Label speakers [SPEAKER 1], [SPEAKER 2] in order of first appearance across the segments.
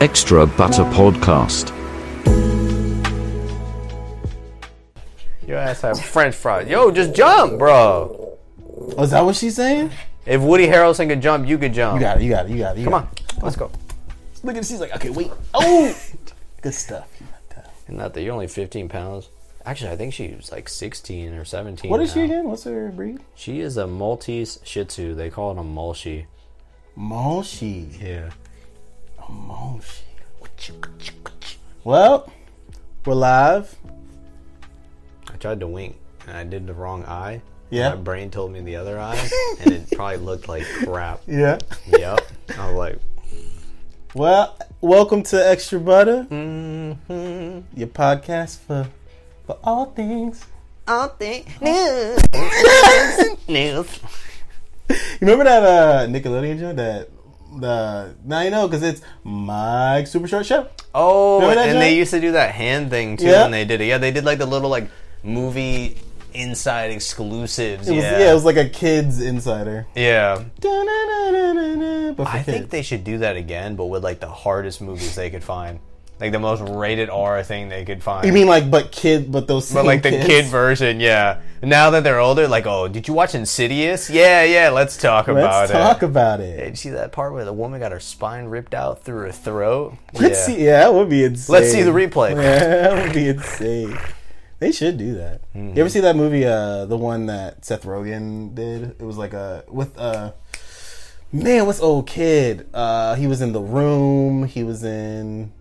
[SPEAKER 1] Extra Butter Podcast.
[SPEAKER 2] Your ass have French fries. Yo, just jump, bro.
[SPEAKER 3] Was Oh, that what she's saying?
[SPEAKER 2] If Woody Harrelson could jump, you could jump.
[SPEAKER 3] You got it. You got it. You got it. You
[SPEAKER 2] Come
[SPEAKER 3] got
[SPEAKER 2] on,
[SPEAKER 3] it.
[SPEAKER 2] let's go.
[SPEAKER 3] Look at it. She's like, okay, wait. Oh, good stuff. You got that.
[SPEAKER 2] Not that you're only 15 pounds. Actually, I think she was like 16 or 17.
[SPEAKER 3] What is she
[SPEAKER 2] now.
[SPEAKER 3] again? What's her breed?
[SPEAKER 2] She is a Maltese Shih Tzu. They call it a Malshi.
[SPEAKER 3] Moshi.
[SPEAKER 2] Yeah.
[SPEAKER 3] Moshi. Well, we're live.
[SPEAKER 2] I tried to wink and I did the wrong eye.
[SPEAKER 3] Yeah.
[SPEAKER 2] My brain told me the other eye, and it probably looked like crap.
[SPEAKER 3] Yeah.
[SPEAKER 2] yep. I was like,
[SPEAKER 3] Well, welcome to Extra Butter, your podcast for for all things.
[SPEAKER 2] nails.
[SPEAKER 3] You remember that uh, Nickelodeon show that the now you know because it's Mike Super Short Show.
[SPEAKER 2] Oh,
[SPEAKER 3] Remember that
[SPEAKER 2] and they
[SPEAKER 3] joint?
[SPEAKER 2] used to do that hand thing too
[SPEAKER 3] Yeah.
[SPEAKER 2] when they did it. Yeah, they did like the little like movie inside exclusives.
[SPEAKER 3] It was,
[SPEAKER 2] yeah.
[SPEAKER 3] yeah. it was like a kids insider.
[SPEAKER 2] yeah.
[SPEAKER 3] Da-na-na-na-na-na, But for
[SPEAKER 2] I think
[SPEAKER 3] kids.
[SPEAKER 2] they should do that again, but with like the hardest movies they could find, like the most rated R thing they could find.
[SPEAKER 3] You mean like, but kid, but those.
[SPEAKER 2] but
[SPEAKER 3] same
[SPEAKER 2] like the
[SPEAKER 3] kids.
[SPEAKER 2] kid version, yeah. Now that they're older, like, oh, did you watch Insidious? Yeah, yeah. Let's talk about
[SPEAKER 3] Let's talk
[SPEAKER 2] it.
[SPEAKER 3] about it.
[SPEAKER 2] Did you see that part where the woman got her spine ripped out through her throat?
[SPEAKER 3] Let's
[SPEAKER 2] Yeah.
[SPEAKER 3] see. Yeah, that would be insane.
[SPEAKER 2] Let's see the replay.
[SPEAKER 3] Yeah, that would be insane. They should do that.
[SPEAKER 2] Mm-hmm.
[SPEAKER 3] You ever see that movie? Uh, the one that Seth Rogen did. It was like a with uh, man, what's old kid? Uh, he was in the room. He was in.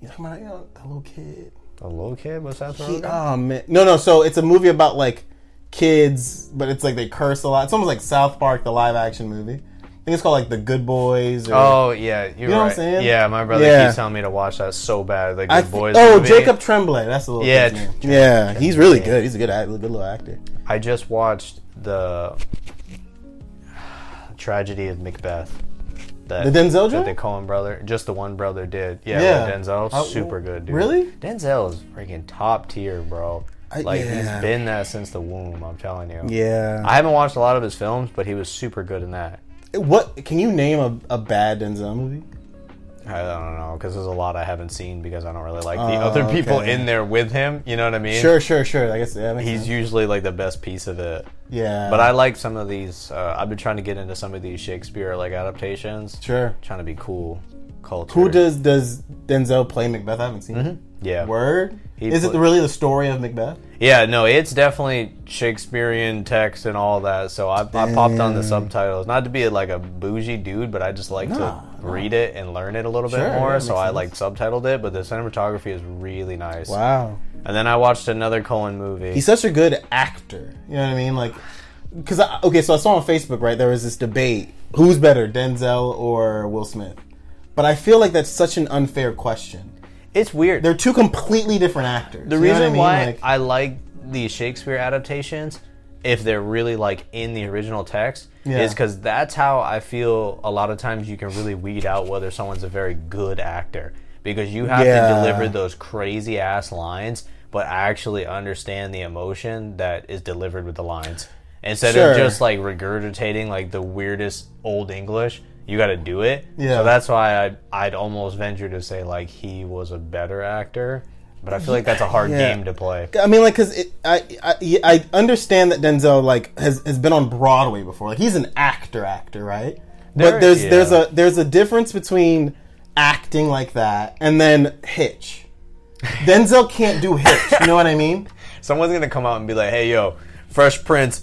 [SPEAKER 3] You talking about you know, that little kid?
[SPEAKER 2] A little kid was that?
[SPEAKER 3] He, oh man, no, no. So it's a movie about like kids, but it's like they curse a lot. It's almost like South Park, the live action movie. I think it's called like The Good Boys. Or,
[SPEAKER 2] Oh yeah, you're
[SPEAKER 3] know
[SPEAKER 2] right.
[SPEAKER 3] what I'm saying?
[SPEAKER 2] Yeah, my brother
[SPEAKER 3] Yeah.
[SPEAKER 2] keeps telling me to watch that so bad. Like the
[SPEAKER 3] I thi-
[SPEAKER 2] boys.
[SPEAKER 3] oh,
[SPEAKER 2] movie.
[SPEAKER 3] Jacob Tremblay. That's the little
[SPEAKER 2] Yeah,
[SPEAKER 3] kid's
[SPEAKER 2] Tr-
[SPEAKER 3] name. yeah. He's really good. He's a good, act- good little actor.
[SPEAKER 2] I just watched the tragedy of Macbeth. That,
[SPEAKER 3] The Denzel
[SPEAKER 2] that
[SPEAKER 3] joint?
[SPEAKER 2] the Cohen brother, just the one brother did. Yeah,
[SPEAKER 3] Yeah.
[SPEAKER 2] with Denzel,
[SPEAKER 3] How-
[SPEAKER 2] super good, dude.
[SPEAKER 3] really?
[SPEAKER 2] Denzel is freaking top tier, bro.
[SPEAKER 3] I-
[SPEAKER 2] like
[SPEAKER 3] yeah.
[SPEAKER 2] he's been that since the womb. I'm telling you.
[SPEAKER 3] Yeah.
[SPEAKER 2] I haven't watched a lot of his films, but he was super good in that.
[SPEAKER 3] what can you name a, a bad Denzel movie?
[SPEAKER 2] I don't know because there's a lot I haven't seen because I don't really like the
[SPEAKER 3] Oh,
[SPEAKER 2] other people
[SPEAKER 3] okay.
[SPEAKER 2] in there with him. You know what I mean?
[SPEAKER 3] Sure, sure, sure. I guess yeah, Uh-huh. that makes
[SPEAKER 2] He's
[SPEAKER 3] sense.
[SPEAKER 2] usually like the best piece of it.
[SPEAKER 3] yeah.
[SPEAKER 2] But I like some of these. Uh, I've been trying to get into some of these Shakespeare like adaptations.
[SPEAKER 3] sure.
[SPEAKER 2] Trying to be cool, culture.
[SPEAKER 3] Who does does Denzel play Macbeth? I haven't seen it.
[SPEAKER 2] Yeah.
[SPEAKER 3] Word.
[SPEAKER 2] Mm-hmm. He
[SPEAKER 3] Is it
[SPEAKER 2] play-
[SPEAKER 3] really the story of Macbeth?
[SPEAKER 2] Yeah. No, it's definitely Shakespearean text and all that. So I, I popped on the subtitles, not to be like a bougie dude, but I just like
[SPEAKER 3] Nah,
[SPEAKER 2] to read it and learn it a little
[SPEAKER 3] Sure,
[SPEAKER 2] bit more.
[SPEAKER 3] yeah,
[SPEAKER 2] so
[SPEAKER 3] makes
[SPEAKER 2] I
[SPEAKER 3] sense.
[SPEAKER 2] like subtitled it, but the cinematography is really nice.
[SPEAKER 3] Wow.
[SPEAKER 2] And then I watched another Cohen movie.
[SPEAKER 3] He's such a good actor. You know what I mean? Like, because I, okay, so I saw on Facebook right there was this debate: who's better, Denzel or Will Smith? But I feel like that's such an unfair question.
[SPEAKER 2] it's weird.
[SPEAKER 3] They're two completely different actors.
[SPEAKER 2] The
[SPEAKER 3] You know what
[SPEAKER 2] reason
[SPEAKER 3] I mean?
[SPEAKER 2] why
[SPEAKER 3] Like-
[SPEAKER 2] I like these Shakespeare adaptations, if they're really like in the original text,
[SPEAKER 3] Yeah.
[SPEAKER 2] is because that's how I feel. A lot of times you can really weed out whether someone's a very good actor because you have to
[SPEAKER 3] Yeah.
[SPEAKER 2] deliver those crazy ass lines, but actually understand the emotion that is delivered with the lines instead
[SPEAKER 3] Sure.
[SPEAKER 2] of just like regurgitating like the weirdest old English. You got to do it.
[SPEAKER 3] Yeah.
[SPEAKER 2] So that's why I'd, I'd almost venture to say like he was a better actor, but I feel like that's a hard
[SPEAKER 3] Yeah.
[SPEAKER 2] game to play.
[SPEAKER 3] I mean, like, because I, I I understand that Denzel like has, has been on Broadway before. Like, he's an actor, actor, right?
[SPEAKER 2] There-
[SPEAKER 3] but there's
[SPEAKER 2] yeah.
[SPEAKER 3] there's a there's a difference between acting like that and then Hitch. Denzel can't do Hitch. You know what I mean?
[SPEAKER 2] Someone's gonna come out and be like, "Hey, yo, Fresh Prince,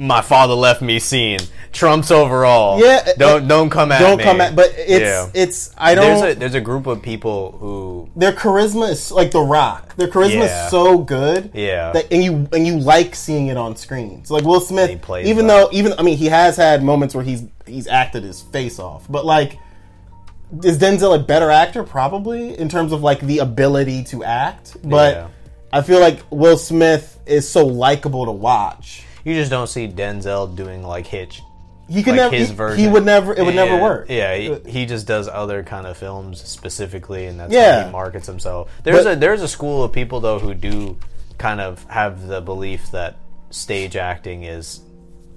[SPEAKER 2] my father left me scene. Trump's overall.
[SPEAKER 3] Yeah, uh,
[SPEAKER 2] don't don't come at
[SPEAKER 3] Don't
[SPEAKER 2] me.
[SPEAKER 3] come at. But it's
[SPEAKER 2] Yeah.
[SPEAKER 3] it's I don't.
[SPEAKER 2] There's a there's a group of people who
[SPEAKER 3] their charisma is like The Rock. Their charisma
[SPEAKER 2] Yeah.
[SPEAKER 3] is so good.
[SPEAKER 2] Yeah.
[SPEAKER 3] That, and you and you like seeing it on screen. So like Will Smith,
[SPEAKER 2] He plays
[SPEAKER 3] even
[SPEAKER 2] that.
[SPEAKER 3] though even I mean he has had moments where he's he's acted his face off, but like. Is Denzel a better actor? Probably in terms of like the ability to act, but
[SPEAKER 2] Yeah.
[SPEAKER 3] I feel like Will Smith is so likable to watch.
[SPEAKER 2] you just don't see Denzel doing like Hitch.
[SPEAKER 3] He could
[SPEAKER 2] Like
[SPEAKER 3] never.
[SPEAKER 2] his
[SPEAKER 3] he-
[SPEAKER 2] version.
[SPEAKER 3] he, would never. It would never
[SPEAKER 2] Yeah,
[SPEAKER 3] work.
[SPEAKER 2] Yeah, he, he just does other kind of films specifically, and that's
[SPEAKER 3] Yeah.
[SPEAKER 2] how he markets himself. There's
[SPEAKER 3] But-
[SPEAKER 2] a there's a school of people though who do kind of have the belief that stage acting is,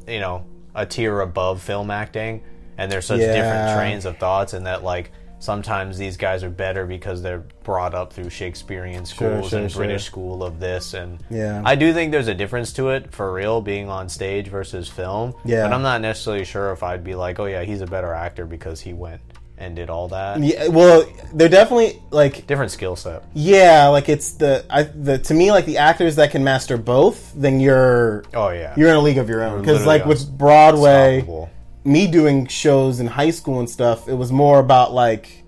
[SPEAKER 2] you know, a tier above film acting, and there's such different
[SPEAKER 3] Yeah.
[SPEAKER 2] trains of thoughts, and that like sometimes these guys are better because they're brought up through Shakespearean
[SPEAKER 3] Sure,
[SPEAKER 2] schools
[SPEAKER 3] sure,
[SPEAKER 2] and
[SPEAKER 3] sure.
[SPEAKER 2] British school of this, and
[SPEAKER 3] Yeah.
[SPEAKER 2] I do think there's a difference to it for real, being on stage versus film.
[SPEAKER 3] Yeah.
[SPEAKER 2] but I'm not necessarily sure if I'd be like, oh yeah, he's a better actor because he went and did all that.
[SPEAKER 3] Yeah, well, they're definitely like
[SPEAKER 2] Different skill set.
[SPEAKER 3] yeah, like it's the I the to me like the actors that can master both, then you're
[SPEAKER 2] Oh yeah,
[SPEAKER 3] you're in a league of your own because
[SPEAKER 2] literally
[SPEAKER 3] like with
[SPEAKER 2] unstoppable.
[SPEAKER 3] Broadway,
[SPEAKER 2] Unstoppable.
[SPEAKER 3] me doing shows in high school and stuff, it was more about like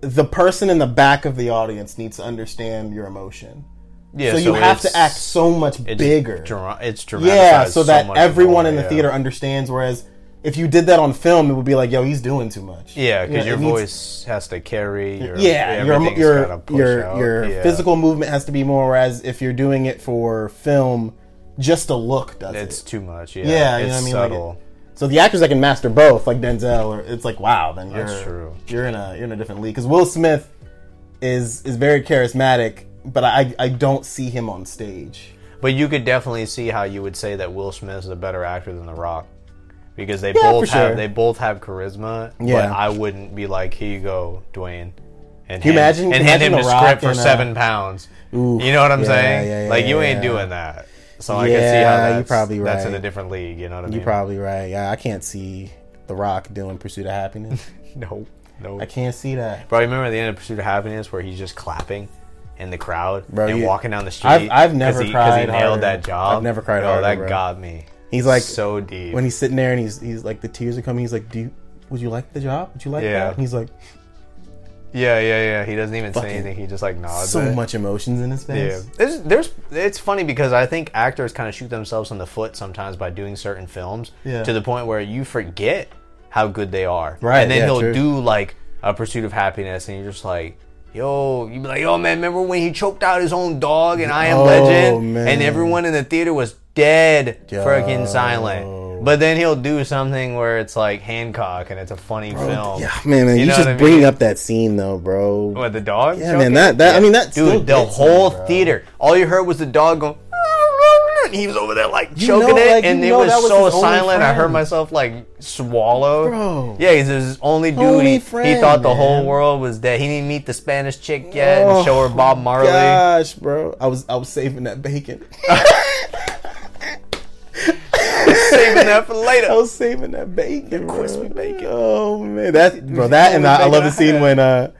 [SPEAKER 3] the person in the back of the audience needs to understand your emotion.
[SPEAKER 2] Yeah,
[SPEAKER 3] so, you have
[SPEAKER 2] it's-
[SPEAKER 3] to act so much
[SPEAKER 2] it's
[SPEAKER 3] bigger.
[SPEAKER 2] dra- it's dramatized.
[SPEAKER 3] yeah, so that
[SPEAKER 2] much
[SPEAKER 3] everyone
[SPEAKER 2] more,
[SPEAKER 3] in the
[SPEAKER 2] yeah.
[SPEAKER 3] theater understands. Whereas if you did that on film, it would be like, yo, he's doing too much.
[SPEAKER 2] Yeah,
[SPEAKER 3] You
[SPEAKER 2] because
[SPEAKER 3] know,
[SPEAKER 2] your
[SPEAKER 3] it needs-
[SPEAKER 2] voice has to carry. Your,
[SPEAKER 3] yeah, your
[SPEAKER 2] everything's gotta
[SPEAKER 3] your
[SPEAKER 2] push
[SPEAKER 3] your,
[SPEAKER 2] out.
[SPEAKER 3] your
[SPEAKER 2] Yeah.
[SPEAKER 3] physical movement has to be more. Whereas if you're doing it for film, just a look does
[SPEAKER 2] It's
[SPEAKER 3] it.
[SPEAKER 2] too much. Yeah,
[SPEAKER 3] Yeah, you
[SPEAKER 2] it's
[SPEAKER 3] know what I mean. Like,
[SPEAKER 2] subtle.
[SPEAKER 3] so the actors that can master both, like Denzel, or it's like wow, then you're
[SPEAKER 2] That's true.
[SPEAKER 3] you're in a you're in a different league. Because Will Smith is is very charismatic, but I I don't see him on stage.
[SPEAKER 2] but you could definitely see how you would say that Will Smith is a better actor than The Rock, because they
[SPEAKER 3] Yeah,
[SPEAKER 2] both
[SPEAKER 3] for
[SPEAKER 2] have
[SPEAKER 3] sure.
[SPEAKER 2] they both have charisma.
[SPEAKER 3] Yeah.
[SPEAKER 2] but I wouldn't be like, here you go, Dwayne. And
[SPEAKER 3] you
[SPEAKER 2] hand-
[SPEAKER 3] imagine-
[SPEAKER 2] and
[SPEAKER 3] can you
[SPEAKER 2] hand him
[SPEAKER 3] imagine The
[SPEAKER 2] a
[SPEAKER 3] Rock
[SPEAKER 2] script for
[SPEAKER 3] in a-
[SPEAKER 2] seven pounds.
[SPEAKER 3] Oof,
[SPEAKER 2] you know what I'm
[SPEAKER 3] yeah,
[SPEAKER 2] saying?
[SPEAKER 3] yeah, yeah,
[SPEAKER 2] like you
[SPEAKER 3] yeah,
[SPEAKER 2] ain't
[SPEAKER 3] yeah.
[SPEAKER 2] doing that. So I can see how
[SPEAKER 3] Yeah,
[SPEAKER 2] that's,
[SPEAKER 3] you're probably
[SPEAKER 2] that's in
[SPEAKER 3] right.
[SPEAKER 2] a different league. You know what I mean?
[SPEAKER 3] You're probably right. Yeah, I can't see The Rock doing Pursuit of Happiness.
[SPEAKER 2] no, no.
[SPEAKER 3] I can't see that.
[SPEAKER 2] Bro, you remember the end of Pursuit of Happiness where he's just clapping in the crowd
[SPEAKER 3] Bro,
[SPEAKER 2] and
[SPEAKER 3] you-
[SPEAKER 2] walking down the street?
[SPEAKER 3] I've- I've never
[SPEAKER 2] he, he
[SPEAKER 3] cried
[SPEAKER 2] nailed
[SPEAKER 3] harder.
[SPEAKER 2] that job.
[SPEAKER 3] I've never cried
[SPEAKER 2] Bro,
[SPEAKER 3] harder,
[SPEAKER 2] that
[SPEAKER 3] bro.
[SPEAKER 2] got me.
[SPEAKER 3] He's like
[SPEAKER 2] so deep.
[SPEAKER 3] when he's sitting there and he's he's like the tears are coming. He's like, "Do you, would you like the job? Would you like
[SPEAKER 2] Yeah.
[SPEAKER 3] that?" And he's like,
[SPEAKER 2] yeah, yeah, yeah. He doesn't even say
[SPEAKER 3] Fucking
[SPEAKER 2] anything. He just like nods.
[SPEAKER 3] so
[SPEAKER 2] it.
[SPEAKER 3] much emotions in his
[SPEAKER 2] Yeah,
[SPEAKER 3] face.
[SPEAKER 2] there's, there's. It's funny because I think actors kind of shoot themselves in the foot sometimes by doing certain films
[SPEAKER 3] Yeah.
[SPEAKER 2] to the point where you forget how good they are.
[SPEAKER 3] Right,
[SPEAKER 2] and then
[SPEAKER 3] yeah,
[SPEAKER 2] he'll
[SPEAKER 3] true.
[SPEAKER 2] do like a Pursuit of Happiness, and you're just like. Yo, you be like, yo, man, remember when he choked out his own dog in I Am
[SPEAKER 3] Oh,
[SPEAKER 2] Legend,
[SPEAKER 3] man.
[SPEAKER 2] and everyone in the theater was dead, freaking silent. But then he'll do something where it's like Hancock, and it's a funny film.
[SPEAKER 3] Yeah, Oh, man, man,
[SPEAKER 2] You
[SPEAKER 3] you,
[SPEAKER 2] know
[SPEAKER 3] just
[SPEAKER 2] what I
[SPEAKER 3] bringing
[SPEAKER 2] mean?
[SPEAKER 3] up that scene though, bro.
[SPEAKER 2] What the dog?
[SPEAKER 3] Yeah, man, that- that- I mean, that still
[SPEAKER 2] dude, the
[SPEAKER 3] gets me,
[SPEAKER 2] whole
[SPEAKER 3] bro.
[SPEAKER 2] theater. All you heard was the dog going. And he was over there like choking
[SPEAKER 3] know,
[SPEAKER 2] it,
[SPEAKER 3] like,
[SPEAKER 2] and
[SPEAKER 3] you
[SPEAKER 2] it
[SPEAKER 3] know
[SPEAKER 2] was
[SPEAKER 3] that was
[SPEAKER 2] so
[SPEAKER 3] his only
[SPEAKER 2] silent. I heard
[SPEAKER 3] friend.
[SPEAKER 2] myself like swallow.
[SPEAKER 3] Bro.
[SPEAKER 2] Yeah, he's his only dude.
[SPEAKER 3] Only
[SPEAKER 2] he, he
[SPEAKER 3] friend,
[SPEAKER 2] thought the whole
[SPEAKER 3] man.
[SPEAKER 2] world was dead. He didn't meet the Spanish chick yet
[SPEAKER 3] Oh,
[SPEAKER 2] and show her Bob Marley.
[SPEAKER 3] Gosh, bro, I was I was saving that bacon.
[SPEAKER 2] Saving that for later.
[SPEAKER 3] I was saving that bacon, bro.
[SPEAKER 2] crispy bacon.
[SPEAKER 3] Oh man, that bro,
[SPEAKER 2] was
[SPEAKER 3] that
[SPEAKER 2] the
[SPEAKER 3] and
[SPEAKER 2] only
[SPEAKER 3] I, I
[SPEAKER 2] bacon
[SPEAKER 3] love
[SPEAKER 2] I
[SPEAKER 3] the scene
[SPEAKER 2] had.
[SPEAKER 3] when uh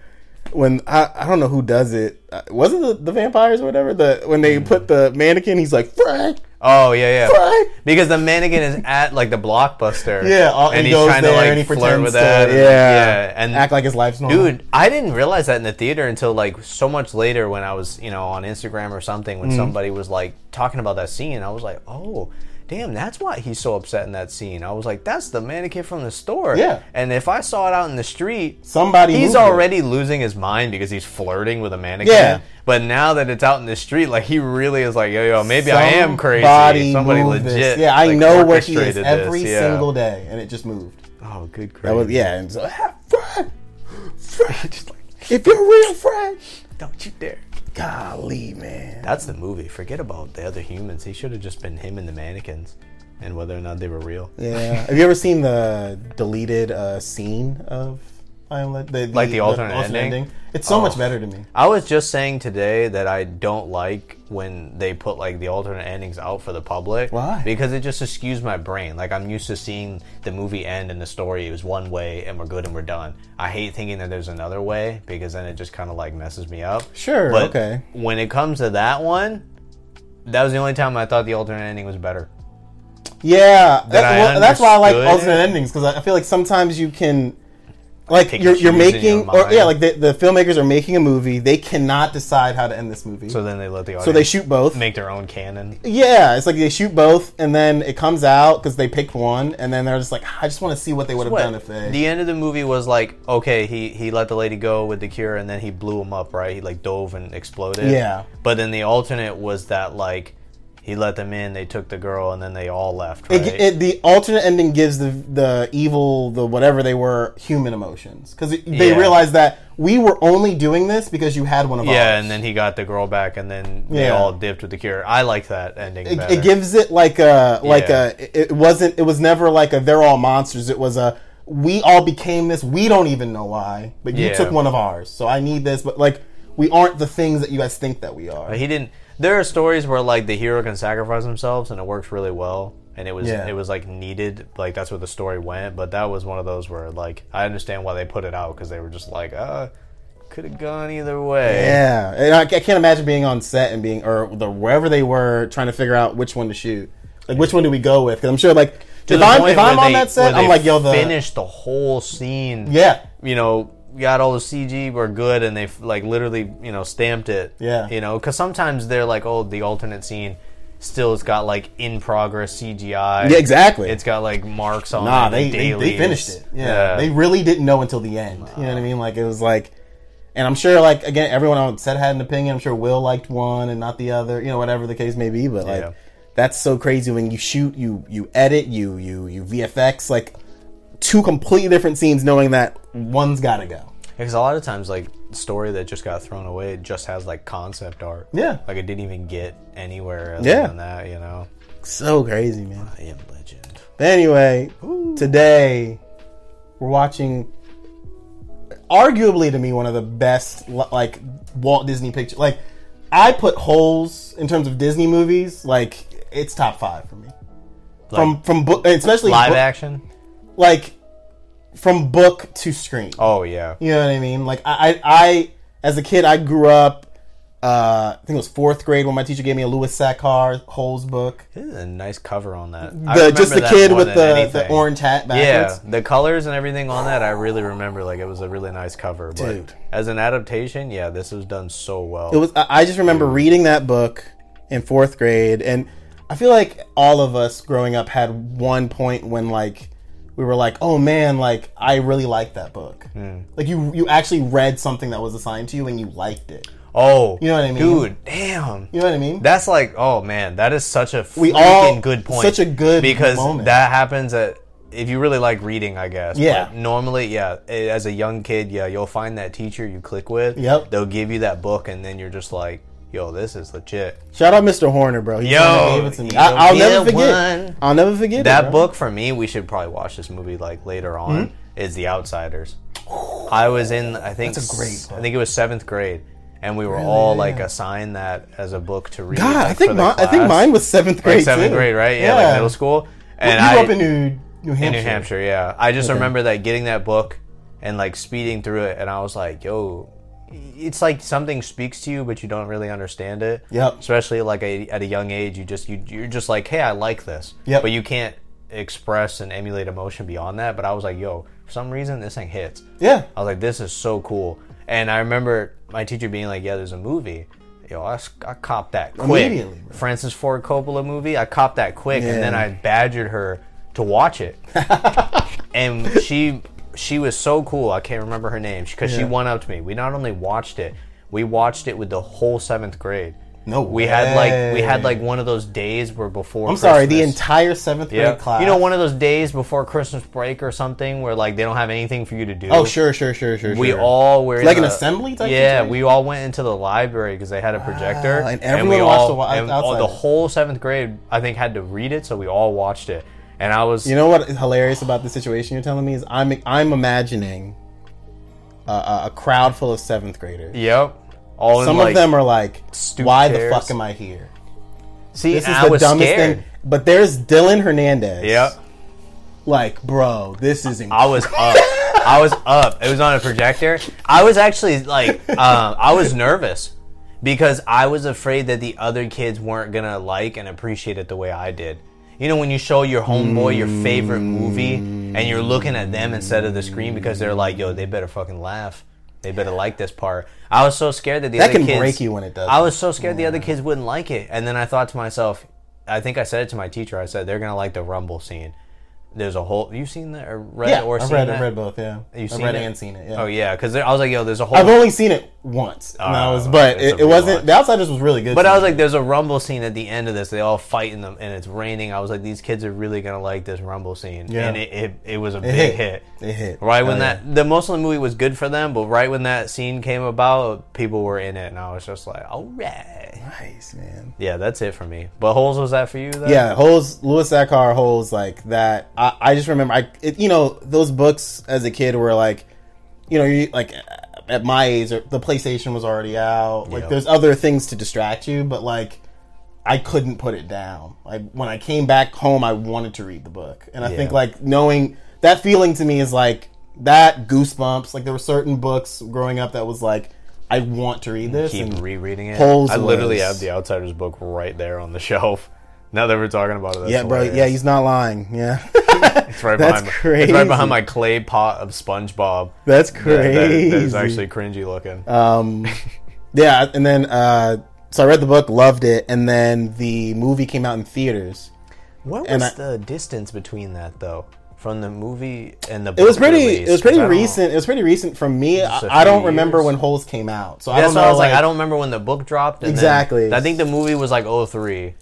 [SPEAKER 3] when I, I don't know who does it. Uh, Was it the, the vampires or whatever? The when they put the mannequin, he's like Frank.
[SPEAKER 2] Oh yeah, yeah.
[SPEAKER 3] Frank.
[SPEAKER 2] Because the mannequin is at like the blockbuster.
[SPEAKER 3] Yeah, all- he goes there and he pretends to-
[SPEAKER 2] and-
[SPEAKER 3] yeah,
[SPEAKER 2] yeah, and
[SPEAKER 3] Act like his life's normal.
[SPEAKER 2] Dude, I didn't realize that in the theater until like so much later when I was, you know, on Instagram or something
[SPEAKER 3] Mm-hmm.
[SPEAKER 2] when somebody was like talking about that scene. I was like, oh, damn, that's why he's so upset in that scene. I was like, that's the mannequin from the store.
[SPEAKER 3] Yeah.
[SPEAKER 2] And if I saw it out in the street,
[SPEAKER 3] somebody
[SPEAKER 2] he's
[SPEAKER 3] moved it.
[SPEAKER 2] already losing his mind because he's flirting with a mannequin.
[SPEAKER 3] Yeah.
[SPEAKER 2] But now that it's out in the street, like he really is like, yo, yo, maybe I am
[SPEAKER 3] Somebody
[SPEAKER 2] crazy. Somebody
[SPEAKER 3] moved
[SPEAKER 2] legit.
[SPEAKER 3] this. Yeah, I
[SPEAKER 2] like,
[SPEAKER 3] know where he is
[SPEAKER 2] orchestrated
[SPEAKER 3] every
[SPEAKER 2] this. Yeah.
[SPEAKER 3] single day, and it just moved.
[SPEAKER 2] Oh, good crazy.
[SPEAKER 3] That was yeah. And so, ah, Frank, Frank, if you're real Frank,
[SPEAKER 2] Don't you dare.
[SPEAKER 3] golly man,
[SPEAKER 2] That's the movie. Forget about the other humans. He should have just been him and the mannequins, and whether or not they were real.
[SPEAKER 3] yeah. Have you ever seen the deleted uh, scene of I Am Legend? The,
[SPEAKER 2] Like the alternate ending? Oh.
[SPEAKER 3] It's so much better to me.
[SPEAKER 2] I was just saying today that I don't like when they put like the alternate endings out for the public.
[SPEAKER 3] Why?
[SPEAKER 2] Because it just askews my brain. Like I'm used to seeing the movie end and the story is one way and we're good and we're done. I hate thinking that there's another way because then it just kind of like messes me up.
[SPEAKER 3] Sure,
[SPEAKER 2] But
[SPEAKER 3] okay.
[SPEAKER 2] When it comes to that one, that was the only time I thought the alternate ending was better.
[SPEAKER 3] Yeah, that's,
[SPEAKER 2] I
[SPEAKER 3] well, that's why I like
[SPEAKER 2] understood
[SPEAKER 3] alternate
[SPEAKER 2] it.
[SPEAKER 3] endings because I I feel like sometimes you can, like
[SPEAKER 2] Pick and
[SPEAKER 3] you're, you're
[SPEAKER 2] choose in your
[SPEAKER 3] making or
[SPEAKER 2] mind.
[SPEAKER 3] yeah, like the, the filmmakers are making a movie. They cannot decide how to end this movie,
[SPEAKER 2] So
[SPEAKER 3] so,
[SPEAKER 2] then they let the audience
[SPEAKER 3] they shoot both.
[SPEAKER 2] make their own canon.
[SPEAKER 3] Yeah, it's like they shoot both, and then it comes out because they picked one, and then they're just like, I just want to see what they would have
[SPEAKER 2] What?
[SPEAKER 3] done if they.
[SPEAKER 2] The end of the movie was like, okay, he he let the lady go with the cure, and then he blew him up, right? He like dove and exploded.
[SPEAKER 3] Yeah.
[SPEAKER 2] But then the alternate was that like he let them in. They took the girl, and then they all left. Right?
[SPEAKER 3] It, it, the alternate ending gives the the evil, the whatever they were, human emotions because they
[SPEAKER 2] Yeah.
[SPEAKER 3] realize that we were only doing this because you had one of
[SPEAKER 2] yeah,
[SPEAKER 3] ours.
[SPEAKER 2] and then he got the girl back, and then they
[SPEAKER 3] Yeah.
[SPEAKER 2] all dipped with the cure. I like that ending.
[SPEAKER 3] it,
[SPEAKER 2] better.
[SPEAKER 3] it gives it like a like
[SPEAKER 2] Yeah.
[SPEAKER 3] a it- it wasn't it was never like a they're all monsters. It was a we all became this. We don't even know why, but you
[SPEAKER 2] Yeah.
[SPEAKER 3] took one of ours, so I need this. But like we aren't the things that you guys think that we are.
[SPEAKER 2] But he didn't. There are stories where like the hero can sacrifice themselves, and it works really well. And it was
[SPEAKER 3] Yeah.
[SPEAKER 2] it was like needed, like that's where the story went. But that was one of those where like I understand why they put it out because they were just like, uh, could have gone either way.
[SPEAKER 3] Yeah, and I, I can't imagine being on set and being or the wherever they were trying to figure out which one to shoot. Like which one do we go with? Because I'm sure like
[SPEAKER 2] To
[SPEAKER 3] if
[SPEAKER 2] the
[SPEAKER 3] I'm
[SPEAKER 2] point
[SPEAKER 3] if I'm
[SPEAKER 2] where
[SPEAKER 3] on
[SPEAKER 2] they-
[SPEAKER 3] that set,
[SPEAKER 2] where
[SPEAKER 3] I'm
[SPEAKER 2] they
[SPEAKER 3] like yo the
[SPEAKER 2] finished the whole scene.
[SPEAKER 3] Yeah.
[SPEAKER 2] you know, got all the CG were good, and they like literally you know stamped it.
[SPEAKER 3] Yeah.
[SPEAKER 2] you know, because sometimes they're like, oh, the alternate scene still has got like in progress CGI.
[SPEAKER 3] yeah exactly.
[SPEAKER 2] It's got like marks on
[SPEAKER 3] nah,
[SPEAKER 2] it.
[SPEAKER 3] they,
[SPEAKER 2] and
[SPEAKER 3] they they
[SPEAKER 2] dailies.
[SPEAKER 3] finished it. Yeah. they really didn't know until the end. You know what I mean? Like it was like, and I'm sure like again everyone on set had an opinion. I'm sure Will liked one and not the other. You know whatever the case may be, but like.
[SPEAKER 2] Yeah.
[SPEAKER 3] That's so crazy when you shoot, you you edit, you you you VFX like two completely different scenes, knowing that one's got to go.
[SPEAKER 2] because a lot of times like story that just got thrown away it just has like concept art.
[SPEAKER 3] Yeah.
[SPEAKER 2] like it didn't even get anywhere. Other
[SPEAKER 3] Yeah.
[SPEAKER 2] than that you know.
[SPEAKER 3] So crazy, man.
[SPEAKER 2] I am legend.
[SPEAKER 3] But anyway, today we're watching arguably to me one of the best li- like Walt Disney picture. Like I put holes in terms of Disney movies, like it's top 5 for me. from from book especially
[SPEAKER 2] Live
[SPEAKER 3] book-
[SPEAKER 2] action.
[SPEAKER 3] like from book to screen.
[SPEAKER 2] Oh yeah.
[SPEAKER 3] You know what I mean? Like I, I, I as a kid, I grew up. Uh, I think it was fourth grade when my teacher gave me a Lewis Sackar Holes book.
[SPEAKER 2] This is a nice cover on that. I
[SPEAKER 3] The,
[SPEAKER 2] remember
[SPEAKER 3] just the
[SPEAKER 2] that
[SPEAKER 3] kid
[SPEAKER 2] more
[SPEAKER 3] with
[SPEAKER 2] than
[SPEAKER 3] the, the
[SPEAKER 2] anything.
[SPEAKER 3] orange hat
[SPEAKER 2] Yeah,
[SPEAKER 3] backwards.
[SPEAKER 2] the colors and everything on that, I really remember. Like it was a really nice cover. But
[SPEAKER 3] Dude.
[SPEAKER 2] as an adaptation, yeah, this was done so well.
[SPEAKER 3] It was. I I just remember reading that book in fourth grade, and I feel like all of us growing up had one point when like we were like, "Oh man, like I really liked that book."
[SPEAKER 2] Hmm.
[SPEAKER 3] Like you, you actually read something that was assigned to you and you liked it.
[SPEAKER 2] oh,
[SPEAKER 3] You know what I mean?
[SPEAKER 2] dude, damn.
[SPEAKER 3] You know what I mean?
[SPEAKER 2] That's like, oh man, that is such a freaking
[SPEAKER 3] We all-
[SPEAKER 2] good point.
[SPEAKER 3] such a good
[SPEAKER 2] because
[SPEAKER 3] moment.
[SPEAKER 2] that happens at if you really like reading, I guess.
[SPEAKER 3] Yeah.
[SPEAKER 2] But normally, yeah, eh, as a young kid, yeah, you'll find that teacher you click with.
[SPEAKER 3] Yep.
[SPEAKER 2] They'll give you that book, and then you're just like, yo, this is legit.
[SPEAKER 3] Shout out Mr. Horner, bro. He
[SPEAKER 2] Yo,
[SPEAKER 3] kinda gave it to me.
[SPEAKER 2] you
[SPEAKER 3] I, I'll
[SPEAKER 2] be
[SPEAKER 3] never
[SPEAKER 2] the
[SPEAKER 3] forget.
[SPEAKER 2] one.
[SPEAKER 3] I'll never forget it,
[SPEAKER 2] That
[SPEAKER 3] bro.
[SPEAKER 2] book for me, we should probably watch this movie like later on. Is The Outsiders. I was in, I think,
[SPEAKER 3] Hmm? That's a great
[SPEAKER 2] s-
[SPEAKER 3] book.
[SPEAKER 2] I think it was seventh grade, and we were all like assigned that as a book to read.
[SPEAKER 3] God,
[SPEAKER 2] like,
[SPEAKER 3] I
[SPEAKER 2] for
[SPEAKER 3] think
[SPEAKER 2] the
[SPEAKER 3] mi- I think
[SPEAKER 2] class.
[SPEAKER 3] mine was seventh grade.
[SPEAKER 2] like seventh
[SPEAKER 3] too.
[SPEAKER 2] grade, right? Yeah, like middle school. And
[SPEAKER 3] you grew
[SPEAKER 2] I,
[SPEAKER 3] up in New New Hampshire.
[SPEAKER 2] in New Hampshire, yeah. I just remember that getting that book and like speeding through it, and I was like, yo. It's like something speaks to you, but you don't really understand it.
[SPEAKER 3] Yep.
[SPEAKER 2] Especially like a, at a young age, you just you, you're just like, hey, I like this.
[SPEAKER 3] Yep.
[SPEAKER 2] But you can't express and emulate emotion beyond that. But I was like, yo, for some reason, this thing hits.
[SPEAKER 3] Yeah,
[SPEAKER 2] I was like, this is so cool. And I remember my teacher being like, yeah, there's a movie. Yo, I, s- I copped that quick.
[SPEAKER 3] Immediately, bro.
[SPEAKER 2] Francis Ford Coppola movie. I copped that quick,
[SPEAKER 3] Yeah.
[SPEAKER 2] and then I badgered her to watch it. and she she was so cool. I can't remember her name because she
[SPEAKER 3] Yeah.
[SPEAKER 2] went up to me. We not only watched it, we watched it with the whole seventh grade.
[SPEAKER 3] No
[SPEAKER 2] we had like we
[SPEAKER 3] way.
[SPEAKER 2] had like one of those days where before
[SPEAKER 3] I'm sorry. The
[SPEAKER 2] Christmas-
[SPEAKER 3] entire seventh grade class.
[SPEAKER 2] you know, one of those days before Christmas break or something where like they don't have anything for you to do.
[SPEAKER 3] Oh sure, sure, sure, sure.
[SPEAKER 2] We
[SPEAKER 3] sure.
[SPEAKER 2] all were in
[SPEAKER 3] Like an
[SPEAKER 2] the-
[SPEAKER 3] assembly type
[SPEAKER 2] Yeah,
[SPEAKER 3] situation? Ah,
[SPEAKER 2] we all went into the library because they had a projector,
[SPEAKER 3] and
[SPEAKER 2] we
[SPEAKER 3] everyone watched
[SPEAKER 2] all
[SPEAKER 3] the wa-
[SPEAKER 2] and all- the
[SPEAKER 3] outside.
[SPEAKER 2] whole seventh grade. I think had to read it, so we all watched it. And I was,
[SPEAKER 3] You know what is hilarious about the situation you're telling me is I'm I'm imagining a, a, a crowd full of seventh graders.
[SPEAKER 2] yep, all in,
[SPEAKER 3] Some
[SPEAKER 2] like-
[SPEAKER 3] of them are like,
[SPEAKER 2] stoop
[SPEAKER 3] "Why
[SPEAKER 2] chairs.
[SPEAKER 3] the fuck am I here?"
[SPEAKER 2] See,
[SPEAKER 3] This is
[SPEAKER 2] I
[SPEAKER 3] the
[SPEAKER 2] was
[SPEAKER 3] dumbest
[SPEAKER 2] scared.
[SPEAKER 3] thing. But there's Dylan Hernandez.
[SPEAKER 2] Yep,
[SPEAKER 3] Like, bro, this is
[SPEAKER 2] I was up. I was up. It was on a projector. I was actually like, um, I was nervous because I was afraid that the other kids weren't gonna like and appreciate it the way I did. You know, when you show your homeboy your favorite movie and you're looking at them instead of the screen because they're like, "Yo, they better fucking laugh. They better like this part." I was so scared that the
[SPEAKER 3] That
[SPEAKER 2] other
[SPEAKER 3] can
[SPEAKER 2] kids,
[SPEAKER 3] break you when it does.
[SPEAKER 2] I was so scared the other kids wouldn't like it, and then I thought to myself, I think I said it to my teacher. I said they're gonna like the rumble scene. There's a whole. You seen that or read
[SPEAKER 3] yeah,
[SPEAKER 2] or
[SPEAKER 3] I've
[SPEAKER 2] seen
[SPEAKER 3] read,
[SPEAKER 2] that?
[SPEAKER 3] I've read both. Yeah,
[SPEAKER 2] You
[SPEAKER 3] I've
[SPEAKER 2] seen
[SPEAKER 3] read
[SPEAKER 2] it?
[SPEAKER 3] and seen it. Yeah.
[SPEAKER 2] Oh yeah, because I was like, yo, there's a whole.
[SPEAKER 3] I've only seen it once. and I was, but
[SPEAKER 2] Oh, it's
[SPEAKER 3] it,
[SPEAKER 2] a
[SPEAKER 3] it wasn't.
[SPEAKER 2] rewatch.
[SPEAKER 3] The Outsiders was really good.
[SPEAKER 2] But
[SPEAKER 3] to
[SPEAKER 2] I was
[SPEAKER 3] me.
[SPEAKER 2] like, there's a rumble scene at the end of this. They all fight in them, and it's raining. I was like, these kids are really gonna like this rumble scene,
[SPEAKER 3] Yeah.
[SPEAKER 2] and it, it, it was a
[SPEAKER 3] it
[SPEAKER 2] big
[SPEAKER 3] hit.
[SPEAKER 2] hit.
[SPEAKER 3] It hit.
[SPEAKER 2] Right when
[SPEAKER 3] Hell yeah.
[SPEAKER 2] that the most of the movie was good for them, but right when that scene came about, people were in it, and I was just like, all right,
[SPEAKER 3] Nice man.
[SPEAKER 2] yeah, that's it for me. But holes was that for you? Though?
[SPEAKER 3] Yeah, holes. Louis Sackar holds like that. I, I just remember. I it, you know those books as a kid were like, you know, you like uh, at my age, or the PlayStation was already out. Like
[SPEAKER 2] Yeah.
[SPEAKER 3] there's other things to distract you, but like. I couldn't put it down. Like when I came back home, I wanted to read the book, and I think
[SPEAKER 2] Yeah.
[SPEAKER 3] like knowing that feeling to me is like that goosebumps. Like there were certain books growing up that was like, I want to read this.
[SPEAKER 2] keep
[SPEAKER 3] and
[SPEAKER 2] rereading it.
[SPEAKER 3] Holes
[SPEAKER 2] I literally
[SPEAKER 3] was-
[SPEAKER 2] have the Outsiders book right there on the shelf. Now that we're talking about it, that's
[SPEAKER 3] yeah, bro.
[SPEAKER 2] hilarious.
[SPEAKER 3] Yeah, he's not lying. Yeah.
[SPEAKER 2] it's right behind.
[SPEAKER 3] that's
[SPEAKER 2] my- It's right
[SPEAKER 3] crazy.
[SPEAKER 2] behind my clay pot of SpongeBob.
[SPEAKER 3] That's
[SPEAKER 2] That-
[SPEAKER 3] crazy.
[SPEAKER 2] that- that is actually cringy looking.
[SPEAKER 3] um, yeah, and then uh, so I read the book, loved it, and then the movie came out in theaters.
[SPEAKER 2] What
[SPEAKER 3] and
[SPEAKER 2] was
[SPEAKER 3] I-
[SPEAKER 2] the distance between that though, from the movie and the?
[SPEAKER 3] It was pretty. It was pretty recent. It was pretty recent from me.
[SPEAKER 2] a
[SPEAKER 3] I, I don't
[SPEAKER 2] few
[SPEAKER 3] remember
[SPEAKER 2] years.
[SPEAKER 3] when Holes came out, so I
[SPEAKER 2] That's
[SPEAKER 3] don't know.
[SPEAKER 2] why I was like, I don't remember when the book dropped. And then-
[SPEAKER 3] Exactly.
[SPEAKER 2] I think the movie was like 03,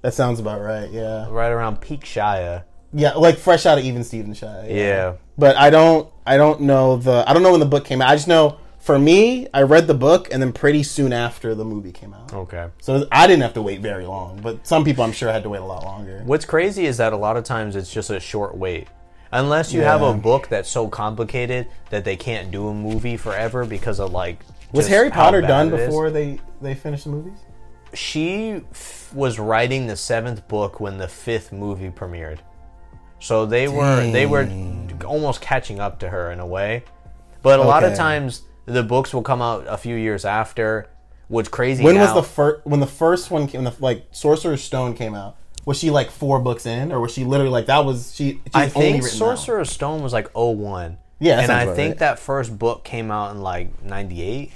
[SPEAKER 3] That sounds about right. Yeah,
[SPEAKER 2] right around peak Shia.
[SPEAKER 3] yeah, like fresh out of Even Steven Shy.
[SPEAKER 2] Yeah.
[SPEAKER 3] but I don't. I don't know the. I don't know when the book came out. I just know for me, I read the book, and then pretty soon after the movie came out.
[SPEAKER 2] Okay.
[SPEAKER 3] So I didn't have to wait very long, but some people I'm sure had to wait a lot longer.
[SPEAKER 2] What's crazy is that a lot of times it's just a short wait. Unless you have a
[SPEAKER 3] Yeah.
[SPEAKER 2] book that's so complicated that they can't do a movie forever because of like.
[SPEAKER 3] Was
[SPEAKER 2] just
[SPEAKER 3] Harry
[SPEAKER 2] how
[SPEAKER 3] Potter
[SPEAKER 2] bad
[SPEAKER 3] done
[SPEAKER 2] it is.
[SPEAKER 3] before they they finished the movies?
[SPEAKER 2] she f- was writing the seventh book when the fifth movie premiered. So they were they were almost catching up to her in a way. But a lot of
[SPEAKER 3] Okay.
[SPEAKER 2] times the books will come out a few years after. What's crazy?
[SPEAKER 3] When was
[SPEAKER 2] now-
[SPEAKER 3] the first when the first one came? When the like Sorcerer's Stone came out, was she like four books in, or was she literally like that? Was she? She's
[SPEAKER 2] I
[SPEAKER 3] only
[SPEAKER 2] think
[SPEAKER 3] written
[SPEAKER 2] Sorcerer's Stone was like 01.
[SPEAKER 3] Yeah, that
[SPEAKER 2] and
[SPEAKER 3] sounds
[SPEAKER 2] I
[SPEAKER 3] about
[SPEAKER 2] think
[SPEAKER 3] right.
[SPEAKER 2] that first book came out in like 98.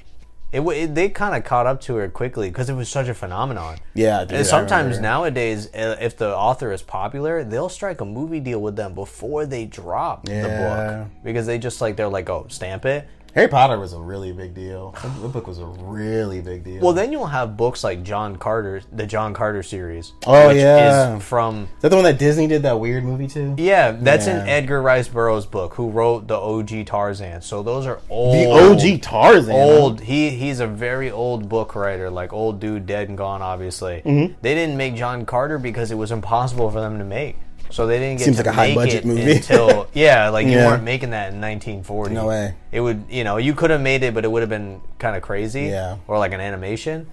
[SPEAKER 2] It, wa- it they kind of caught up to her quickly because it was such a phenomenon.
[SPEAKER 3] Yeah, dude, I
[SPEAKER 2] and sometimes
[SPEAKER 3] remember.
[SPEAKER 2] nowadays, uh, if the author is popular, they'll strike a movie deal with them before they drop the
[SPEAKER 3] Yeah.
[SPEAKER 2] book because they just like they're like, oh, stamp it.
[SPEAKER 3] out. Harry Potter was a really big deal. That- That book was a really big deal.
[SPEAKER 2] Well, then you'll have books like John Carter, the John Carter series.
[SPEAKER 3] Oh, yeah.
[SPEAKER 2] is from
[SPEAKER 3] is that the one that Disney did that weird movie too?
[SPEAKER 2] Yeah, that's in
[SPEAKER 3] Yeah.
[SPEAKER 2] Edgar Rice Burroughs' book, who wrote the OG Tarzan. So those are old.
[SPEAKER 3] The OG Tarzan.
[SPEAKER 2] Old. He he's a very old book writer, like old dude, dead and gone. Obviously,
[SPEAKER 3] Mm-hmm.
[SPEAKER 2] they didn't make John Carter because it was impossible for them to make. So they didn't get
[SPEAKER 3] Seems
[SPEAKER 2] to
[SPEAKER 3] like a high
[SPEAKER 2] make
[SPEAKER 3] budget
[SPEAKER 2] it
[SPEAKER 3] movie.
[SPEAKER 2] until yeah, like you
[SPEAKER 3] Yeah.
[SPEAKER 2] weren't making that in 1940.
[SPEAKER 3] No way.
[SPEAKER 2] It would you know you could have made it, but it would have been kind of crazy.
[SPEAKER 3] Yeah.
[SPEAKER 2] or like an animation.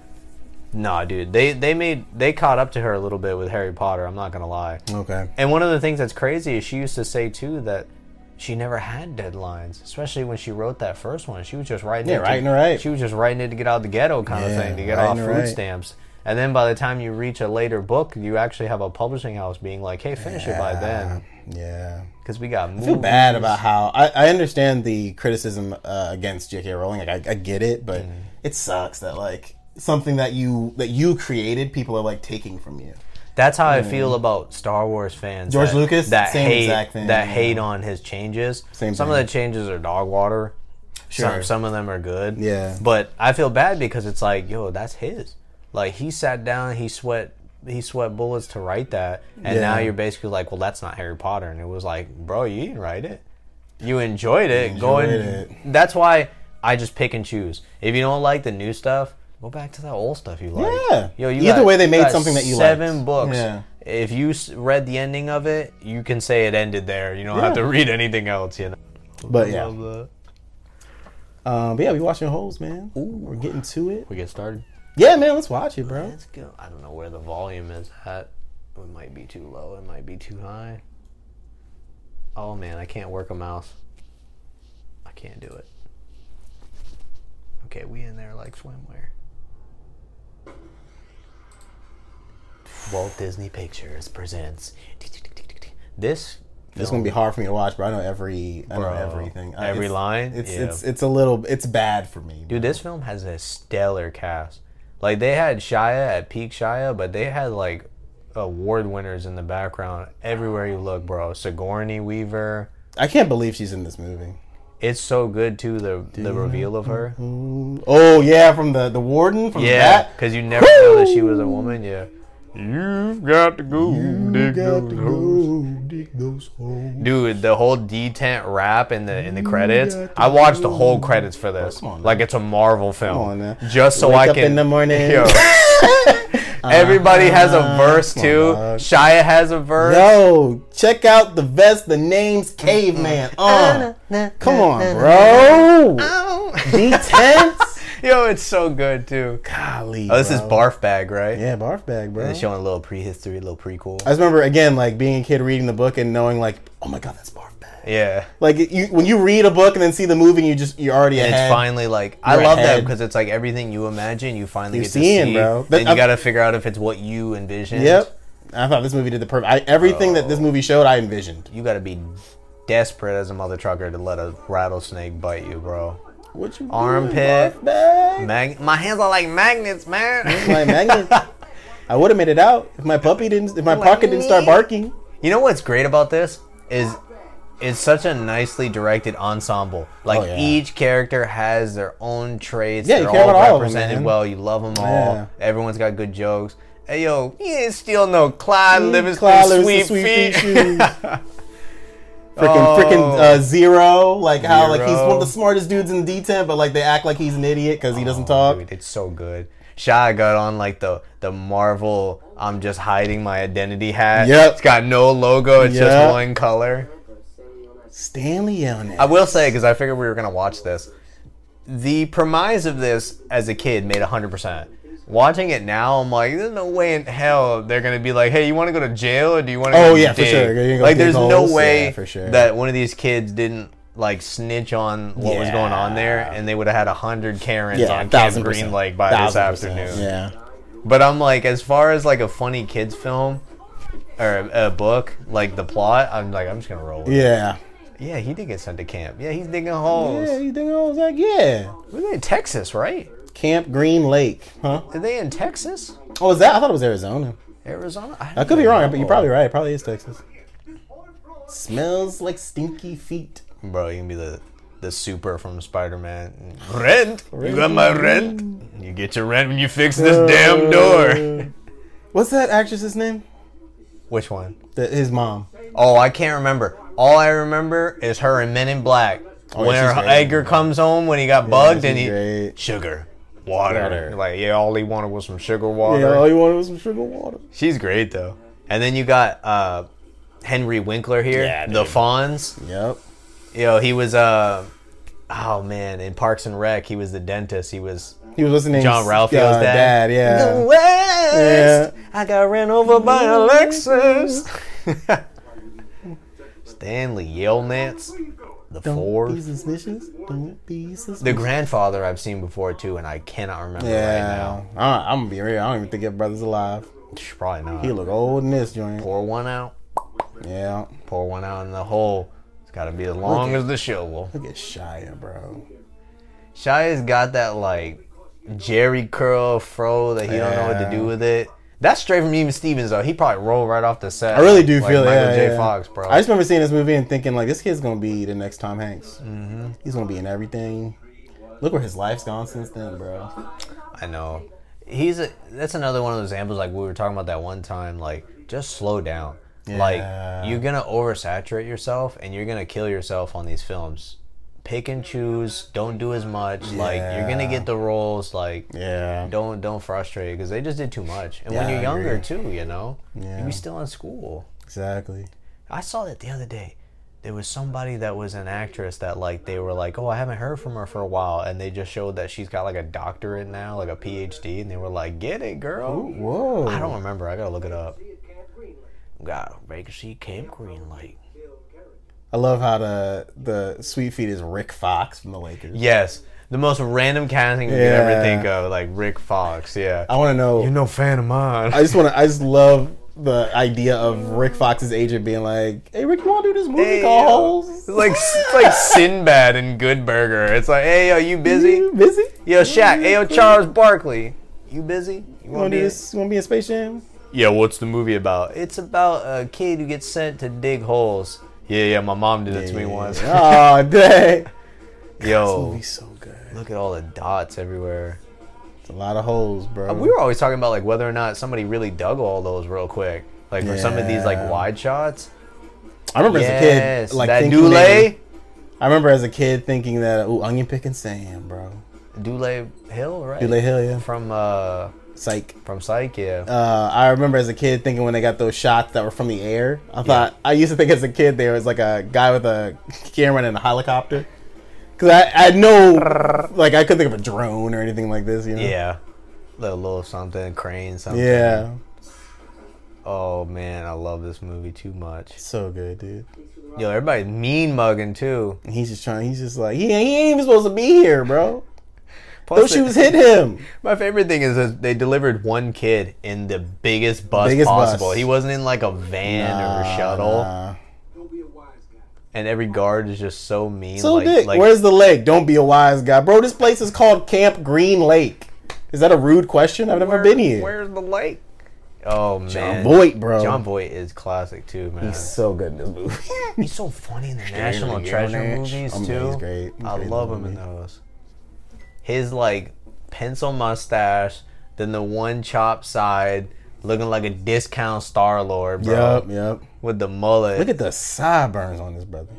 [SPEAKER 2] Nah, dude, they they made they caught up to her a little bit with Harry Potter. I'm not gonna lie.
[SPEAKER 3] Okay.
[SPEAKER 2] And one of the things that's crazy is she used to say too that she never had deadlines, especially when she wrote that first one. She was just writing
[SPEAKER 3] Yeah,
[SPEAKER 2] it.
[SPEAKER 3] writing
[SPEAKER 2] to,
[SPEAKER 3] her right.
[SPEAKER 2] She was just writing it to get out of the ghetto kind of
[SPEAKER 3] Yeah,
[SPEAKER 2] thing, to get
[SPEAKER 3] writing
[SPEAKER 2] off food
[SPEAKER 3] her right.
[SPEAKER 2] stamps. And then by the time you reach a later book, you actually have a publishing house being like, "Hey, finish it by then,"
[SPEAKER 3] Yeah.
[SPEAKER 2] because we got. Movies.
[SPEAKER 3] I feel bad about how I, I understand the criticism uh, against J.K. Rowling. Like I, I get it, but
[SPEAKER 2] Mm-hmm.
[SPEAKER 3] it sucks that like something that you that you created, people are like taking from you.
[SPEAKER 2] That's how I feel about Star Wars fans.
[SPEAKER 3] George
[SPEAKER 2] that,
[SPEAKER 3] Lucas,
[SPEAKER 2] that
[SPEAKER 3] same
[SPEAKER 2] hate
[SPEAKER 3] exact thing,
[SPEAKER 2] that
[SPEAKER 3] yeah.
[SPEAKER 2] hate on his changes.
[SPEAKER 3] Same
[SPEAKER 2] some
[SPEAKER 3] thing.
[SPEAKER 2] of the changes are dog water. Some
[SPEAKER 3] Sure.
[SPEAKER 2] some of them are good.
[SPEAKER 3] Yeah.
[SPEAKER 2] But I feel bad because it's like, yo, that's his. Like he sat down, he sweat he sweat bullets to write that, and
[SPEAKER 3] Yeah.
[SPEAKER 2] now you're basically like, well, that's not Harry Potter, and it was like, bro, you didn't write it. You enjoyed it. go and
[SPEAKER 3] enjoyed
[SPEAKER 2] That's why I just pick and choose. If you don't like the new stuff, go back to that old stuff you like.
[SPEAKER 3] Yeah.
[SPEAKER 2] Yo, you
[SPEAKER 3] Either
[SPEAKER 2] got-
[SPEAKER 3] way, they made
[SPEAKER 2] got
[SPEAKER 3] something that you liked.
[SPEAKER 2] Seven books.
[SPEAKER 3] Yeah.
[SPEAKER 2] If you s- read the ending of it, you can say it ended there. You don't have to read anything else. You know.
[SPEAKER 3] But yeah,
[SPEAKER 2] Love that.
[SPEAKER 3] um, but yeah, we watching holes, man. We're getting to it.
[SPEAKER 2] We get started.
[SPEAKER 3] Yeah, man, let's watch it, bro.
[SPEAKER 2] Let's go. I don't know where the volume is at. It might be too low. It might be too high. Oh man, I can't work a mouse. I can't do it. Okay, we in there like swimwear. Walt Disney Pictures presents. This.
[SPEAKER 3] It's gonna be hard for me to watch, bro. I know every, I know
[SPEAKER 2] Bro.
[SPEAKER 3] everything, I-
[SPEAKER 2] Every
[SPEAKER 3] it's-
[SPEAKER 2] line?
[SPEAKER 3] It's
[SPEAKER 2] Yeah.
[SPEAKER 3] it's it's a little, it's bad for me.
[SPEAKER 2] Dude, this film has a stellar cast. Like they had Shia at peak Shia, but they had like award winners in the background everywhere you look, bro. Sigourney Weaver.
[SPEAKER 3] I can't believe she's in this movie.
[SPEAKER 2] It's so good too. The the reveal of her.
[SPEAKER 4] Mm-hmm.
[SPEAKER 3] Oh yeah, from the the warden from
[SPEAKER 2] Yeah,
[SPEAKER 3] that.
[SPEAKER 2] because you never know that she was a woman. Yeah.
[SPEAKER 4] You've got to go dig those holes.
[SPEAKER 3] dig those holes.
[SPEAKER 2] Dude, the whole detent rap in the in the credits. I watched the whole credits for this.
[SPEAKER 3] on now.
[SPEAKER 2] like it's a Marvel film.
[SPEAKER 3] Come on now.
[SPEAKER 2] Just so
[SPEAKER 3] Wake
[SPEAKER 2] I
[SPEAKER 3] up
[SPEAKER 2] can
[SPEAKER 3] in the morning.
[SPEAKER 2] Yo.
[SPEAKER 3] Uh-huh.
[SPEAKER 2] Everybody has a verse
[SPEAKER 3] come on,
[SPEAKER 2] too.
[SPEAKER 3] dog.
[SPEAKER 2] Shia has a verse.
[SPEAKER 3] Yo, check out the vest. The name's Caveman. Uh, come on, bro.
[SPEAKER 2] Oh.
[SPEAKER 3] Detents.
[SPEAKER 2] Yo, it's so good too.
[SPEAKER 3] Golly.
[SPEAKER 2] Oh, this is
[SPEAKER 3] bro.
[SPEAKER 2] barf bag, right?
[SPEAKER 3] Yeah, barf bag, bro.
[SPEAKER 2] They're showing a little prehistory, a little prequel.
[SPEAKER 3] I just remember again, like being a kid reading the book and knowing, like, oh my god, that's barf bag.
[SPEAKER 2] yeah.
[SPEAKER 3] Like you, when you read a book and then see the movie, and you just you're already
[SPEAKER 2] And
[SPEAKER 3] ahead.
[SPEAKER 2] it's finally like I
[SPEAKER 3] You're
[SPEAKER 2] love that
[SPEAKER 3] ahead.
[SPEAKER 2] because it's like everything you imagine, you finally
[SPEAKER 3] You're
[SPEAKER 2] get
[SPEAKER 3] seeing,
[SPEAKER 2] to see.
[SPEAKER 3] bro. That-
[SPEAKER 2] Then you
[SPEAKER 3] I've-
[SPEAKER 2] got to figure out if it's what you envisioned.
[SPEAKER 3] Yep. I thought this movie did the perfect. I, everything that
[SPEAKER 2] Oh.
[SPEAKER 3] this movie showed, I envisioned.
[SPEAKER 2] You got to be desperate as a mother trucker to let a rattlesnake bite you, bro.
[SPEAKER 3] What you doing,
[SPEAKER 2] Armpit.
[SPEAKER 3] barf bag?
[SPEAKER 2] Mag- my hands are like magnets, man.
[SPEAKER 3] my magnet. I would have made it out if my puppy didn't. If my pocket didn't start barking.
[SPEAKER 2] you know what's great about this is it's such a nicely directed ensemble. Like
[SPEAKER 3] Oh, yeah.
[SPEAKER 2] each character has their own traits.
[SPEAKER 3] Yeah, you
[SPEAKER 2] They're
[SPEAKER 3] care
[SPEAKER 2] all
[SPEAKER 3] about all of them,
[SPEAKER 2] represented
[SPEAKER 3] man.
[SPEAKER 2] well. You love them all.
[SPEAKER 3] Yeah.
[SPEAKER 2] Everyone's got good jokes. Hey yo, he didn't steal no Clyde
[SPEAKER 3] Mm, Clyde
[SPEAKER 2] Livingston
[SPEAKER 3] Livingston
[SPEAKER 2] sweet,
[SPEAKER 3] sweet
[SPEAKER 2] feet.
[SPEAKER 3] feet shoes. Freaking, freaking uh, zero. Like how, like he's one of the
[SPEAKER 2] Oh. Zero. Oh,
[SPEAKER 3] smartest dudes in D10, but like they act like he's an idiot because he doesn't talk.
[SPEAKER 2] Dude, it's so good. Shy got on like the the Marvel I'm just hiding my identity hat.
[SPEAKER 3] Yep.
[SPEAKER 2] It's got no logo, it's
[SPEAKER 3] Yep.
[SPEAKER 2] just one color.
[SPEAKER 3] Stanley on it.
[SPEAKER 2] I will say cuz I figured we were going to watch this. The premise of this as a kid made 100%. Watching it now, I'm like, there's no way in hell they're gonna be like, hey, you want to go to jail or do you want to?
[SPEAKER 3] Oh, yeah, for sure. You're gonna go
[SPEAKER 2] Like,
[SPEAKER 3] dig
[SPEAKER 2] there's no
[SPEAKER 3] holes?
[SPEAKER 2] way
[SPEAKER 3] Yeah, for sure.
[SPEAKER 2] that one of these kids didn't like snitch on what was going on there,
[SPEAKER 3] Yeah.
[SPEAKER 2] and they would have had a hundred Karens
[SPEAKER 3] yeah,
[SPEAKER 2] on Camp
[SPEAKER 3] thousand percent.
[SPEAKER 2] Green Lake by this
[SPEAKER 3] Thousand
[SPEAKER 2] afternoon.
[SPEAKER 3] percent. Yeah.
[SPEAKER 2] But I'm like, as far as like a funny kids film or a, a book, like the plot, I'm like, I'm just gonna roll with it.
[SPEAKER 3] Yeah.
[SPEAKER 2] Yeah, he did get sent to camp. Yeah, he's digging holes.
[SPEAKER 3] Yeah, you think I was like, yeah.
[SPEAKER 2] Were they in Texas, right?
[SPEAKER 3] Camp Green Lake, huh?
[SPEAKER 2] Are they in Texas?
[SPEAKER 3] Oh, was that? I thought it was Arizona.
[SPEAKER 2] Arizona?
[SPEAKER 3] I
[SPEAKER 2] don't
[SPEAKER 3] could be wrong,
[SPEAKER 2] know.
[SPEAKER 3] but you're probably right. It probably is Texas. Smells like stinky feet.
[SPEAKER 2] Bro, you can be the the super from Spider Man. Rent. You got my rent. You get your rent when you fix this damn
[SPEAKER 3] Uh.
[SPEAKER 2] door.
[SPEAKER 3] What's that actress's name?
[SPEAKER 2] Which one?
[SPEAKER 3] The, his mom.
[SPEAKER 2] Oh, I can't remember. All I remember is her in Men in Black.
[SPEAKER 3] Oh, yeah,
[SPEAKER 2] when
[SPEAKER 3] she's
[SPEAKER 2] her-
[SPEAKER 3] great.
[SPEAKER 2] Edgar comes home when he got bugged
[SPEAKER 3] she's
[SPEAKER 2] and he
[SPEAKER 3] great.
[SPEAKER 2] sugar, water.
[SPEAKER 3] Water.
[SPEAKER 2] Like yeah, all he wanted was some sugar
[SPEAKER 3] Yeah,
[SPEAKER 2] water.
[SPEAKER 3] all you wanted was some sugar water.
[SPEAKER 2] She's great though. And then you got uh, Henry Winkler here,
[SPEAKER 3] Yeah,
[SPEAKER 2] the
[SPEAKER 3] dude.
[SPEAKER 2] Fonz.
[SPEAKER 3] Yep.
[SPEAKER 2] Yo, he was uh, oh man, in Parks and Rec, he was the dentist. He was
[SPEAKER 3] He was listening.
[SPEAKER 2] John Ralphio's
[SPEAKER 3] uh,
[SPEAKER 2] dad. The
[SPEAKER 3] Yeah.
[SPEAKER 2] West. I got ran over by a Lexus. Stanley Yelnats. The
[SPEAKER 3] Don't be
[SPEAKER 2] Ford.
[SPEAKER 3] suspicious. Don't be suspicious.
[SPEAKER 2] The grandfather I've seen before too, and I cannot remember right
[SPEAKER 3] yeah.
[SPEAKER 2] now.
[SPEAKER 3] I, I'm gonna be real. I don't even think your brother's alive.
[SPEAKER 2] Sh- Probably not.
[SPEAKER 3] He look old in this joint.
[SPEAKER 2] Pour one out.
[SPEAKER 3] Yeah.
[SPEAKER 2] Pour one out in the hole. It's got to be as long as the show will.
[SPEAKER 3] Look at Shia, bro.
[SPEAKER 2] Shia's got that like Jerry curl fro that he don't know what to
[SPEAKER 3] Yeah.
[SPEAKER 2] do with it. That's straight from even Stevens though. He probably rolled right off the set.
[SPEAKER 3] I really do feel
[SPEAKER 2] Michael
[SPEAKER 3] yeah,
[SPEAKER 2] J.
[SPEAKER 3] yeah.
[SPEAKER 2] Fox, bro.
[SPEAKER 3] I just remember seeing this movie and thinking like, this kid's gonna be the next Tom Hanks. Mm-hmm. He's gonna be in everything. Look where his life's gone since then, bro.
[SPEAKER 2] I know. He's a, that's another one of those examples like we were talking about that one time. Like just slow down.
[SPEAKER 3] Yeah.
[SPEAKER 2] Like you're gonna oversaturate yourself and you're gonna kill yourself on these films. Pick and choose. Don't do as much. Like you're gonna
[SPEAKER 3] Yeah.
[SPEAKER 2] get the roles. Like
[SPEAKER 3] Yeah.
[SPEAKER 2] don't don't frustrate because they just did too much. And when
[SPEAKER 3] Yeah,
[SPEAKER 2] you're
[SPEAKER 3] I
[SPEAKER 2] younger
[SPEAKER 3] agree.
[SPEAKER 2] too, you know,
[SPEAKER 3] Yeah.
[SPEAKER 2] you're still in school.
[SPEAKER 3] Exactly.
[SPEAKER 2] I saw that the other day. There was somebody that was an actress that like they were like, "Oh, I haven't heard from her for a while," and they just showed that she's got like a doctorate now, like a PhD, and they were like, "Get it, girl."
[SPEAKER 3] Whoa.
[SPEAKER 2] I don't remember. I gotta look it up. Got vacancy Camp Green Lake.
[SPEAKER 3] I love how the the sweet feet is Rick Fox from the Lakers.
[SPEAKER 2] Yes, the most random casting you could
[SPEAKER 3] Yeah.
[SPEAKER 2] ever think of, like Rick Fox. Yeah,
[SPEAKER 3] I want to know.
[SPEAKER 2] Uh, you're no fan of mine.
[SPEAKER 3] I just want to. I just love the idea of Rick Fox's agent being like, "Hey, Rick, you want to do this movie
[SPEAKER 2] Hey,
[SPEAKER 3] called
[SPEAKER 2] yo.
[SPEAKER 3] Holes?
[SPEAKER 2] It's like it's like Sinbad and Good Burger. It's like, hey yo, you busy?
[SPEAKER 3] You busy?
[SPEAKER 2] Yo, Shaq. Hey yo,
[SPEAKER 3] Mm-hmm.
[SPEAKER 2] Charles Barkley. You busy? You
[SPEAKER 3] You want
[SPEAKER 2] want
[SPEAKER 3] to do
[SPEAKER 2] to
[SPEAKER 3] this? You want to be in Space Jam?
[SPEAKER 2] Yeah, what's the movie about? It's about a kid who gets sent to dig holes. Yeah, yeah, my mom did it to me once.
[SPEAKER 3] Oh, dang. This
[SPEAKER 2] Yo,
[SPEAKER 3] movie's so good.
[SPEAKER 2] look at all the dots everywhere.
[SPEAKER 3] It's a lot of holes, bro.
[SPEAKER 2] Uh, We were always talking about like whether or not somebody really dug all those real quick. Like for some of these like
[SPEAKER 3] Yeah.
[SPEAKER 2] wide shots.
[SPEAKER 3] I remember
[SPEAKER 2] Yes,
[SPEAKER 3] as a kid, like
[SPEAKER 2] that
[SPEAKER 3] thinking
[SPEAKER 2] Dule,
[SPEAKER 3] they- I remember as a kid thinking that ooh, onion picking sand, bro.
[SPEAKER 2] Dule Hill, right?
[SPEAKER 3] Dule Hill, yeah.
[SPEAKER 2] From uh,
[SPEAKER 3] Psych.
[SPEAKER 2] from Psych, yeah.
[SPEAKER 3] Uh, I remember as a kid thinking when they got those shots that were from the air. I thought I used to think as a kid there was like a guy with a camera and a helicopter. Cause I, I know like I couldn't think of a drone or anything like this, you know.
[SPEAKER 2] yeah, little little something crane something.
[SPEAKER 3] Yeah.
[SPEAKER 2] Oh man, I love this movie too much.
[SPEAKER 3] So good, dude.
[SPEAKER 2] Yo, everybody's mean mugging too.
[SPEAKER 3] And he's just trying. He's just like he, he ain't even supposed to be here, bro.
[SPEAKER 2] Plus,
[SPEAKER 3] Those
[SPEAKER 2] they-
[SPEAKER 3] shoes hit him.
[SPEAKER 2] My favorite thing is that they delivered one kid in the biggest bus
[SPEAKER 3] Biggest bus.
[SPEAKER 2] possible. He wasn't in like a van or a shuttle,
[SPEAKER 3] Nah.
[SPEAKER 2] and every guard is just so mean.
[SPEAKER 3] So
[SPEAKER 2] like,
[SPEAKER 3] dick.
[SPEAKER 2] like
[SPEAKER 3] Where's the lake? Don't be a wise guy, bro. This place is called Camp Green Lake. Is that a rude question? I've never
[SPEAKER 2] where-
[SPEAKER 3] been here.
[SPEAKER 2] Where's the lake? Oh man,
[SPEAKER 3] John Voight, bro.
[SPEAKER 2] John Voight is classic too, man.
[SPEAKER 3] He's so good in this movie.
[SPEAKER 2] He's so funny in the National
[SPEAKER 3] Gary
[SPEAKER 2] Treasure
[SPEAKER 3] Leonard.
[SPEAKER 2] movies
[SPEAKER 3] Oh, man,
[SPEAKER 2] too.
[SPEAKER 3] he's great. He's
[SPEAKER 2] I
[SPEAKER 3] great in
[SPEAKER 2] love
[SPEAKER 3] that
[SPEAKER 2] him in
[SPEAKER 3] movie.
[SPEAKER 2] those. His like pencil mustache, then the one chop side, looking like a discount Star Lord, bro.
[SPEAKER 3] yep, yep.
[SPEAKER 2] With the mullet,
[SPEAKER 3] Look at the sideburns on this brother.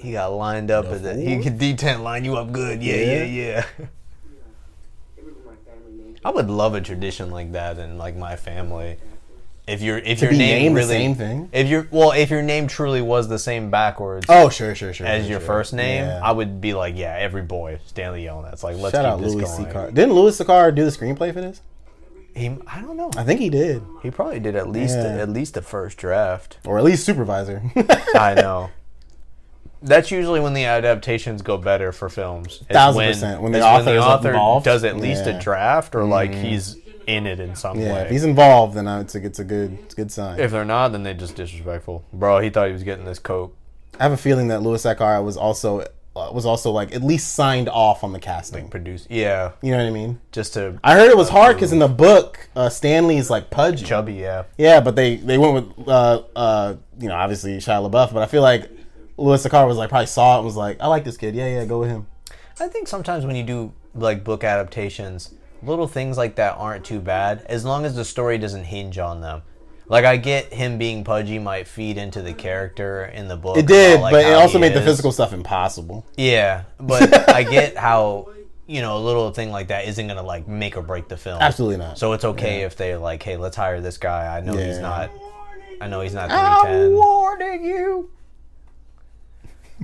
[SPEAKER 2] he got lined up. As a, he
[SPEAKER 3] fool.
[SPEAKER 2] could detent line you up good. Yeah, yeah,
[SPEAKER 3] Yeah.
[SPEAKER 2] yeah. I would love a tradition like that in like my family. If your if your
[SPEAKER 3] be
[SPEAKER 2] name
[SPEAKER 3] named the
[SPEAKER 2] really
[SPEAKER 3] same thing?
[SPEAKER 2] if your well if your name truly was the same backwards
[SPEAKER 3] Oh, sure, sure, sure.
[SPEAKER 2] as
[SPEAKER 3] sure,
[SPEAKER 2] your
[SPEAKER 3] sure.
[SPEAKER 2] first name,
[SPEAKER 3] Yeah.
[SPEAKER 2] I would be like, yeah, every boy, Stanley That's like, let's
[SPEAKER 3] Shout
[SPEAKER 2] keep
[SPEAKER 3] out
[SPEAKER 2] this
[SPEAKER 3] Louis
[SPEAKER 2] going.
[SPEAKER 3] Sicar. Didn't Louis Sicar do the screenplay for this?
[SPEAKER 2] He, I don't know.
[SPEAKER 3] I think he did,
[SPEAKER 2] He probably did at least
[SPEAKER 3] Yeah.
[SPEAKER 2] at least the first draft.
[SPEAKER 3] or at least supervisor.
[SPEAKER 2] I know. That's usually when the adaptations go better for films. It's
[SPEAKER 3] Thousand percent. When the
[SPEAKER 2] it's
[SPEAKER 3] author's involved.
[SPEAKER 2] does at least a
[SPEAKER 3] Yeah. Mm-hmm.
[SPEAKER 2] draft or like he's in it in some
[SPEAKER 3] yeah,
[SPEAKER 2] way.
[SPEAKER 3] if he's involved, then I would say it's a good, it's a good sign.
[SPEAKER 2] if they're not, then they just disrespectful. Bro, he thought he was getting this coat.
[SPEAKER 3] I have a feeling that Louis Sicar was also uh, was also like at least signed off on the casting.
[SPEAKER 2] Produced, yeah,
[SPEAKER 3] You know what I mean?
[SPEAKER 2] just to
[SPEAKER 3] I heard it was hard because in the book, uh, Stanley's like pudgy.
[SPEAKER 2] chubby, yeah.
[SPEAKER 3] Yeah, but they they went with uh uh you know obviously Shia LaBeouf, but I feel like Louis Sakar was like probably saw it and was like, I like this kid. Yeah, yeah, go with him.
[SPEAKER 2] I think sometimes when you do like book adaptations, little things like that aren't too bad as long as the story doesn't hinge on them. Like I get him being pudgy might feed into the character in the book.
[SPEAKER 3] It did,
[SPEAKER 2] about, like,
[SPEAKER 3] but it
[SPEAKER 2] how
[SPEAKER 3] also
[SPEAKER 2] he
[SPEAKER 3] made the
[SPEAKER 2] is.
[SPEAKER 3] physical stuff impossible.
[SPEAKER 2] Yeah, but I get how you know a little thing like that isn't gonna like make or break the film.
[SPEAKER 3] Absolutely not.
[SPEAKER 2] So it's okay if they're like, hey, let's hire this guy. I know he's
[SPEAKER 3] Yeah.
[SPEAKER 2] not. I know he's not
[SPEAKER 3] I'm
[SPEAKER 2] 310.
[SPEAKER 3] warning you.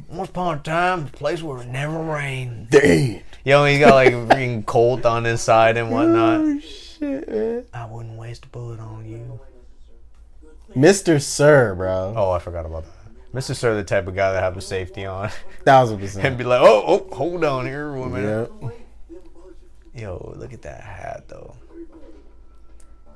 [SPEAKER 2] Once upon a time, a place where it never rained.
[SPEAKER 3] Dead.
[SPEAKER 2] Yo, he got like freaking colt on his side and whatnot.
[SPEAKER 3] Oh shit, man.
[SPEAKER 2] I wouldn't waste a bullet on you.
[SPEAKER 3] Mr. Sir, bro,
[SPEAKER 2] Oh, I forgot about that. Mr. Sir, the type of guy that have a safety on
[SPEAKER 3] thousand
[SPEAKER 2] and
[SPEAKER 3] percent.
[SPEAKER 2] be like, oh, oh, hold on here, woman.
[SPEAKER 3] Yep.
[SPEAKER 2] Yo, look at that hat though.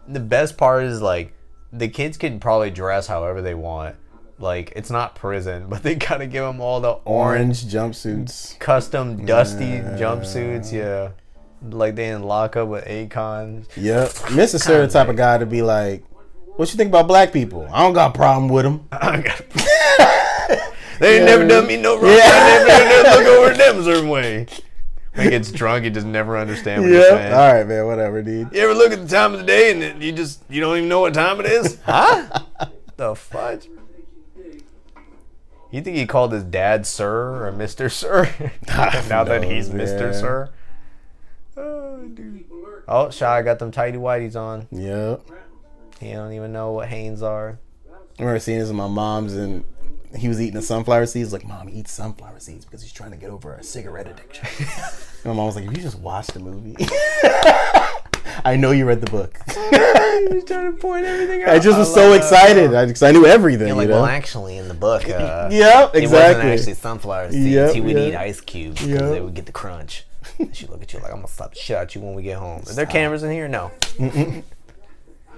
[SPEAKER 2] The best part is like the kids can probably dress however they want. Like it's not prison, but they gotta give them all the orange
[SPEAKER 3] Orange jumpsuits.
[SPEAKER 2] custom dusty jumpsuits. Yeah, like they in lockup with Akon.
[SPEAKER 3] Yep. Mr. Sir, the type of guy to be like, "What you think about black people? I don't got a problem with them."
[SPEAKER 2] They ain't never done me no wrong. I never, never look over at them a certain way. He gets drunk, he just never understand what you're saying.
[SPEAKER 3] Yep. All right, man. Whatever, dude.
[SPEAKER 2] You ever look at the time of the day and it, you just you don't even know what time it is? huh? The fudge? You think he called his dad Sir or Mister Sir? now that he's
[SPEAKER 3] knows,
[SPEAKER 2] Mister
[SPEAKER 3] yeah.
[SPEAKER 2] Sir. Oh, dude. Oh, Shy got them tidy whities on.
[SPEAKER 3] Yep.
[SPEAKER 2] He don't even know what Hanes are.
[SPEAKER 3] I remember seeing this with my mom's, and he was eating the sunflower seeds. Like, mom, he eats sunflower seeds because he's trying to get over a cigarette addiction. And my mom was like, "If you just watched the movie, I know you read the book."
[SPEAKER 2] He's trying to point everything out.
[SPEAKER 3] I just was so excited because I knew everything.
[SPEAKER 2] Like,
[SPEAKER 3] you know?
[SPEAKER 2] well, actually, in the book, uh,
[SPEAKER 3] yep,
[SPEAKER 2] It wasn't
[SPEAKER 3] exactly.
[SPEAKER 2] actually sunflower seeds.
[SPEAKER 3] Yep,
[SPEAKER 2] he would
[SPEAKER 3] yep.
[SPEAKER 2] eat ice cubes because
[SPEAKER 3] Yep.
[SPEAKER 2] they would get the crunch. And she'd look at you like, I'm going to slap the shit out you when we get home. Are there cameras in here? No.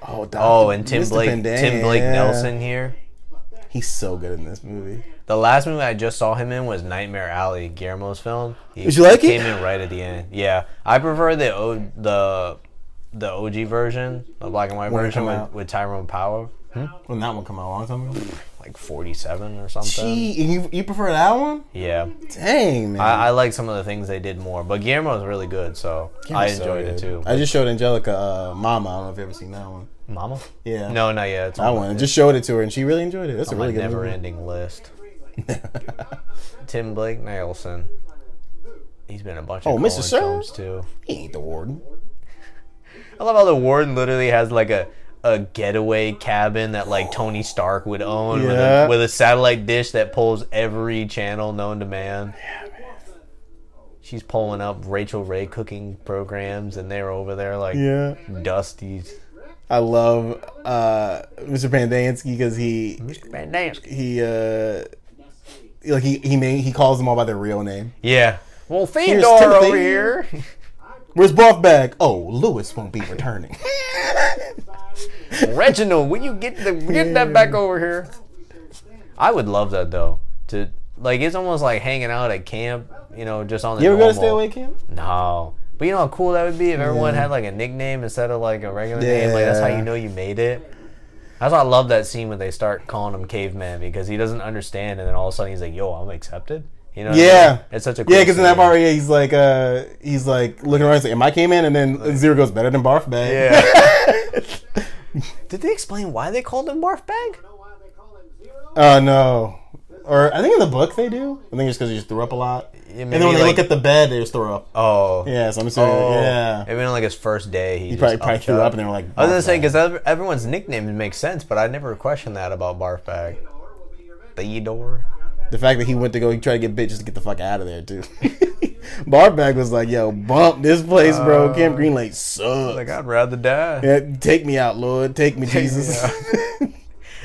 [SPEAKER 3] oh, Dr.
[SPEAKER 2] Oh, and Tim
[SPEAKER 3] Mr.
[SPEAKER 2] Blake,
[SPEAKER 3] Pendant,
[SPEAKER 2] Tim Blake
[SPEAKER 3] yeah.
[SPEAKER 2] Nelson here.
[SPEAKER 3] He's so good in this movie.
[SPEAKER 2] The last movie I just saw him in was Nightmare Alley, Guillermo's film. He,
[SPEAKER 3] Did you like
[SPEAKER 2] he
[SPEAKER 3] it?
[SPEAKER 2] Came in right at the end. Yeah, I prefer the o, the the OG version, the black and white
[SPEAKER 3] When it
[SPEAKER 2] version
[SPEAKER 3] come
[SPEAKER 2] with,
[SPEAKER 3] out?
[SPEAKER 2] with Tyrone Power,
[SPEAKER 3] When that one come out a long time ago,
[SPEAKER 2] like forty seven or something.
[SPEAKER 3] Gee, and you you prefer that one?
[SPEAKER 2] Yeah,
[SPEAKER 3] Dang man,
[SPEAKER 2] I, I like some of the things they did more, but Guillermo was really good, so I
[SPEAKER 3] It's so
[SPEAKER 2] enjoyed it too.
[SPEAKER 3] good. I just showed Angelica uh, Mama. I don't know if you have ever seen that one.
[SPEAKER 2] Mama?
[SPEAKER 3] Yeah.
[SPEAKER 2] No, not yet. It's
[SPEAKER 3] That
[SPEAKER 2] on
[SPEAKER 3] one. I
[SPEAKER 2] my-
[SPEAKER 3] just showed it to her, and she really enjoyed it. That's a
[SPEAKER 2] my
[SPEAKER 3] really good movie.
[SPEAKER 2] never-ending list. Tim Blake Nelson. He's been in a bunch
[SPEAKER 3] Oh,
[SPEAKER 2] of
[SPEAKER 3] Mr.
[SPEAKER 2] Coen
[SPEAKER 3] Sir?
[SPEAKER 2] films too.
[SPEAKER 3] He ain't the warden.
[SPEAKER 2] I love how the warden literally has like a a getaway cabin that like Tony Stark would own with,
[SPEAKER 3] Yeah.
[SPEAKER 2] a, with a satellite dish that pulls every channel known to man. She's pulling up Rachel Ray cooking programs, and they're over there like
[SPEAKER 3] Yeah.
[SPEAKER 2] Dusty's.
[SPEAKER 3] I love uh, Mr. Pandansky because he
[SPEAKER 2] Mandansky.
[SPEAKER 3] he uh, like he he name, he calls them all by their real name.
[SPEAKER 2] Yeah. Well, Theodore
[SPEAKER 3] Timothy.
[SPEAKER 2] over here.
[SPEAKER 3] Where's Broth Bag? Oh, Lewis won't be returning.
[SPEAKER 2] Reginald, will you get the get that back over here? I would love that though. To like, it's almost like hanging out at camp. You know, just on the.
[SPEAKER 3] you ever go to
[SPEAKER 2] normal-
[SPEAKER 3] Stay Away Camp?
[SPEAKER 2] No, but you know how cool that would be if everyone had like a nickname instead of like a regular name. Like that's how
[SPEAKER 3] Yeah.
[SPEAKER 2] you know you made it. That's why I love that scene when they start calling him caveman because he doesn't understand, and then all of a sudden he's like, "Yo, I'm accepted." You know? what I
[SPEAKER 3] Yeah,
[SPEAKER 2] mean? it's such a cool
[SPEAKER 3] yeah. Because in that
[SPEAKER 2] scene.
[SPEAKER 3] bar, yeah, he's like, uh, he's like looking around, he's like, "Am I came in?" And then Zero goes better than Barf Bag.
[SPEAKER 2] Yeah. Did they explain why they called him barf bag?
[SPEAKER 3] Oh no. Or I think in the book they do. I think it's because he just threw up a lot. and then
[SPEAKER 2] maybe,
[SPEAKER 3] when they
[SPEAKER 2] like-
[SPEAKER 3] look at the bed, they just throw up.
[SPEAKER 2] Oh,
[SPEAKER 3] Yeah, so I'm assuming. Yeah.
[SPEAKER 2] Maybe on like his first day, he,
[SPEAKER 3] He probably
[SPEAKER 2] just
[SPEAKER 3] probably
[SPEAKER 2] upped
[SPEAKER 3] threw up, and they were like,
[SPEAKER 2] I was gonna say
[SPEAKER 3] "Barf bag."
[SPEAKER 2] because everyone's nickname makes sense, but I never questioned that about barf bag. Theodore.
[SPEAKER 3] the fact that he went to go, he tried to get bit just to get the fuck out of there too. Barbag was like, "Yo, bump this place, bro. Camp Greenlight sucks.
[SPEAKER 2] Uh, Like I'd rather die.
[SPEAKER 3] Yeah, take me out, Lord. Take me, Jesus.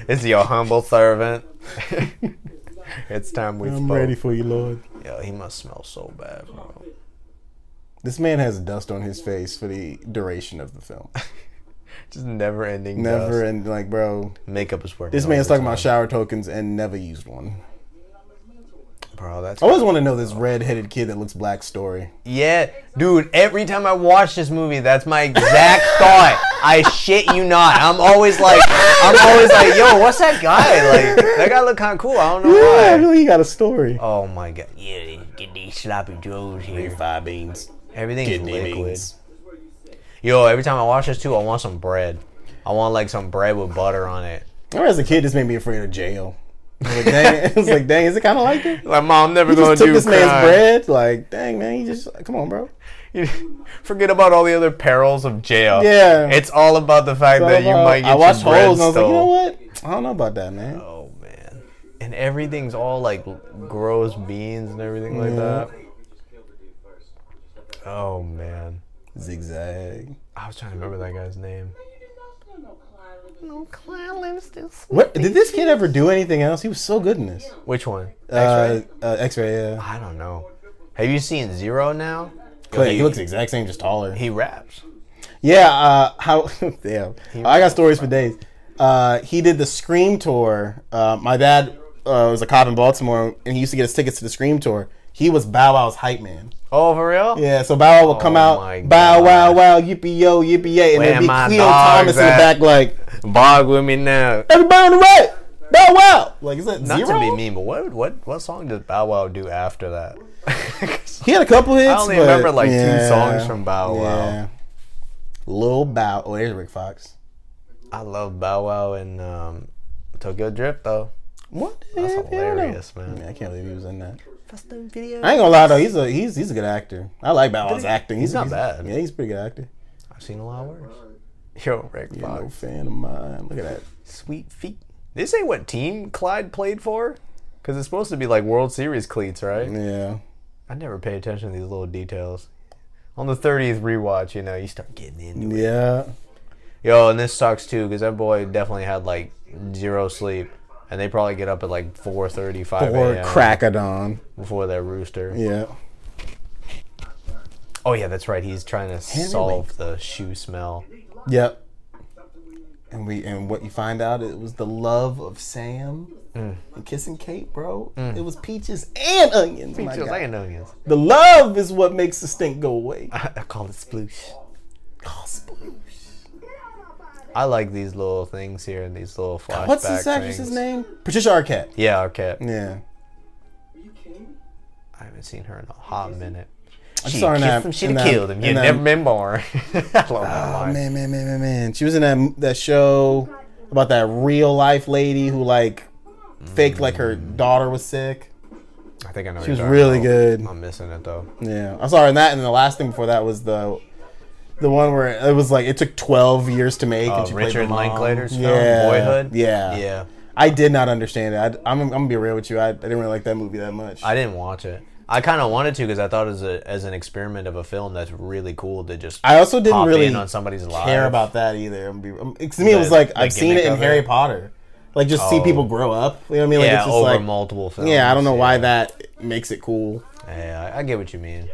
[SPEAKER 2] It's your humble servant. it's time we
[SPEAKER 3] I'm
[SPEAKER 2] spoke.
[SPEAKER 3] ready for you, Lord."
[SPEAKER 2] Yo, he must smell so bad, bro.
[SPEAKER 3] This man has dust on his face for the duration of the film.
[SPEAKER 2] Just never ending.
[SPEAKER 3] Never
[SPEAKER 2] dust.
[SPEAKER 3] and like, bro,
[SPEAKER 2] Makeup is working.
[SPEAKER 3] this man's
[SPEAKER 2] overtime.
[SPEAKER 3] talking about shower tokens and never used one.
[SPEAKER 2] Bro, that's
[SPEAKER 3] I always want to know this red-headed kid that looks black story.
[SPEAKER 2] Yeah, dude, every time I watch this movie, that's my exact thought. I shit you not. I'm always like, I'm always like, yo, what's that guy? Like, that guy look kind of cool. I don't know
[SPEAKER 3] Yeah, I
[SPEAKER 2] why.
[SPEAKER 3] feel like he got a story.
[SPEAKER 2] Oh my god. Yeah, they get these sloppy joes here.
[SPEAKER 3] Five beans,
[SPEAKER 2] Everything's
[SPEAKER 3] kidney
[SPEAKER 2] liquid.
[SPEAKER 3] beans.
[SPEAKER 2] Yo, every time I watch this too, I want some bread. I want like some bread with butter on it.
[SPEAKER 3] I remember as a kid, this made me afraid of jail. I was like, dang, I was like, dang, is it kind of like it?
[SPEAKER 2] Like, mom, I'm never
[SPEAKER 3] He just took this man's bread. Like, dang, man, he just come on, bro.
[SPEAKER 2] Forget about all the other perils of jail.
[SPEAKER 3] Yeah.
[SPEAKER 2] it's all about the fact that you
[SPEAKER 3] Uh,
[SPEAKER 2] might get
[SPEAKER 3] I watched
[SPEAKER 2] your bread
[SPEAKER 3] holes, and I was like, you know
[SPEAKER 2] stole.
[SPEAKER 3] what? I don't know about that, man.
[SPEAKER 2] Oh man. And everything's all like gross beans and everything like that. Oh man.
[SPEAKER 3] Zigzag.
[SPEAKER 2] I was trying to remember that guy's name.
[SPEAKER 3] What did this kid ever do anything else? He was so good in this.
[SPEAKER 2] Which one?
[SPEAKER 3] Uh,
[SPEAKER 2] X-ray?
[SPEAKER 3] uh, X-ray, yeah.
[SPEAKER 2] I don't know. Have you seen Zero now?
[SPEAKER 3] Clay, he, looks the exact same, just taller.
[SPEAKER 2] He raps.
[SPEAKER 3] Yeah, uh, how? damn, I got stories for days. Uh, he did the Scream tour. Uh, my dad uh, was a cop in Baltimore, and he used to get us tickets to the Scream tour. He was Bow Wow's hype man.
[SPEAKER 2] Oh, for real?
[SPEAKER 3] Yeah, so Bow Wow would come
[SPEAKER 2] Oh my
[SPEAKER 3] out, Bow Wow,
[SPEAKER 2] God.
[SPEAKER 3] Wow, yippee yo, yippee yay, and
[SPEAKER 2] Where
[SPEAKER 3] there'd be
[SPEAKER 2] my
[SPEAKER 3] Cleo
[SPEAKER 2] dogs
[SPEAKER 3] Thomas in the
[SPEAKER 2] at?
[SPEAKER 3] back, like
[SPEAKER 2] Bog with me now.
[SPEAKER 3] everybody on the right, Bow Wow. Like is that
[SPEAKER 2] Not to
[SPEAKER 3] zero?
[SPEAKER 2] be mean, but what what what song did Bow Wow do after that? 'Cause
[SPEAKER 3] He had a couple hits.
[SPEAKER 2] I only
[SPEAKER 3] but-
[SPEAKER 2] remember like two
[SPEAKER 3] yeah,
[SPEAKER 2] songs from Bow Wow.
[SPEAKER 3] Yeah. Lil Bow. Oh, there's Rick Fox.
[SPEAKER 2] I love Bow Wow and um, Tokyo Drift though.
[SPEAKER 3] What?
[SPEAKER 2] That's
[SPEAKER 3] Yeah, yeah, I know.
[SPEAKER 2] hilarious, man.
[SPEAKER 3] Man, I can't believe he was in that.
[SPEAKER 2] Custom video.
[SPEAKER 3] I ain't gonna lie though, he's a he's he's a good actor. I like Bow Wow's
[SPEAKER 2] he-
[SPEAKER 3] acting.
[SPEAKER 2] he's not bad.
[SPEAKER 3] Yeah, he's a pretty good actor.
[SPEAKER 2] I've seen a lot worse. Yo, Rick Fox,
[SPEAKER 3] No fan of mine. Look at that.
[SPEAKER 2] sweet feet. This ain't what team Clyde played for, because it's supposed to be like World Series cleats, right?
[SPEAKER 3] Yeah.
[SPEAKER 2] I never pay attention to these little details. On the 30th rewatch, you know, you start getting
[SPEAKER 3] Mm.
[SPEAKER 2] into it.
[SPEAKER 3] Yeah.
[SPEAKER 2] Yo, and this sucks too, because that boy definitely had like zero sleep, and they probably get up at like 4:30, 5
[SPEAKER 3] Or
[SPEAKER 2] a.m.
[SPEAKER 3] Crackadon.
[SPEAKER 2] before their rooster.
[SPEAKER 3] Yeah.
[SPEAKER 2] Oh yeah, that's right. He's trying to solve the shoe smell.
[SPEAKER 3] Yep. And we and what you find out it was the love of Sam
[SPEAKER 2] Mm.
[SPEAKER 3] and kissing Kate, bro. It was peaches and onions. my
[SPEAKER 2] Feels
[SPEAKER 3] God.
[SPEAKER 2] like an onions.
[SPEAKER 3] The love is what makes the stink go away.
[SPEAKER 2] I, I call it sploosh.
[SPEAKER 3] Oh, sploosh.
[SPEAKER 2] I like these little things here and these little flashbacks.
[SPEAKER 3] What's this actress's name? Patricia Arquette.
[SPEAKER 2] Yeah, Arquette.
[SPEAKER 3] Yeah.
[SPEAKER 2] I haven't seen her in a hot minute.
[SPEAKER 3] I saw her in that-
[SPEAKER 2] She'd
[SPEAKER 3] in
[SPEAKER 2] have
[SPEAKER 3] that-
[SPEAKER 2] killed him.
[SPEAKER 3] in
[SPEAKER 2] You'd
[SPEAKER 3] that-
[SPEAKER 2] never been born. I love that
[SPEAKER 3] Oh
[SPEAKER 2] line.
[SPEAKER 3] man, man, man, man, man. She was in that that show about that real life lady who like faked like her daughter was sick.
[SPEAKER 2] I think Mm. I know.
[SPEAKER 3] She was really good.
[SPEAKER 2] I'm missing it though.
[SPEAKER 3] Yeah, I saw her in that, and the last thing before that was the the one where it was like it took twelve years to make.
[SPEAKER 2] Uh,
[SPEAKER 3] and she played
[SPEAKER 2] Richard
[SPEAKER 3] the mom.
[SPEAKER 2] Linklater's
[SPEAKER 3] Yeah,
[SPEAKER 2] film, Boyhood.
[SPEAKER 3] Yeah,
[SPEAKER 2] yeah.
[SPEAKER 3] I did not understand it. I, I'm, I'm gonna be real with you. I, I didn't really like that movie that much.
[SPEAKER 2] I didn't watch it. I kind of wanted to because I thought as a as an experiment of a film that's really cool to just
[SPEAKER 3] I also didn't
[SPEAKER 2] pop
[SPEAKER 3] really
[SPEAKER 2] in on somebody's life.
[SPEAKER 3] care about that either. I'm be, I'm, 'cause to me, it was
[SPEAKER 2] The-
[SPEAKER 3] like
[SPEAKER 2] the
[SPEAKER 3] I've seen
[SPEAKER 2] gimmick
[SPEAKER 3] it in
[SPEAKER 2] of
[SPEAKER 3] Harry
[SPEAKER 2] it.
[SPEAKER 3] Potter. Like just see
[SPEAKER 2] Oh.
[SPEAKER 3] people grow up. You know what I mean? Like
[SPEAKER 2] yeah
[SPEAKER 3] it's just
[SPEAKER 2] over
[SPEAKER 3] like
[SPEAKER 2] multiple films.
[SPEAKER 3] yeah. I don't know why that makes it cool.
[SPEAKER 2] Yeah, I, I get what you mean.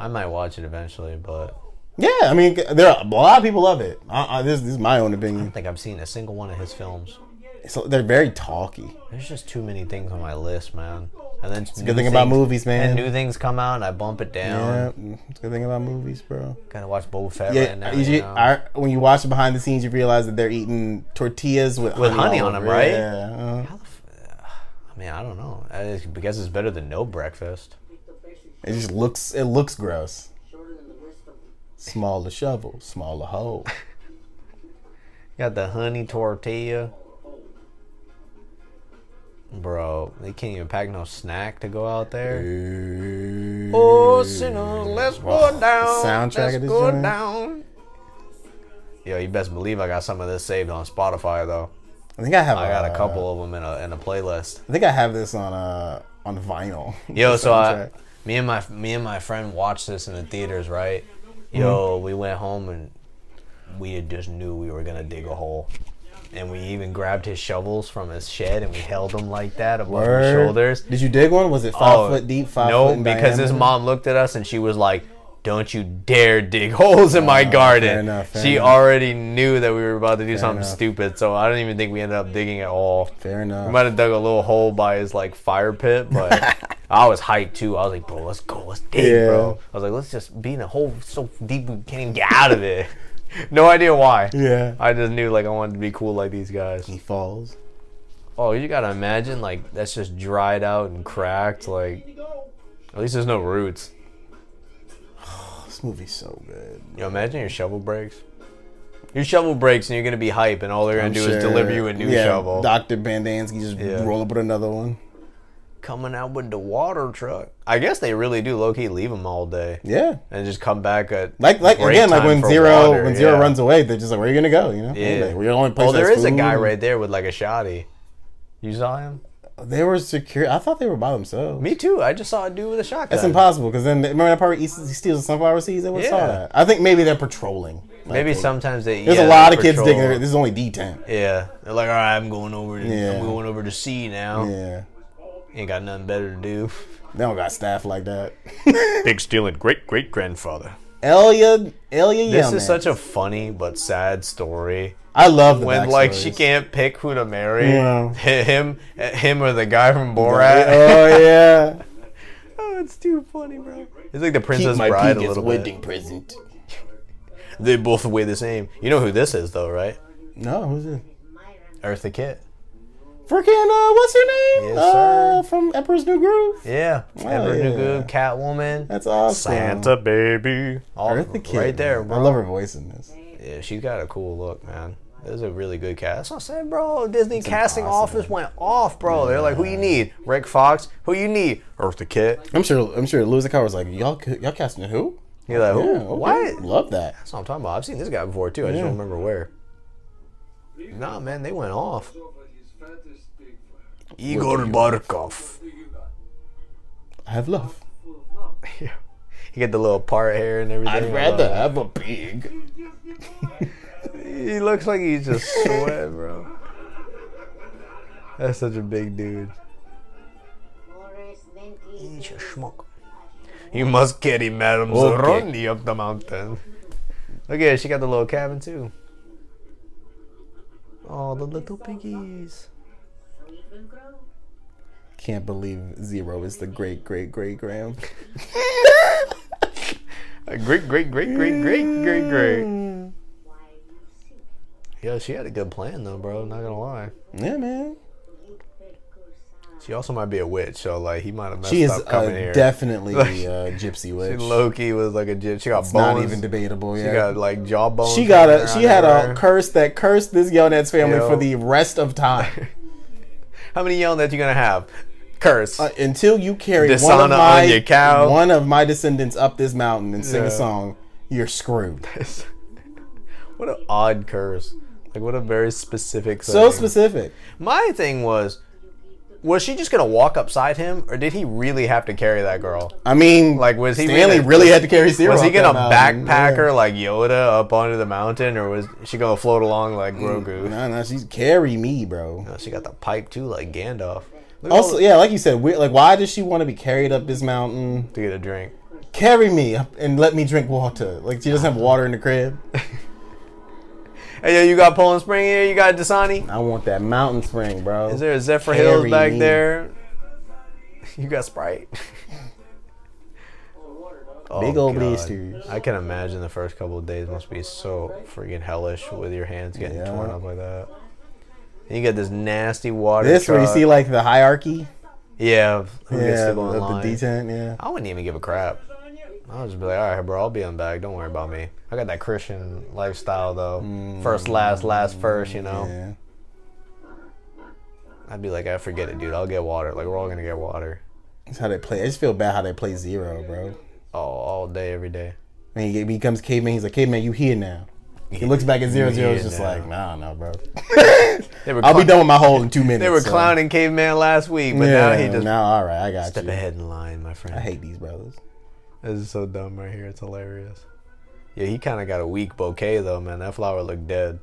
[SPEAKER 2] I might watch it eventually, but
[SPEAKER 3] Yeah, I mean there are a lot of people love it. I, I, this, this is my own
[SPEAKER 2] I
[SPEAKER 3] opinion.
[SPEAKER 2] think I've seen a single one of his films.
[SPEAKER 3] So they're very talky.
[SPEAKER 2] There's just too many things on my list, man. And then it's
[SPEAKER 3] a good thing about movies, man.
[SPEAKER 2] And new things come out, and I bump it
[SPEAKER 3] Yeah,
[SPEAKER 2] down.
[SPEAKER 3] it's a good thing about movies, bro.
[SPEAKER 2] Gotta watch Boba Fett
[SPEAKER 3] Yeah,
[SPEAKER 2] right now.
[SPEAKER 3] you-
[SPEAKER 2] you know?
[SPEAKER 3] I- when you watch the behind the scenes, you realize that they're eating tortillas with
[SPEAKER 2] With honey
[SPEAKER 3] all
[SPEAKER 2] on 'em,
[SPEAKER 3] over it.
[SPEAKER 2] right?
[SPEAKER 3] Yeah, uh,
[SPEAKER 2] How the f- I mean, I don't know. I just- I guess it's better than no breakfast.
[SPEAKER 3] it just looks it looks gross. Smaller shovel, smaller hole.
[SPEAKER 2] Got the honey tortilla. Bro, they can't even pack no snack to go out there. Oh, sinners, let's go down.
[SPEAKER 3] soundtrack
[SPEAKER 2] let's
[SPEAKER 3] of this
[SPEAKER 2] go
[SPEAKER 3] joint.
[SPEAKER 2] down. Yo, you best believe I got some of this saved on Spotify though.
[SPEAKER 3] I think I have.
[SPEAKER 2] I got a
[SPEAKER 3] uh,
[SPEAKER 2] couple of them in a in a playlist.
[SPEAKER 3] I think I have this on uh on vinyl.
[SPEAKER 2] Yo,
[SPEAKER 3] The
[SPEAKER 2] so I,
[SPEAKER 3] soundtrack.
[SPEAKER 2] me and my me and my friend watched this in the theaters, right? Yo,
[SPEAKER 3] Mm-hmm.
[SPEAKER 2] we went home and we had just knew we were gonna dig a hole, and we even grabbed his shovels from his shed and we held them like that above his
[SPEAKER 3] Word.
[SPEAKER 2] shoulders.
[SPEAKER 3] Did you dig one? Was it five
[SPEAKER 2] Oh,
[SPEAKER 3] foot deep? Five
[SPEAKER 2] no,
[SPEAKER 3] foot in
[SPEAKER 2] because his
[SPEAKER 3] diameter?
[SPEAKER 2] mom looked at us and she was like, "Don't you dare dig holes in my garden."
[SPEAKER 3] enough, fair
[SPEAKER 2] she
[SPEAKER 3] enough.
[SPEAKER 2] already knew that we were about to do something
[SPEAKER 3] enough.
[SPEAKER 2] stupid, so I don't even think we ended up digging at all.
[SPEAKER 3] Fair
[SPEAKER 2] We
[SPEAKER 3] enough.
[SPEAKER 2] might have dug a little hole by his like fire pit, but I was hyped too. I was like, bro, let's go, let's dig,
[SPEAKER 3] Yeah.
[SPEAKER 2] bro. I was like, let's just be in a hole so deep we can't even get out of it. no idea why.
[SPEAKER 3] Yeah.
[SPEAKER 2] I just knew like I wanted to be cool like these guys.
[SPEAKER 3] he falls.
[SPEAKER 2] Oh, you gotta imagine like that's just dried out and cracked. Like at least there's no roots.
[SPEAKER 3] This movie's so good.
[SPEAKER 2] You know, imagine your shovel breaks. Your shovel breaks and you're gonna be hype, and all they're gonna do is deliver you a new shovel.
[SPEAKER 3] Doctor Bandansky just
[SPEAKER 2] Yeah.
[SPEAKER 3] roll up with another one.
[SPEAKER 2] Coming out with the water truck. I guess they really do low key leave them all day.
[SPEAKER 3] Yeah.
[SPEAKER 2] and just come back at
[SPEAKER 3] Like like
[SPEAKER 2] break
[SPEAKER 3] again, like
[SPEAKER 2] time
[SPEAKER 3] when
[SPEAKER 2] for
[SPEAKER 3] zero
[SPEAKER 2] water,
[SPEAKER 3] when zero
[SPEAKER 2] yeah.
[SPEAKER 3] runs away, they're just like, Where are you gonna go? You know?
[SPEAKER 2] Yeah,
[SPEAKER 3] Like, we're the only place.
[SPEAKER 2] Oh, there
[SPEAKER 3] that's
[SPEAKER 2] is a guy
[SPEAKER 3] food.
[SPEAKER 2] right there with like a shotty. You saw him?
[SPEAKER 3] They were secure I thought they were by themselves.
[SPEAKER 2] Me too. I just saw a dude with a shotgun.
[SPEAKER 3] That's impossible because then remember that part where he s- he steals the sunflower seeds? I would saw
[SPEAKER 2] Yeah.
[SPEAKER 3] that. I think maybe they're patrolling. Like,
[SPEAKER 2] Maybe sometimes they.
[SPEAKER 3] there's
[SPEAKER 2] yeah,
[SPEAKER 3] a lot
[SPEAKER 2] they
[SPEAKER 3] of kids
[SPEAKER 2] patrol.
[SPEAKER 3] digging. This is only D ten.
[SPEAKER 2] Yeah, they're like, all right, I'm going over. To,
[SPEAKER 3] Yeah.
[SPEAKER 2] I'm going over to sea now.
[SPEAKER 3] Yeah,
[SPEAKER 2] Ain't got nothing better to do.
[SPEAKER 3] they don't got staff like that.
[SPEAKER 2] Big stealing great great grandfather.
[SPEAKER 3] Elia, Elia,
[SPEAKER 2] This
[SPEAKER 3] yeah,
[SPEAKER 2] is such a funny but sad story.
[SPEAKER 3] I love the
[SPEAKER 2] When like she
[SPEAKER 3] backstories.
[SPEAKER 2] can't pick who to marry,
[SPEAKER 3] Yeah.
[SPEAKER 2] him, him or the guy from Borat.
[SPEAKER 3] Oh yeah,
[SPEAKER 2] Oh, it's too funny, bro. It's like the
[SPEAKER 3] keep
[SPEAKER 2] Princess
[SPEAKER 3] my
[SPEAKER 2] Bride a
[SPEAKER 3] peak as
[SPEAKER 2] little
[SPEAKER 3] wedding
[SPEAKER 2] bit.
[SPEAKER 3] present.
[SPEAKER 2] They both weigh the same. You know who this is, though, right?
[SPEAKER 3] No, who's it?
[SPEAKER 2] Eartha Kitt.
[SPEAKER 3] Freaking uh, what's her name?
[SPEAKER 2] Yes,
[SPEAKER 3] uh,
[SPEAKER 2] sir.
[SPEAKER 3] from Emperor's New Groove.
[SPEAKER 2] Yeah. Edward
[SPEAKER 3] yeah.
[SPEAKER 2] Good, Catwoman.
[SPEAKER 3] That's awesome.
[SPEAKER 4] Santa baby.
[SPEAKER 2] all
[SPEAKER 3] Eartha Kitt,
[SPEAKER 2] right there,
[SPEAKER 3] man.
[SPEAKER 2] bro.
[SPEAKER 3] I love her voice in this.
[SPEAKER 2] Yeah, she's got a cool look, man. This is a really good cast. That's what I'm saying, bro. Disney casting office went off, bro. They're like, who you need? Rick Fox. Who you need? Eartha Kitt.
[SPEAKER 3] I'm sure. I'm sure. Louis Car was like, y'all, c- y'all casting who?
[SPEAKER 2] You're like,
[SPEAKER 3] Yeah,
[SPEAKER 2] who?
[SPEAKER 3] okay.
[SPEAKER 2] what?
[SPEAKER 3] Love that.
[SPEAKER 2] That's what I'm talking about. I've seen this guy before too. I just
[SPEAKER 3] Yeah.
[SPEAKER 2] don't remember where. Nah, man, they went off. Igor Barkov.
[SPEAKER 3] I have love.
[SPEAKER 2] you get the little part hair and everything. I love it.
[SPEAKER 3] have a pig.
[SPEAKER 2] He looks like he's just sweat, bro. That's such a big dude.
[SPEAKER 3] Mm.
[SPEAKER 2] He's a schmuck. You must carry Madame
[SPEAKER 3] Okay.
[SPEAKER 2] Zoroni up the mountain. Look at her, she got the little cabin too. Oh, the little piggies.
[SPEAKER 3] Can't believe Zero is the great, great, great grand.
[SPEAKER 2] Uh, Great, great, great, great, great, great, great. Yeah, she had a good plan though, bro. Not gonna lie.
[SPEAKER 3] Yeah, man.
[SPEAKER 2] She also might be a witch, so like he might have messed
[SPEAKER 3] She is
[SPEAKER 2] up coming
[SPEAKER 3] uh,
[SPEAKER 2] here.
[SPEAKER 3] definitely a gypsy
[SPEAKER 2] She
[SPEAKER 3] witch.
[SPEAKER 2] low key was like a gypsy. She got
[SPEAKER 3] It's
[SPEAKER 2] bones.
[SPEAKER 3] not even debatable.
[SPEAKER 2] She
[SPEAKER 3] Yeah.
[SPEAKER 2] got like jawbones.
[SPEAKER 3] She got
[SPEAKER 2] hanging
[SPEAKER 3] a she had
[SPEAKER 2] around
[SPEAKER 3] a
[SPEAKER 2] everywhere.
[SPEAKER 3] curse that cursed this Yonet's family
[SPEAKER 2] Yo.
[SPEAKER 3] for the rest of time
[SPEAKER 2] How many yelling that you gonna have? Curse.
[SPEAKER 3] Uh, until you carry
[SPEAKER 2] Dishonor
[SPEAKER 3] one
[SPEAKER 2] on
[SPEAKER 3] of my
[SPEAKER 2] your cow.
[SPEAKER 3] one of my descendants up this mountain and sing
[SPEAKER 2] Yeah.
[SPEAKER 3] a song. You're screwed.
[SPEAKER 2] what an odd curse. Like what a very specific.
[SPEAKER 3] So
[SPEAKER 2] thing.
[SPEAKER 3] specific.
[SPEAKER 2] My thing was, was she just gonna walk upside him, or did he really have to carry that girl?
[SPEAKER 3] I mean,
[SPEAKER 2] Like, was he
[SPEAKER 3] Stanley
[SPEAKER 2] really-
[SPEAKER 3] really had to carry zero?
[SPEAKER 2] Was he
[SPEAKER 3] up that
[SPEAKER 2] gonna
[SPEAKER 3] mountain.
[SPEAKER 2] backpack
[SPEAKER 3] Yeah.
[SPEAKER 2] her like Yoda up onto the mountain, or was she gonna float along like Grogu?
[SPEAKER 3] Mm, No, no, she's carry me, bro.
[SPEAKER 2] Oh, She got the pipe too, like Gandalf. Look at
[SPEAKER 3] Also,
[SPEAKER 2] all-
[SPEAKER 3] yeah, like you said, we're, like why does she want to be carried up this mountain?
[SPEAKER 2] to get a drink.
[SPEAKER 3] Carry me up and let me drink water. Like she doesn't have water in the crib.
[SPEAKER 2] Hey, yo, you got Poland Spring here. You got Dasani.
[SPEAKER 3] I want that mountain spring, bro.
[SPEAKER 2] Is there a Zephyr
[SPEAKER 3] Carry
[SPEAKER 2] Hills back
[SPEAKER 3] me.
[SPEAKER 2] there? You got Sprite. Oh,
[SPEAKER 3] Big old
[SPEAKER 2] God.
[SPEAKER 3] blisters.
[SPEAKER 2] I can imagine the first couple of days must be so freaking hellish with your hands getting
[SPEAKER 3] Yeah.
[SPEAKER 2] torn up like that. And you got this nasty water.
[SPEAKER 3] This where you
[SPEAKER 2] truck.
[SPEAKER 3] see like the hierarchy,
[SPEAKER 2] yeah, who gets
[SPEAKER 3] yeah,
[SPEAKER 2] to
[SPEAKER 3] of
[SPEAKER 2] go in
[SPEAKER 3] the
[SPEAKER 2] line.
[SPEAKER 3] detent, yeah.
[SPEAKER 2] I wouldn't even give a crap. I would just be like, all right, bro, I'll be on back. Don't worry about me. I got that Christian lifestyle though. First, last, last, first. You know.
[SPEAKER 3] Mm. yeah.
[SPEAKER 2] I'd be like, I forget it, dude. I'll get water. Like we're all gonna get water.
[SPEAKER 3] That's how they play. I just feel bad how they play zero, bro.
[SPEAKER 2] Oh, all day, every day.
[SPEAKER 3] And he becomes caveman. He's like, caveman, you here now? He looks back at zero
[SPEAKER 2] You
[SPEAKER 3] zero.
[SPEAKER 2] here
[SPEAKER 3] Is just
[SPEAKER 2] now.
[SPEAKER 3] like, nah, no, bro.
[SPEAKER 2] They were
[SPEAKER 3] I'll be
[SPEAKER 2] clown-
[SPEAKER 3] done with my hole in two minutes.
[SPEAKER 2] They were
[SPEAKER 3] so.
[SPEAKER 2] clowning caveman last week, but
[SPEAKER 3] yeah,
[SPEAKER 2] now he just
[SPEAKER 3] now all right. I got
[SPEAKER 2] step
[SPEAKER 3] you.
[SPEAKER 2] ahead in line, my friend.
[SPEAKER 3] I hate these brothers.
[SPEAKER 2] This is so dumb right here. It's hilarious. Yeah, he kind of got a weak bouquet though, man. That flower looked dead.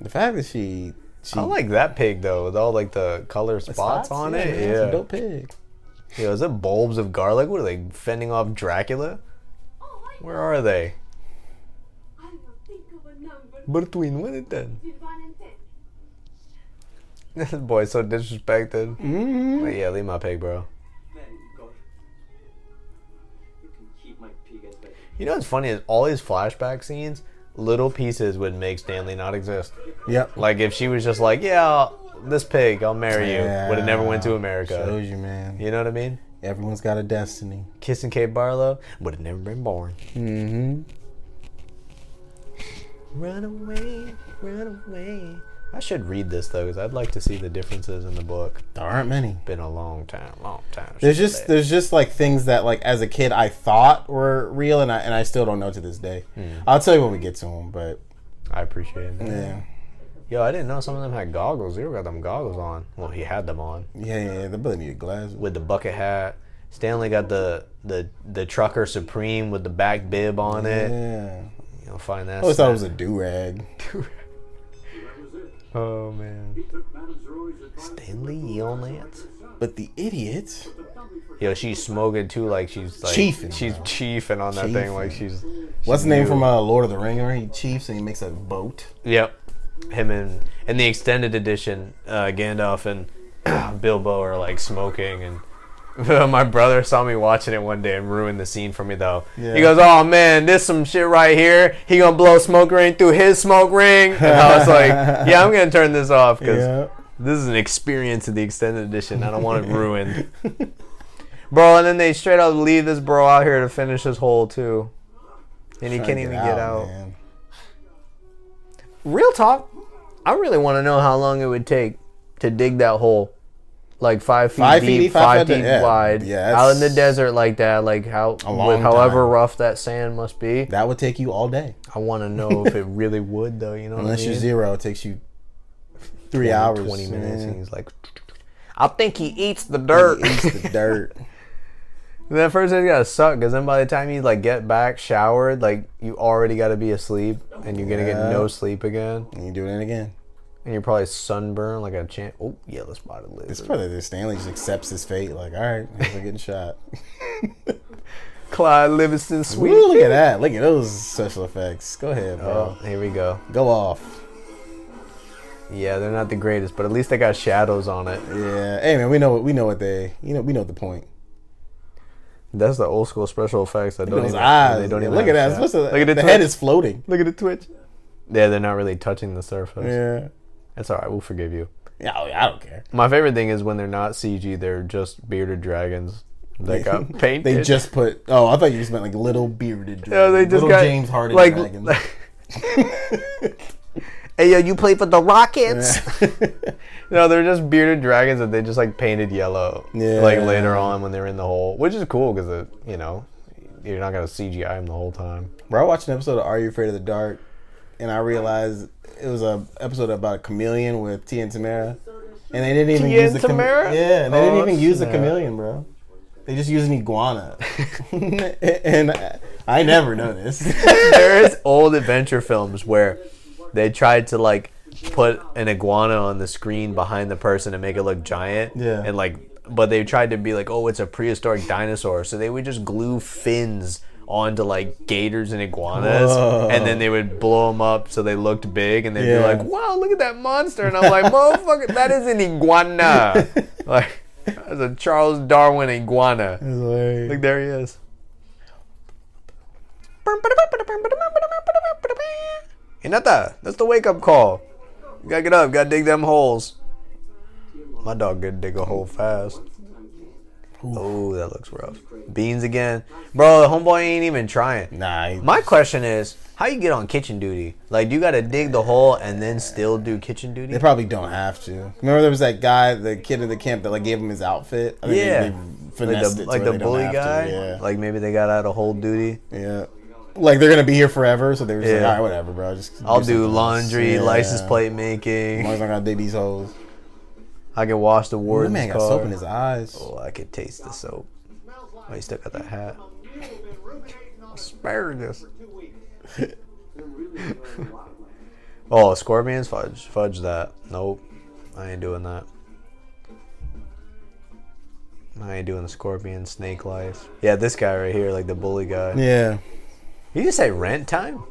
[SPEAKER 3] The fact that she, she
[SPEAKER 2] I like that pig though, with all like the color spots, on
[SPEAKER 3] yeah,
[SPEAKER 2] it.
[SPEAKER 3] man, it's a
[SPEAKER 2] yeah.
[SPEAKER 3] dope pig.
[SPEAKER 2] Yo, is it bulbs of garlic? What are they fending off Dracula?
[SPEAKER 5] Oh,
[SPEAKER 2] Where are they?
[SPEAKER 6] I will think of a number
[SPEAKER 2] Bertwin, what is that?
[SPEAKER 6] between 1 and 10.
[SPEAKER 2] This boy's so disrespected.
[SPEAKER 3] Mm-hmm.
[SPEAKER 2] But yeah, leave my pig, bro.
[SPEAKER 7] Thank God. You can keep my pig as well.
[SPEAKER 2] You know what's funny is all his flashback scenes, little pieces would make Stanley not exist.
[SPEAKER 3] Yep.
[SPEAKER 2] Like if she was just like, yeah, this pig, I'll marry you, would have never went to
[SPEAKER 3] Yeah.
[SPEAKER 2] America.
[SPEAKER 3] Shows you, man.
[SPEAKER 2] You know what I mean?
[SPEAKER 3] Everyone's got a destiny.
[SPEAKER 2] Kissing Kate Barlow would have never been born.
[SPEAKER 3] Mm-hmm.
[SPEAKER 2] Run away, run away. I should read this though, because I'd like to see the differences in the book.
[SPEAKER 3] There aren't many.
[SPEAKER 2] Been a long time, long time.
[SPEAKER 3] There's
[SPEAKER 2] since
[SPEAKER 3] just
[SPEAKER 2] that.
[SPEAKER 3] there's just like things that like as a kid I thought were real and I and I still don't know to this day.
[SPEAKER 2] Hmm.
[SPEAKER 3] I'll tell you when we get to them, but
[SPEAKER 2] I appreciate it.
[SPEAKER 3] yeah,
[SPEAKER 2] Yo, I didn't know some of them had goggles. Zero got them goggles on. Well, he had them on
[SPEAKER 3] yeah, yeah. The brother needed glasses.
[SPEAKER 2] with the bucket hat. Stanley got the the the trucker supreme with the back bib on it.
[SPEAKER 3] Yeah,
[SPEAKER 2] You know, find that.
[SPEAKER 3] I always thought it was a do rag.
[SPEAKER 2] Oh man. Stanley Yonlance.
[SPEAKER 3] But the idiot,
[SPEAKER 2] Yo, she's smoking too, like she's like
[SPEAKER 3] Chiefing,
[SPEAKER 2] she's
[SPEAKER 3] bro.
[SPEAKER 2] chiefing on that thing, like she's
[SPEAKER 3] what's the name
[SPEAKER 2] new.
[SPEAKER 3] from uh, Lord of the Ring? Where he chiefs and he makes a boat.
[SPEAKER 2] Yep. Him and in the extended edition, uh, Gandalf and Bilbo are like smoking and my brother saw me watching it one day and ruined the scene for me though.
[SPEAKER 3] Yeah.
[SPEAKER 2] He goes, "Oh man, this some shit right here. He gonna blow smoke ring through his smoke ring." And I was like, "Yeah, I'm gonna turn this off because this is an experience of the extended edition. I don't want it ruined, bro." And then they straight up leave this bro out here to finish his hole too, and he
[SPEAKER 3] Trying to
[SPEAKER 2] can't even get out.
[SPEAKER 3] man.
[SPEAKER 2] Real talk, I really want to know how long it would take to dig that hole, like five feet
[SPEAKER 3] Five
[SPEAKER 2] deep,
[SPEAKER 3] feet, five
[SPEAKER 2] five
[SPEAKER 3] foot-
[SPEAKER 2] feet
[SPEAKER 3] yeah.
[SPEAKER 2] wide,
[SPEAKER 3] Yeah, that's-
[SPEAKER 2] out in the desert like that, like how with
[SPEAKER 3] long
[SPEAKER 2] however
[SPEAKER 3] time.
[SPEAKER 2] rough that sand must be.
[SPEAKER 3] That would take you all day,
[SPEAKER 2] I want to know if it really would though. You know, what
[SPEAKER 3] unless
[SPEAKER 2] I
[SPEAKER 3] you
[SPEAKER 2] mean?
[SPEAKER 3] zero. It takes you three
[SPEAKER 2] 20,
[SPEAKER 3] hours,
[SPEAKER 2] twenty minutes,
[SPEAKER 3] man.
[SPEAKER 2] and he's like, I think he eats the dirt.
[SPEAKER 3] He eats the dirt.
[SPEAKER 2] That first day's gotta suck because then by the time you like get back showered, like you already gotta be asleep and you're gonna get
[SPEAKER 3] Yeah.
[SPEAKER 2] no sleep again,
[SPEAKER 3] and you do it again.
[SPEAKER 2] and you're probably sunburned like a champ. Oh yeah, let's spot it
[SPEAKER 3] It's probably that Stanley just accepts his fate. Like, all right, I guess I'm getting shot.
[SPEAKER 2] Clyde Livingston Sweet.
[SPEAKER 3] Ooh, look at that. Look at those special effects. Go ahead,
[SPEAKER 2] Oh,
[SPEAKER 3] bro.
[SPEAKER 2] here we go.
[SPEAKER 3] Go off.
[SPEAKER 2] Yeah, they're not the greatest, but at least they got shadows on it.
[SPEAKER 3] Yeah. Hey man, we know what we know what they you know we know the point.
[SPEAKER 2] That's the old school special effects. That don't
[SPEAKER 3] Those
[SPEAKER 2] even,
[SPEAKER 3] eyes.
[SPEAKER 2] They don't
[SPEAKER 3] yeah,
[SPEAKER 2] even
[SPEAKER 3] look at
[SPEAKER 2] have
[SPEAKER 3] that.
[SPEAKER 2] shadows.
[SPEAKER 3] Look
[SPEAKER 2] Look at
[SPEAKER 3] the
[SPEAKER 2] twitch.
[SPEAKER 3] head is floating.
[SPEAKER 2] Look at the twitch. Yeah, they're not really touching the surface.
[SPEAKER 3] Yeah.
[SPEAKER 2] That's all right. We'll forgive you.
[SPEAKER 3] Yeah, I I don't care.
[SPEAKER 2] My favorite thing is when they're not CG, they're just bearded dragons that got painted.
[SPEAKER 3] They just put. Oh, I thought you just meant like little bearded. Dragons.
[SPEAKER 2] Yeah, they just
[SPEAKER 3] little
[SPEAKER 2] got
[SPEAKER 3] James Harden
[SPEAKER 2] like,
[SPEAKER 3] dragons.
[SPEAKER 2] Hey, yo, you play for the Rockets? no, they're just bearded dragons that they just like painted yellow.
[SPEAKER 3] Yeah.
[SPEAKER 2] Like later on when they're in the hole, which is cool because it, you know, you're not gonna CGI them the whole time.
[SPEAKER 3] Bro, I watched an episode of Are You Afraid of the Dark, and I realized it was a episode about a chameleon with T and Tamara, and they didn't even
[SPEAKER 2] Tia
[SPEAKER 3] use
[SPEAKER 2] and
[SPEAKER 3] the chame-
[SPEAKER 2] Tamara?
[SPEAKER 3] yeah, and they
[SPEAKER 2] Oh,
[SPEAKER 3] didn't even use the
[SPEAKER 2] snap.
[SPEAKER 3] chameleon, bro. They just used an iguana, and I, I never noticed.
[SPEAKER 2] there is old adventure films where they tried to like put an iguana on the screen behind the person and make it look giant.
[SPEAKER 3] Yeah.
[SPEAKER 2] And like, but they tried to be like, oh, it's a prehistoric dinosaur. So they would just glue fins onto like gators and iguanas,
[SPEAKER 3] Whoa.
[SPEAKER 2] and then they would blow them up so they looked big, and they'd
[SPEAKER 3] Yeah.
[SPEAKER 2] be like, wow, look at that monster, and I'm like, motherfucker, that is an iguana, like. That's a Charles Darwin iguana. Like
[SPEAKER 3] Like,
[SPEAKER 2] there he is. Hinata, that's the wake up call. You gotta get up, gotta dig them holes. My dog could dig a hole fast. Oh, that looks rough. Beans again. Bro, the homeboy ain't even trying.
[SPEAKER 3] nah, he-
[SPEAKER 2] My question is, how you get on kitchen duty? Like, do you gotta dig the hole and then still do kitchen duty?
[SPEAKER 3] they probably don't have to. Remember, there was that guy, the kid in the camp, that like gave him his outfit. I think they-
[SPEAKER 2] Yeah.
[SPEAKER 3] they
[SPEAKER 2] Like
[SPEAKER 3] finessed
[SPEAKER 2] the,
[SPEAKER 3] it
[SPEAKER 2] like
[SPEAKER 3] to
[SPEAKER 2] the
[SPEAKER 3] where they don't
[SPEAKER 2] bully
[SPEAKER 3] have to,
[SPEAKER 2] guy?
[SPEAKER 3] yeah.
[SPEAKER 2] Like, maybe they got out of hole duty?
[SPEAKER 3] Yeah. Like they're gonna be here forever, so they were just
[SPEAKER 2] Yeah.
[SPEAKER 3] like, all right, whatever, bro. Just
[SPEAKER 2] I'll do
[SPEAKER 3] something else."
[SPEAKER 2] laundry,
[SPEAKER 3] Yeah.
[SPEAKER 2] license plate
[SPEAKER 3] As
[SPEAKER 2] making.
[SPEAKER 3] long as I gotta dig these holes.
[SPEAKER 2] I can wash the
[SPEAKER 3] That
[SPEAKER 2] warden's
[SPEAKER 3] man got
[SPEAKER 2] car.
[SPEAKER 3] soap in his eyes.
[SPEAKER 2] Oh, I could taste the soap. Oh, he still got that hat. Asparagus. oh, scorpions? Fudge. Fudge that. Nope. I ain't doing that. I ain't doing the scorpion, snake life. Yeah, this guy right here, like the bully guy.
[SPEAKER 3] Yeah.
[SPEAKER 2] You just say rent time?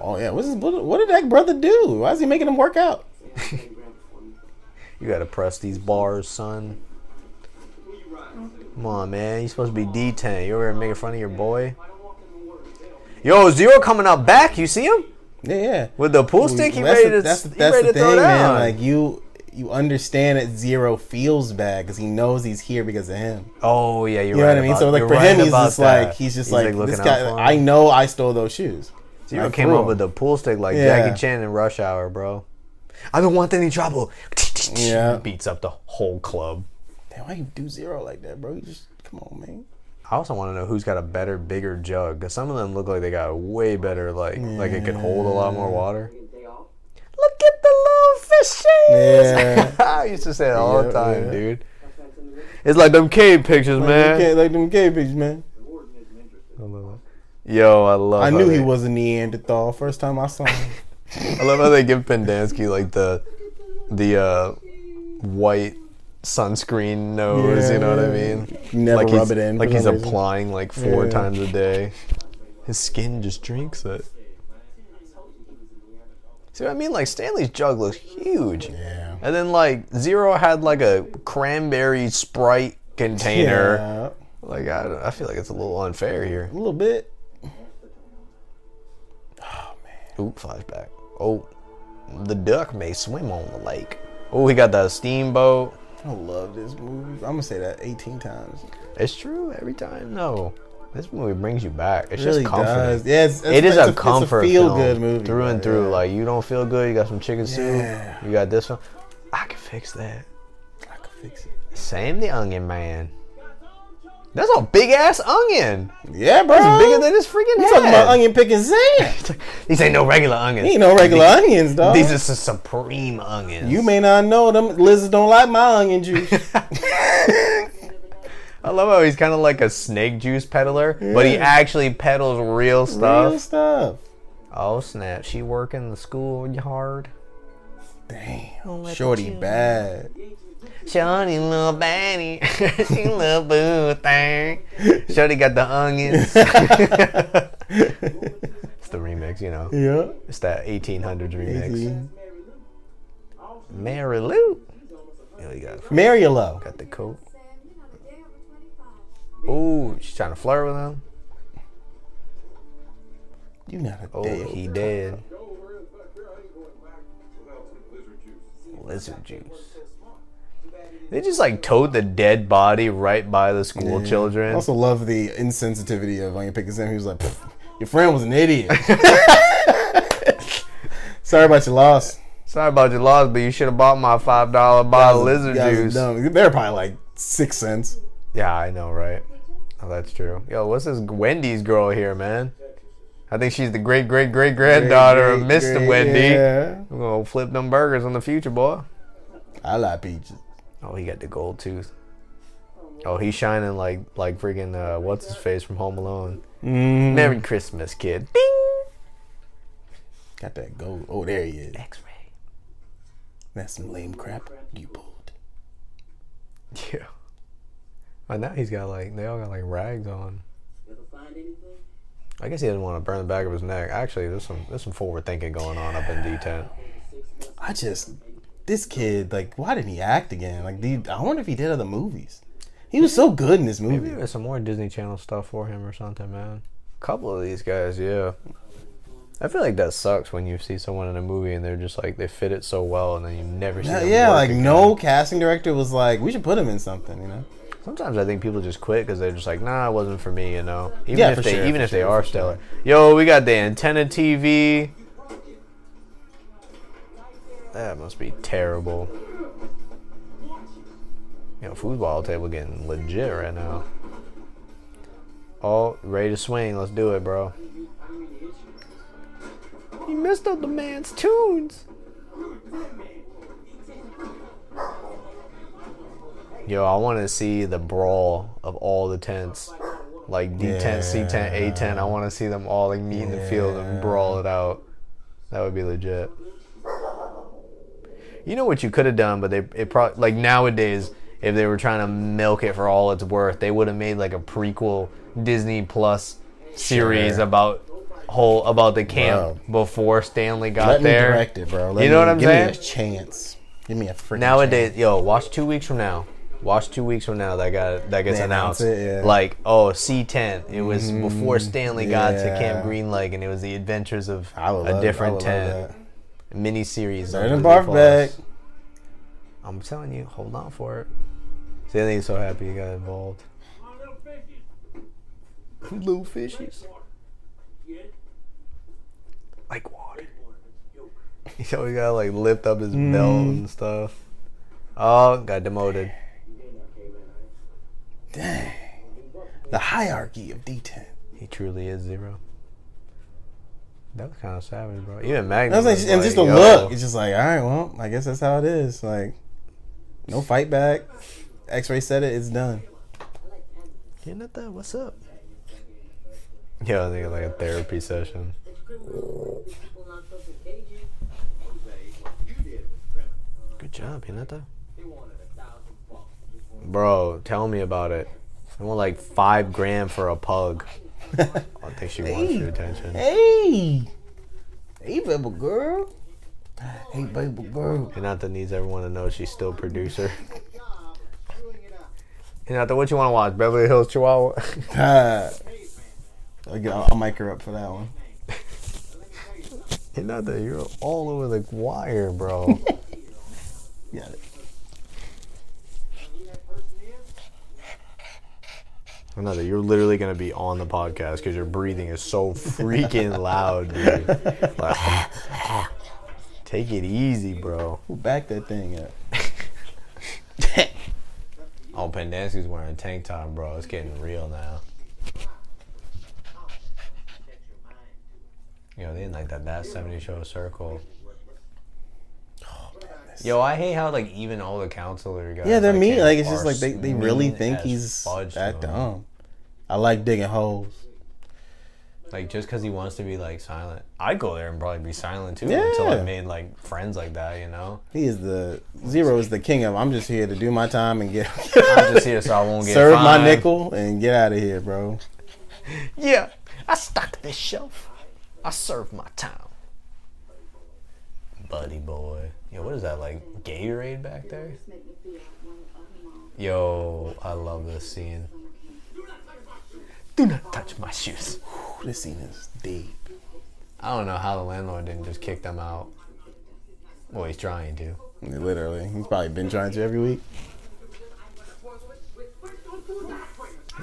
[SPEAKER 3] Oh yeah. What's his, what, what did that brother do? Why is he making him work out?
[SPEAKER 2] You gotta press these bars, son. Come on, man. you supposed to be detained. You're here making fun of your boy. Yo, Zero coming up back. You see him?
[SPEAKER 3] Yeah, yeah.
[SPEAKER 2] With the pool
[SPEAKER 3] Well,
[SPEAKER 2] stick, he
[SPEAKER 3] that's
[SPEAKER 2] ready
[SPEAKER 3] the-
[SPEAKER 2] to, that's,
[SPEAKER 3] that's the-
[SPEAKER 2] he
[SPEAKER 3] that's
[SPEAKER 2] ready
[SPEAKER 3] the
[SPEAKER 2] to throw
[SPEAKER 3] thing, man.
[SPEAKER 2] down.
[SPEAKER 3] Like you, you understand that Zero feels bad because he knows he's here because of him.
[SPEAKER 2] oh, yeah, you're
[SPEAKER 3] You know
[SPEAKER 2] right.
[SPEAKER 3] what I mean?
[SPEAKER 2] about-
[SPEAKER 3] So like
[SPEAKER 2] you're
[SPEAKER 3] for
[SPEAKER 2] right
[SPEAKER 3] him, he's
[SPEAKER 2] about
[SPEAKER 3] just
[SPEAKER 2] that.
[SPEAKER 3] like he's just
[SPEAKER 2] He's,
[SPEAKER 3] like,
[SPEAKER 2] looking
[SPEAKER 3] this
[SPEAKER 2] out
[SPEAKER 3] guy.
[SPEAKER 2] for him.
[SPEAKER 3] I know I stole those shoes.
[SPEAKER 2] Zero
[SPEAKER 3] I
[SPEAKER 2] came
[SPEAKER 3] threw
[SPEAKER 2] up
[SPEAKER 3] them.
[SPEAKER 2] with the pool stick like
[SPEAKER 3] Yeah.
[SPEAKER 2] Jackie Chan in Rush Hour, bro. I don't want any trouble.
[SPEAKER 3] Yeah.
[SPEAKER 2] Beats up the whole club.
[SPEAKER 3] Damn, why you do Zero like that, bro? You just come on, man.
[SPEAKER 2] I also want to know who's got a better, bigger jug because some of them look like they got way better, like like it could hold a lot more water. Look at the little fishies! I used to say that all the
[SPEAKER 3] Yeah,
[SPEAKER 2] time,
[SPEAKER 3] yeah.
[SPEAKER 2] dude. It's like them cave pictures, man.
[SPEAKER 3] Okay, like them gay bitches, man.
[SPEAKER 2] Yo, I love.
[SPEAKER 3] I
[SPEAKER 2] how
[SPEAKER 3] knew
[SPEAKER 2] they,
[SPEAKER 3] he was a Neanderthal first time I saw him.
[SPEAKER 2] I love how they give Pendansky like the the uh, white sunscreen nose.
[SPEAKER 3] Yeah,
[SPEAKER 2] you know what I
[SPEAKER 3] yeah.
[SPEAKER 2] mean?
[SPEAKER 3] Never
[SPEAKER 2] like
[SPEAKER 3] rub
[SPEAKER 2] he's,
[SPEAKER 3] it in.
[SPEAKER 2] Like
[SPEAKER 3] for
[SPEAKER 2] he's
[SPEAKER 3] some reason.
[SPEAKER 2] applying like four
[SPEAKER 3] Yeah.
[SPEAKER 2] times a day. His skin just drinks it. See what I mean? Like Stanley's jug looks huge.
[SPEAKER 3] Yeah.
[SPEAKER 2] And then like Zero had like a cranberry Sprite container.
[SPEAKER 3] Yeah,
[SPEAKER 2] Like I, don't- I feel like it's a little unfair here.
[SPEAKER 3] a little bit.
[SPEAKER 2] Oop, flashback. Oh, the duck may swim on the lake. Oh, he got that steamboat.
[SPEAKER 3] I love this movie. I'm gonna say that 18 times.
[SPEAKER 2] It's true every time. No, this movie brings you back. It's
[SPEAKER 3] really
[SPEAKER 2] just comforting.
[SPEAKER 3] does. Yeah, it's, it's,
[SPEAKER 2] It is
[SPEAKER 3] it's
[SPEAKER 2] a comfort
[SPEAKER 3] It's a feel
[SPEAKER 2] film
[SPEAKER 3] good movie
[SPEAKER 2] through and
[SPEAKER 3] bro,
[SPEAKER 2] through.
[SPEAKER 3] yeah.
[SPEAKER 2] Like you don't feel good, you got some chicken soup.
[SPEAKER 3] Yeah.
[SPEAKER 2] You got this one. I can fix that.
[SPEAKER 3] I could fix it.
[SPEAKER 2] Sam the Onion Man. That's a big ass onion.
[SPEAKER 3] Yeah, bro.
[SPEAKER 2] It's bigger than his freaking
[SPEAKER 3] You
[SPEAKER 2] head.
[SPEAKER 3] talking about onion picking Sam?
[SPEAKER 2] These ain't no regular onions.
[SPEAKER 3] Ain't no regular
[SPEAKER 2] These-
[SPEAKER 3] onions, dog.
[SPEAKER 2] These are some supreme onions.
[SPEAKER 3] you may not know them. Lizards don't like my onion juice.
[SPEAKER 2] I love how he's kind of like a snake juice peddler, but he
[SPEAKER 3] Yeah.
[SPEAKER 2] actually peddles real stuff.
[SPEAKER 3] Real stuff.
[SPEAKER 2] Oh snap! She working the schoolyard.
[SPEAKER 3] Damn, shorty bad.
[SPEAKER 2] Shorty little baddie, she little boo thing. Shorty got the onions. it's the remix, you know.
[SPEAKER 3] Yeah.
[SPEAKER 2] It's that 1800s remix.
[SPEAKER 3] Mhm.
[SPEAKER 2] Mary Lou. Yo, you got,
[SPEAKER 3] Mary a low.
[SPEAKER 2] got the coat.
[SPEAKER 6] Sam, you know the day over 25.
[SPEAKER 2] Ooh, she's trying to flirt with him.
[SPEAKER 3] You not a
[SPEAKER 2] Oh,
[SPEAKER 3] dead.
[SPEAKER 2] he dead.
[SPEAKER 8] Go over in the back here. I ain't going back without some lizard juice.
[SPEAKER 2] Lizard juice. They just like towed the dead body right by the school
[SPEAKER 3] I
[SPEAKER 2] children.
[SPEAKER 3] also love the insensitivity of Onion Pickens. He was like, "Pfft, "Your friend was an idiot." Sorry about your loss.
[SPEAKER 2] Sorry about your loss, but you should have bought my five dollar bottle of lizard
[SPEAKER 3] Guys are
[SPEAKER 2] juice.
[SPEAKER 3] dumb. They're probably like six cents.
[SPEAKER 2] Yeah, I know, right? Oh, that's true. Yo, what's this Wendy's girl here, man? I think she's the great great great granddaughter of
[SPEAKER 3] Great,
[SPEAKER 2] Mr.
[SPEAKER 3] great,
[SPEAKER 2] Wendy.
[SPEAKER 3] yeah.
[SPEAKER 2] We're gonna flip them burgers in the future, boy.
[SPEAKER 3] I like peaches.
[SPEAKER 2] Oh, he got the gold tooth. Oh, he's shining like like freaking uh, what's his face from Home Alone.
[SPEAKER 3] Mm-hmm.
[SPEAKER 2] Merry Christmas, kid. Ding.
[SPEAKER 3] Got that gold. Oh, there he is.
[SPEAKER 2] X-ray.
[SPEAKER 3] That's some lame crap you pulled.
[SPEAKER 2] Yeah. Oh, now he's got like they all got like rags on.
[SPEAKER 7] Ever find anything?
[SPEAKER 2] I guess he doesn't want to burn the back of his neck. Actually, there's some there's some forward thinking going on up in D10.
[SPEAKER 3] I just this kid. Like, why didn't he act again? Like, dude, I wonder if he did other movies. He was so good in this
[SPEAKER 2] Maybe
[SPEAKER 3] movie.
[SPEAKER 2] there's some more Disney Channel stuff for him or something, man. Couple of these guys, yeah. I feel like that sucks when you see someone in a movie and they're just like they fit it so well, and then you never see.
[SPEAKER 3] Yeah,
[SPEAKER 2] them
[SPEAKER 3] yeah,
[SPEAKER 2] work
[SPEAKER 3] like
[SPEAKER 2] again.
[SPEAKER 3] no casting director was like, we should put him in something, you know?
[SPEAKER 2] Sometimes I think people just quit because they're just like, nah, it wasn't for me, you know. Even
[SPEAKER 3] Yeah,
[SPEAKER 2] if
[SPEAKER 3] for
[SPEAKER 2] they
[SPEAKER 3] sure,
[SPEAKER 2] even
[SPEAKER 3] for
[SPEAKER 2] if they
[SPEAKER 3] sure,
[SPEAKER 2] are
[SPEAKER 3] for
[SPEAKER 2] stellar. Yo, we got the antenna TV. That must be terrible. Yo, foosball table getting legit right now. Oh, ready to swing. Let's do it, bro. He messed up the man's tunes. Yo, I want to see the brawl of all the tents. Like D10, C10, A10. I want to see them all like meet in the field and brawl it out. That would be legit. You know what you could have done, but they it probably like nowadays if they were trying to milk it for all it's worth, they would have made like a prequel Disney Plus series
[SPEAKER 3] Sure.
[SPEAKER 2] about whole about the camp before Stanley got there.
[SPEAKER 3] me direct it, bro. Let
[SPEAKER 2] You know
[SPEAKER 3] me-
[SPEAKER 2] what I'm
[SPEAKER 3] give
[SPEAKER 2] saying?
[SPEAKER 3] me a chance. Give me a freaking
[SPEAKER 2] Nowadays, yo, watch two weeks from now. Watch two weeks from now that got that gets
[SPEAKER 3] They announce
[SPEAKER 2] announced.
[SPEAKER 3] it, yeah. Mm-hmm.
[SPEAKER 2] Like, oh, C ten. It was before Stanley got to
[SPEAKER 3] yeah.
[SPEAKER 2] Camp Green Lake, and it was the adventures of
[SPEAKER 3] I would
[SPEAKER 2] a
[SPEAKER 3] love,
[SPEAKER 2] different
[SPEAKER 3] I would
[SPEAKER 2] tent
[SPEAKER 3] love
[SPEAKER 2] mini series.
[SPEAKER 3] that. Turn the barf back.
[SPEAKER 2] I'm telling you, hold on for it. See, I think he's so happy he got involved. Little fishies. Like water. He's always gotta like lift up his
[SPEAKER 3] Mm-hmm.
[SPEAKER 2] belt and stuff. Oh, got demoted.
[SPEAKER 3] Dang. The hierarchy of D10.
[SPEAKER 2] He truly is zero. That was kind of savage, bro. Even Magnum.
[SPEAKER 3] That's like,
[SPEAKER 2] was
[SPEAKER 3] and just the
[SPEAKER 2] like, yo.
[SPEAKER 3] look. It's just like, all right, well, I guess that's how it is. Like, no fight back. X-ray said it. It's done.
[SPEAKER 2] You're not that. What's up? Yo, I think it's like a therapy session. Good job, Hinata. Bro, tell me about it. I want like five grand for a pug. I don't think she wants your attention.
[SPEAKER 3] Hey, hey, baby girl. Hey, baby girl.
[SPEAKER 2] Hinata needs everyone to know she's still producer. Hinata, what you want to watch? Beverly Hills Chihuahua?
[SPEAKER 3] Ah. Okay, I'll, I'll mic her up for that one.
[SPEAKER 2] Hinata, you're all over the wire, bro.
[SPEAKER 3] Got it.
[SPEAKER 2] Another, you're literally gonna be on the podcast because your breathing is so freaking loud, dude. Like, take it easy, bro.
[SPEAKER 3] Who backed that thing up?
[SPEAKER 2] Oh, Pendansky's wearing a tank top, bro. It's getting real now. Yo, they didn't like that that 70 show circle. Yo, I hate how like even all the counselor guys.
[SPEAKER 3] Yeah, they're mean.
[SPEAKER 2] him
[SPEAKER 3] Like it's just
[SPEAKER 2] are
[SPEAKER 3] like they, they
[SPEAKER 2] mean
[SPEAKER 3] really think
[SPEAKER 2] as
[SPEAKER 3] he's
[SPEAKER 2] fudge to
[SPEAKER 3] that
[SPEAKER 2] him.
[SPEAKER 3] dumb. I like digging holes.
[SPEAKER 2] Like just because he wants to be like silent, I'd go there and probably be silent too until
[SPEAKER 3] Yeah.
[SPEAKER 2] I made like friends like that, you know.
[SPEAKER 3] He is the zero is the king of. I'm just here to do my time and get
[SPEAKER 2] I'm just here so I won't get
[SPEAKER 3] serve my
[SPEAKER 2] fined.
[SPEAKER 3] nickel and get out of here, bro.
[SPEAKER 2] Yeah, I stock this shelf. I serve my town. Buddy boy, yo, what is that like Gatorade back there? Yo, I love this scene. Do not touch my shoes.
[SPEAKER 3] Ooh, this scene is deep.
[SPEAKER 2] I don't know how the landlord didn't just kick them out. Well, he's trying to.
[SPEAKER 3] Literally, he's probably been trying to every week.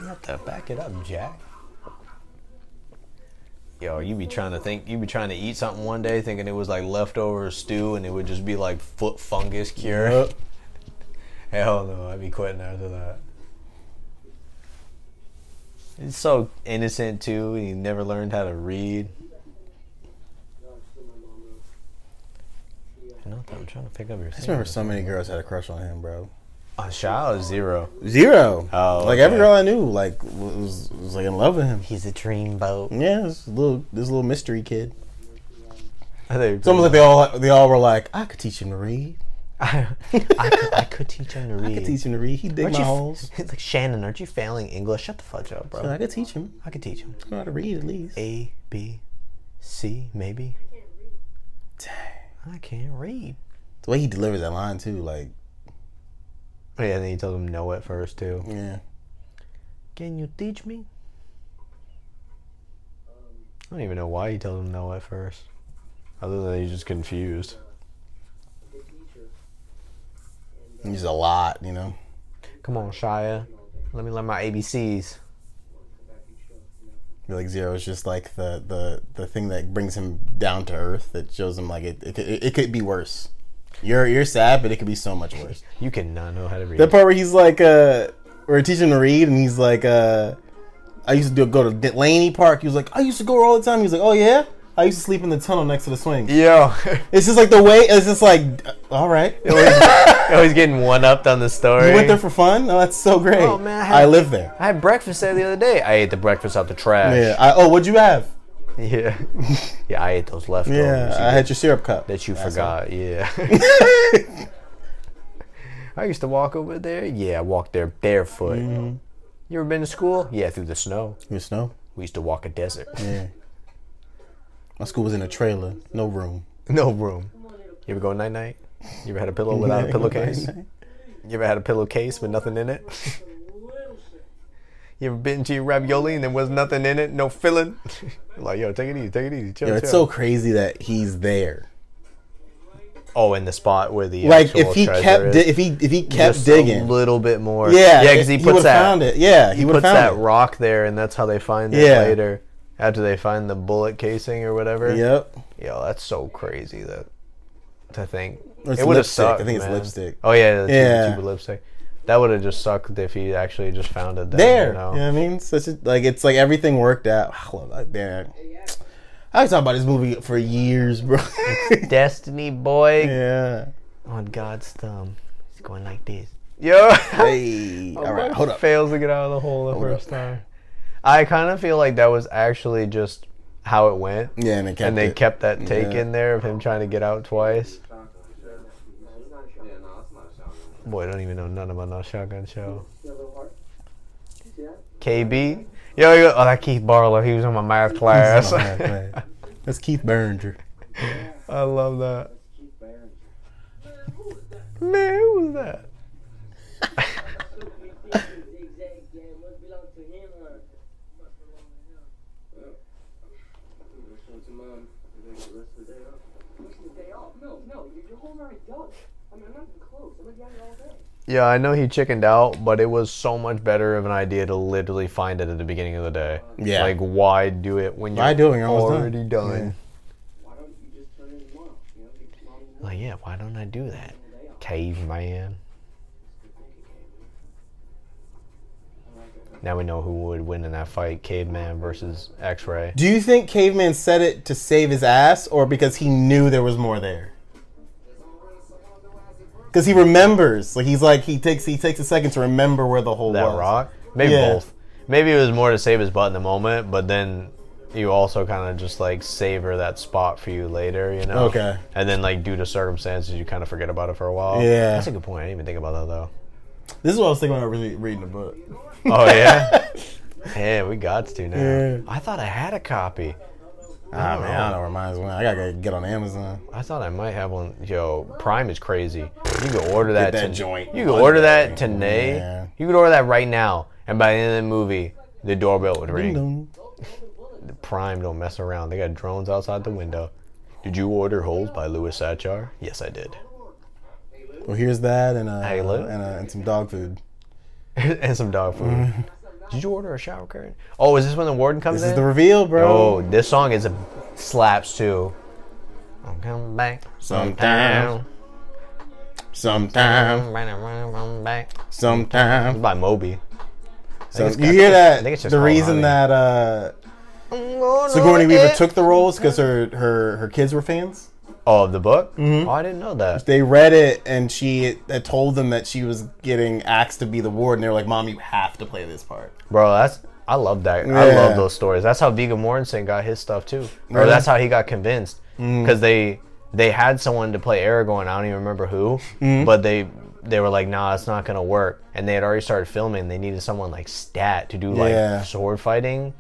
[SPEAKER 2] Not to back it up, Jack. Yo, you be trying to think, you be trying to eat something one day thinking it was like leftover stew and it would just be like foot fungus cure. Hell no, I'd be quitting after that. He's so innocent too. He never learned how to read. You know, I'm trying to pick up your.
[SPEAKER 3] I just remember so many girls had a crush on him, bro.
[SPEAKER 2] Uh, Shao is zero.
[SPEAKER 3] Zero.
[SPEAKER 2] Oh,
[SPEAKER 3] like every
[SPEAKER 2] okay.
[SPEAKER 3] girl I knew, like was was like in love with him.
[SPEAKER 2] He's a dreamboat.
[SPEAKER 3] Yeah, this little this little mystery kid.
[SPEAKER 2] It's
[SPEAKER 3] It's almost like they all they all were like, I could teach him to read.
[SPEAKER 2] I, I, could, I could teach him to read.
[SPEAKER 3] I could teach him to read. He dig
[SPEAKER 2] Aren't
[SPEAKER 3] my
[SPEAKER 2] you f-
[SPEAKER 3] holes.
[SPEAKER 2] It's like Shannon, aren't you failing English? Shut the fudge up, bro.
[SPEAKER 3] But I could teach him.
[SPEAKER 2] I could teach him
[SPEAKER 3] I know how to read at least.
[SPEAKER 2] A, B, C, maybe. I can't read.
[SPEAKER 3] The way he delivers that line too, like
[SPEAKER 2] Oh, Yeah, and then he told him no at first too.
[SPEAKER 3] yeah.
[SPEAKER 2] Can you teach me? I don't even know why he told him no at first. Other than he's just confused.
[SPEAKER 3] He's a lot, you know.
[SPEAKER 2] Come on, Shia. Let me learn my ABCs.
[SPEAKER 3] Like zero is just like the the the thing that brings him down to earth. That shows him like it it, could- it, it could be worse. You're you're sad, but it could be so much worse.
[SPEAKER 2] You cannot know how to read.
[SPEAKER 3] That part where he's like, uh, we're teaching to read, and he's like, uh, I used to do, go to Delaney Park. He was like, I used to go there all the time. He was like, Oh yeah, I used to sleep in the tunnel next to the swing.
[SPEAKER 2] Yo,
[SPEAKER 3] It's just like the way. It's just like, uh, all right,
[SPEAKER 2] always getting one upped on the story.
[SPEAKER 3] you went there for fun. Oh, that's so great.
[SPEAKER 2] Oh, man, I had-
[SPEAKER 3] I, live there.
[SPEAKER 2] I had breakfast there the other day. I ate the breakfast out the
[SPEAKER 3] Yeah.
[SPEAKER 2] trash.
[SPEAKER 3] I, oh, what'd you have?
[SPEAKER 2] Yeah. Yeah, I ate those leftovers.
[SPEAKER 3] Yeah,
[SPEAKER 2] you
[SPEAKER 3] I had your syrup cup.
[SPEAKER 2] that you
[SPEAKER 3] Asshole.
[SPEAKER 2] forgot. Yeah. I used to walk over there. Yeah, I walked there barefoot.
[SPEAKER 3] Mm-hmm.
[SPEAKER 2] You ever been to school? Yeah, through the snow.
[SPEAKER 3] Your snow.
[SPEAKER 2] We used to walk a desert.
[SPEAKER 3] Yeah. My school was in a trailer, no room.
[SPEAKER 2] No room. You ever go night night? You ever had a pillow without a pillowcase? You ever had a pillowcase with nothing in it? You ever bitten to your ravioli and there was nothing in it? No filling? like, yo, take it easy, take it easy. Chill,
[SPEAKER 3] Yo,
[SPEAKER 2] chill.
[SPEAKER 3] it's so crazy that he's there.
[SPEAKER 2] oh, in the spot where the
[SPEAKER 3] Like
[SPEAKER 2] actual
[SPEAKER 3] if he
[SPEAKER 2] treasure
[SPEAKER 3] kept,
[SPEAKER 2] is.
[SPEAKER 3] di- if he if he kept
[SPEAKER 2] Just
[SPEAKER 3] digging,
[SPEAKER 2] a little bit more.
[SPEAKER 3] Yeah,
[SPEAKER 2] yeah, because he puts
[SPEAKER 3] would've
[SPEAKER 2] that
[SPEAKER 3] found it. Yeah, he,
[SPEAKER 2] he
[SPEAKER 3] would
[SPEAKER 2] puts
[SPEAKER 3] have found
[SPEAKER 2] that
[SPEAKER 3] it.
[SPEAKER 2] rock there, and that's how they find it
[SPEAKER 3] Yeah.
[SPEAKER 2] later. After they find the bullet casing or whatever.
[SPEAKER 3] Yep.
[SPEAKER 2] Yo, that's so crazy that to think
[SPEAKER 3] It's
[SPEAKER 2] it would have
[SPEAKER 3] lipstick. I
[SPEAKER 2] sucked.
[SPEAKER 3] think it's
[SPEAKER 2] man.
[SPEAKER 3] lipstick.
[SPEAKER 2] Oh yeah, the yeah.
[SPEAKER 3] Yeah.
[SPEAKER 2] Tube, of lipstick. That would have just sucked if he actually just found it
[SPEAKER 3] There.
[SPEAKER 2] there.
[SPEAKER 3] You
[SPEAKER 2] You know?
[SPEAKER 3] know what I mean? Such a, like it's like everything worked out. I love that. Man. I could talk about this movie for years, bro.
[SPEAKER 2] Destiny boy
[SPEAKER 3] yeah.
[SPEAKER 2] on God's thumb. He's going like this. Yo,
[SPEAKER 3] Hey.
[SPEAKER 2] Oh,
[SPEAKER 3] All right. Hold up.
[SPEAKER 2] fails to get out of the hole the
[SPEAKER 3] up.
[SPEAKER 2] first time. I kind of feel like that was actually just how it went.
[SPEAKER 3] Yeah, and they kept.
[SPEAKER 2] and they
[SPEAKER 3] it.
[SPEAKER 2] kept that take
[SPEAKER 3] Yeah.
[SPEAKER 2] in there of him trying to get out twice.
[SPEAKER 7] Yeah, no, that's not a shotgun.
[SPEAKER 2] Boy, I don't even know none about no shotgun show. KB, yo, yo, oh that Keith Barlow, he was in my math class.
[SPEAKER 3] That's Keith Berenger.
[SPEAKER 2] I love that. Man, who was that? Yeah, I know he chickened out, but it was so much better of an idea to literally find it at the beginning of the day.
[SPEAKER 3] Yeah.
[SPEAKER 2] Like, why do it when you're
[SPEAKER 3] Why do it when you're almost done?
[SPEAKER 2] already done?
[SPEAKER 3] Yeah.
[SPEAKER 2] Like, yeah, why don't I do that? Caveman. Now we know who would win in that fight Caveman versus X Ray.
[SPEAKER 3] Do you think Caveman said it to save his ass, or because he knew there was more there? Because he remembers, like he's like he takes he takes a second to remember where the hole
[SPEAKER 2] That
[SPEAKER 3] was.
[SPEAKER 2] rock? Maybe
[SPEAKER 3] Yeah.
[SPEAKER 2] both. Maybe it was more to save his butt in the moment, but then you also kind of just like savor that spot for you later, you know?
[SPEAKER 3] Okay.
[SPEAKER 2] And then, like, due to circumstances, you kind of forget about it for a while.
[SPEAKER 3] Yeah.
[SPEAKER 2] That's a good point. I didn't even think about that, though.
[SPEAKER 3] This is what I was thinking when I was re- reading the book.
[SPEAKER 2] Oh, yeah? yeah, we got to now.
[SPEAKER 3] Yeah.
[SPEAKER 2] I thought I had a copy.
[SPEAKER 3] Ah man, I don't know where mine's went. I gotta get on Amazon.
[SPEAKER 2] I thought I might have one. Yo, Prime is crazy. You can order that,
[SPEAKER 3] that
[SPEAKER 2] to-
[SPEAKER 3] joint
[SPEAKER 2] You can order
[SPEAKER 3] Monday.
[SPEAKER 2] that today.
[SPEAKER 3] Yeah.
[SPEAKER 2] You could order that right now, and by the end of the movie, the doorbell would ring.
[SPEAKER 3] Ding dong.
[SPEAKER 2] Prime don't mess around. They got drones outside the window. Did you order Holes by Louis Satchar? Yes, I did.
[SPEAKER 3] Well, here's that and uh,
[SPEAKER 2] Hey, Lou.
[SPEAKER 3] and, uh, and some dog food.
[SPEAKER 2] and some dog food. Did you order a shower curtain? Oh, is this when the warden comes
[SPEAKER 3] Mm-hmm. This
[SPEAKER 2] in?
[SPEAKER 3] is the reveal, bro.
[SPEAKER 2] oh, this song is a slaps too. I'm coming back
[SPEAKER 3] Sometimes, sometimes,
[SPEAKER 2] I'm running, running, running back.
[SPEAKER 3] sometimes.
[SPEAKER 2] By Moby.
[SPEAKER 3] So
[SPEAKER 2] it's
[SPEAKER 3] you
[SPEAKER 2] got-
[SPEAKER 3] hear
[SPEAKER 2] I
[SPEAKER 3] that?
[SPEAKER 2] think it's just
[SPEAKER 3] The
[SPEAKER 2] called Honey.
[SPEAKER 3] reason that uh, Sigourney
[SPEAKER 2] Sigourney
[SPEAKER 3] Weaver took the roles because her her her kids were fans.
[SPEAKER 2] Oh, of the book? Oh, I didn't know that.
[SPEAKER 3] They read it and she had told them that she was getting asked to be the ward, and they were like, "Mom, you have to play this part."
[SPEAKER 2] Bro, that's I love that. I love
[SPEAKER 3] Yeah.
[SPEAKER 2] those stories. That's how Viggo Mortensen got his stuff too. Or
[SPEAKER 3] Really? Mm.
[SPEAKER 2] that's how he got convinced. Because they they had someone to play Aragorn, I don't even remember who,
[SPEAKER 3] Mm.
[SPEAKER 2] but they they were like, nah, it's not gonna work. And they had already started filming. They needed someone like stat to do like
[SPEAKER 3] Yeah.
[SPEAKER 2] sword fighting.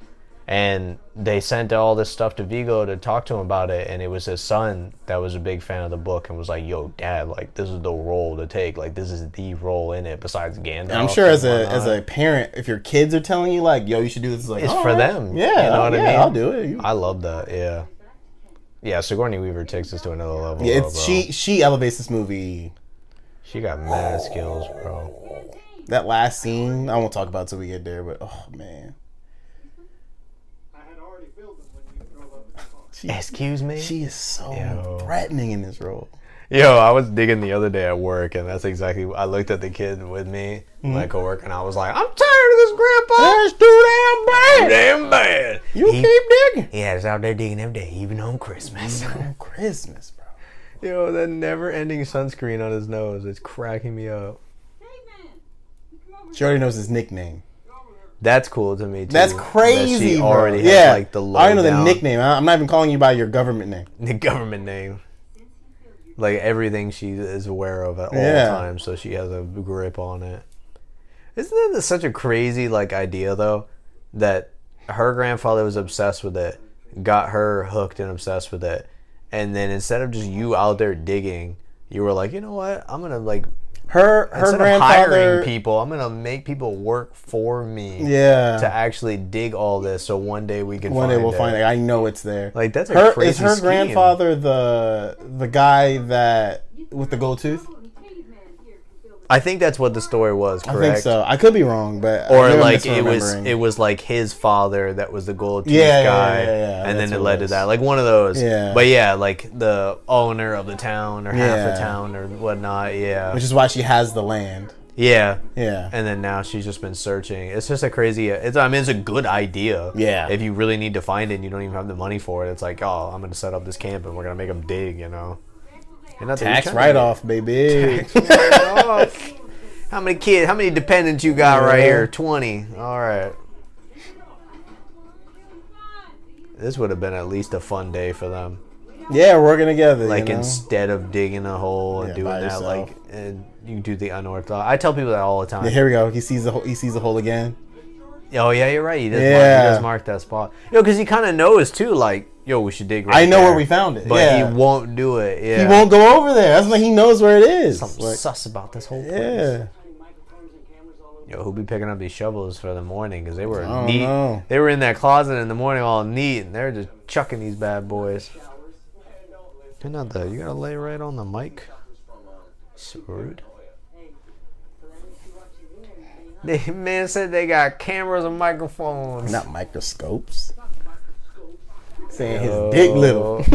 [SPEAKER 2] And they sent all this stuff to Vigo to talk to him about it, and it was his son that was a big fan of the book and was like, "Yo, Dad, like this is the role to take. Like this is the role in it besides Gandalf."
[SPEAKER 3] And I'm sure as
[SPEAKER 2] and
[SPEAKER 3] a as
[SPEAKER 2] whatnot."
[SPEAKER 3] a parent, if your kids are telling you like, "Yo, you should do this," it's like
[SPEAKER 2] It's
[SPEAKER 3] "All
[SPEAKER 2] for
[SPEAKER 3] right.
[SPEAKER 2] them.
[SPEAKER 3] Yeah,
[SPEAKER 2] you know what
[SPEAKER 3] yeah,
[SPEAKER 2] I mean.
[SPEAKER 3] I'll do it. You-
[SPEAKER 2] I love that. Yeah, yeah. Sigourney Weaver takes us to another level.
[SPEAKER 3] yeah,
[SPEAKER 2] though,
[SPEAKER 3] it's
[SPEAKER 2] bro.
[SPEAKER 3] she she elevates this movie.
[SPEAKER 2] She got mad skills, bro.
[SPEAKER 3] That last scene, I won't talk about till we get there, but oh man,
[SPEAKER 8] I had already filled them when you drove up to the car.
[SPEAKER 2] Excuse me.
[SPEAKER 3] she is so
[SPEAKER 2] Yo.
[SPEAKER 3] threatening in this role.
[SPEAKER 2] Yo, I was digging the other day at work, and that's exactly. I looked at the kid with me,
[SPEAKER 3] Mm-hmm.
[SPEAKER 2] my coworker, and I was like, "I'm tired of this grandpa. It's too damn bad. Damn bad.
[SPEAKER 3] You keep digging.
[SPEAKER 2] Yeah, it's out there digging every day, even on Christmas.
[SPEAKER 3] On Christmas, bro.
[SPEAKER 2] Yo, that never-ending sunscreen on his nose. It's cracking me up.
[SPEAKER 6] Caveman! You come over
[SPEAKER 3] She already knows his nickname.
[SPEAKER 2] That's cool to me too.
[SPEAKER 3] That's
[SPEAKER 2] that she
[SPEAKER 3] crazy, bro.
[SPEAKER 2] already has,
[SPEAKER 3] yeah,
[SPEAKER 2] like the
[SPEAKER 3] I already know the
[SPEAKER 2] lowdown.
[SPEAKER 3] nickname. I- I'm not even calling you by your government name.
[SPEAKER 2] the government name. Like everything she is aware of at all
[SPEAKER 3] Yeah.
[SPEAKER 2] times, so she has a grip on it. Isn't that such a crazy like idea though? That her grandfather was obsessed with it, got her hooked and obsessed with it, and then instead of just you out there digging, you were like, you know what? I'm gonna like
[SPEAKER 3] Her her
[SPEAKER 2] instead of
[SPEAKER 3] grandfather.
[SPEAKER 2] hiring people, I'm gonna make people work for me.
[SPEAKER 3] Yeah.
[SPEAKER 2] To actually dig all this, so one day we can
[SPEAKER 3] One day
[SPEAKER 2] find
[SPEAKER 3] we'll
[SPEAKER 2] it.
[SPEAKER 3] find it. I know it's there.
[SPEAKER 2] Like, that's a
[SPEAKER 3] her,
[SPEAKER 2] crazy
[SPEAKER 3] Is her
[SPEAKER 2] scheme.
[SPEAKER 3] grandfather the the guy that with the gold tooth?
[SPEAKER 6] and caveman here can build
[SPEAKER 2] I think that's what the story was.
[SPEAKER 3] I
[SPEAKER 2] Correct.
[SPEAKER 3] think so. I could be wrong, but I
[SPEAKER 2] or
[SPEAKER 3] remember
[SPEAKER 2] like it was
[SPEAKER 3] misremembering.
[SPEAKER 2] it was like his father that was the gold tooth
[SPEAKER 3] Yeah, yeah,
[SPEAKER 2] guy,
[SPEAKER 3] yeah, yeah, yeah.
[SPEAKER 2] and
[SPEAKER 3] That's
[SPEAKER 2] then it
[SPEAKER 3] what
[SPEAKER 2] led
[SPEAKER 3] it
[SPEAKER 2] to
[SPEAKER 3] is.
[SPEAKER 2] that, like one of those.
[SPEAKER 3] Yeah.
[SPEAKER 2] But yeah, like the owner of the town or half
[SPEAKER 3] Yeah.
[SPEAKER 2] the town or whatnot. Yeah,
[SPEAKER 3] which is why she has the land.
[SPEAKER 2] yeah.
[SPEAKER 3] Yeah,
[SPEAKER 2] And then now she's just been searching. It's just a crazy. It's I mean it's a good idea.
[SPEAKER 3] Yeah.
[SPEAKER 2] If you really need to find it, and you don't even have the money for it. It's like oh, I'm gonna set up this camp and we're gonna make them dig. You know. And that's what
[SPEAKER 3] tax
[SPEAKER 2] he's trying to
[SPEAKER 3] write
[SPEAKER 2] do.
[SPEAKER 3] off, baby.
[SPEAKER 2] How many kids? How many dependents you got right
[SPEAKER 3] Yeah.
[SPEAKER 2] here? Twenty. All right. This would have been at least a fun day for them.
[SPEAKER 3] yeah, working together.
[SPEAKER 2] Like
[SPEAKER 3] you know?
[SPEAKER 2] instead of digging a hole and
[SPEAKER 3] Yeah,
[SPEAKER 2] doing
[SPEAKER 3] by
[SPEAKER 2] that,
[SPEAKER 3] yourself.
[SPEAKER 2] like and you do the unorthodox. I tell people that all the time.
[SPEAKER 3] Yeah, here we go. He sees the hole. He sees the hole again.
[SPEAKER 2] oh yeah, you're right. He does. Mark,
[SPEAKER 3] Yeah.
[SPEAKER 2] he does mark that spot. Yo, because he kind of knows too. Like yo, we should dig. right
[SPEAKER 3] I know where
[SPEAKER 2] there.
[SPEAKER 3] we found it.
[SPEAKER 2] But
[SPEAKER 3] yeah.
[SPEAKER 2] he won't do it. Yeah.
[SPEAKER 3] He won't go over there. That's when he knows where it is.
[SPEAKER 2] Something
[SPEAKER 3] Like,
[SPEAKER 2] sus about this whole place.
[SPEAKER 3] yeah.
[SPEAKER 7] Microphones and cameras all over.
[SPEAKER 2] Yo, who be picking up these shovels for the morning? Because they were
[SPEAKER 3] don't
[SPEAKER 2] neat.
[SPEAKER 3] know.
[SPEAKER 2] They were in that closet in the morning, all neat, and they're just chucking these bad boys. You're not the. You gotta lay right on the mic. So rude. The man said they got cameras and microphones.
[SPEAKER 3] Not microscopes. Saying his dick
[SPEAKER 2] Oh.
[SPEAKER 3] little.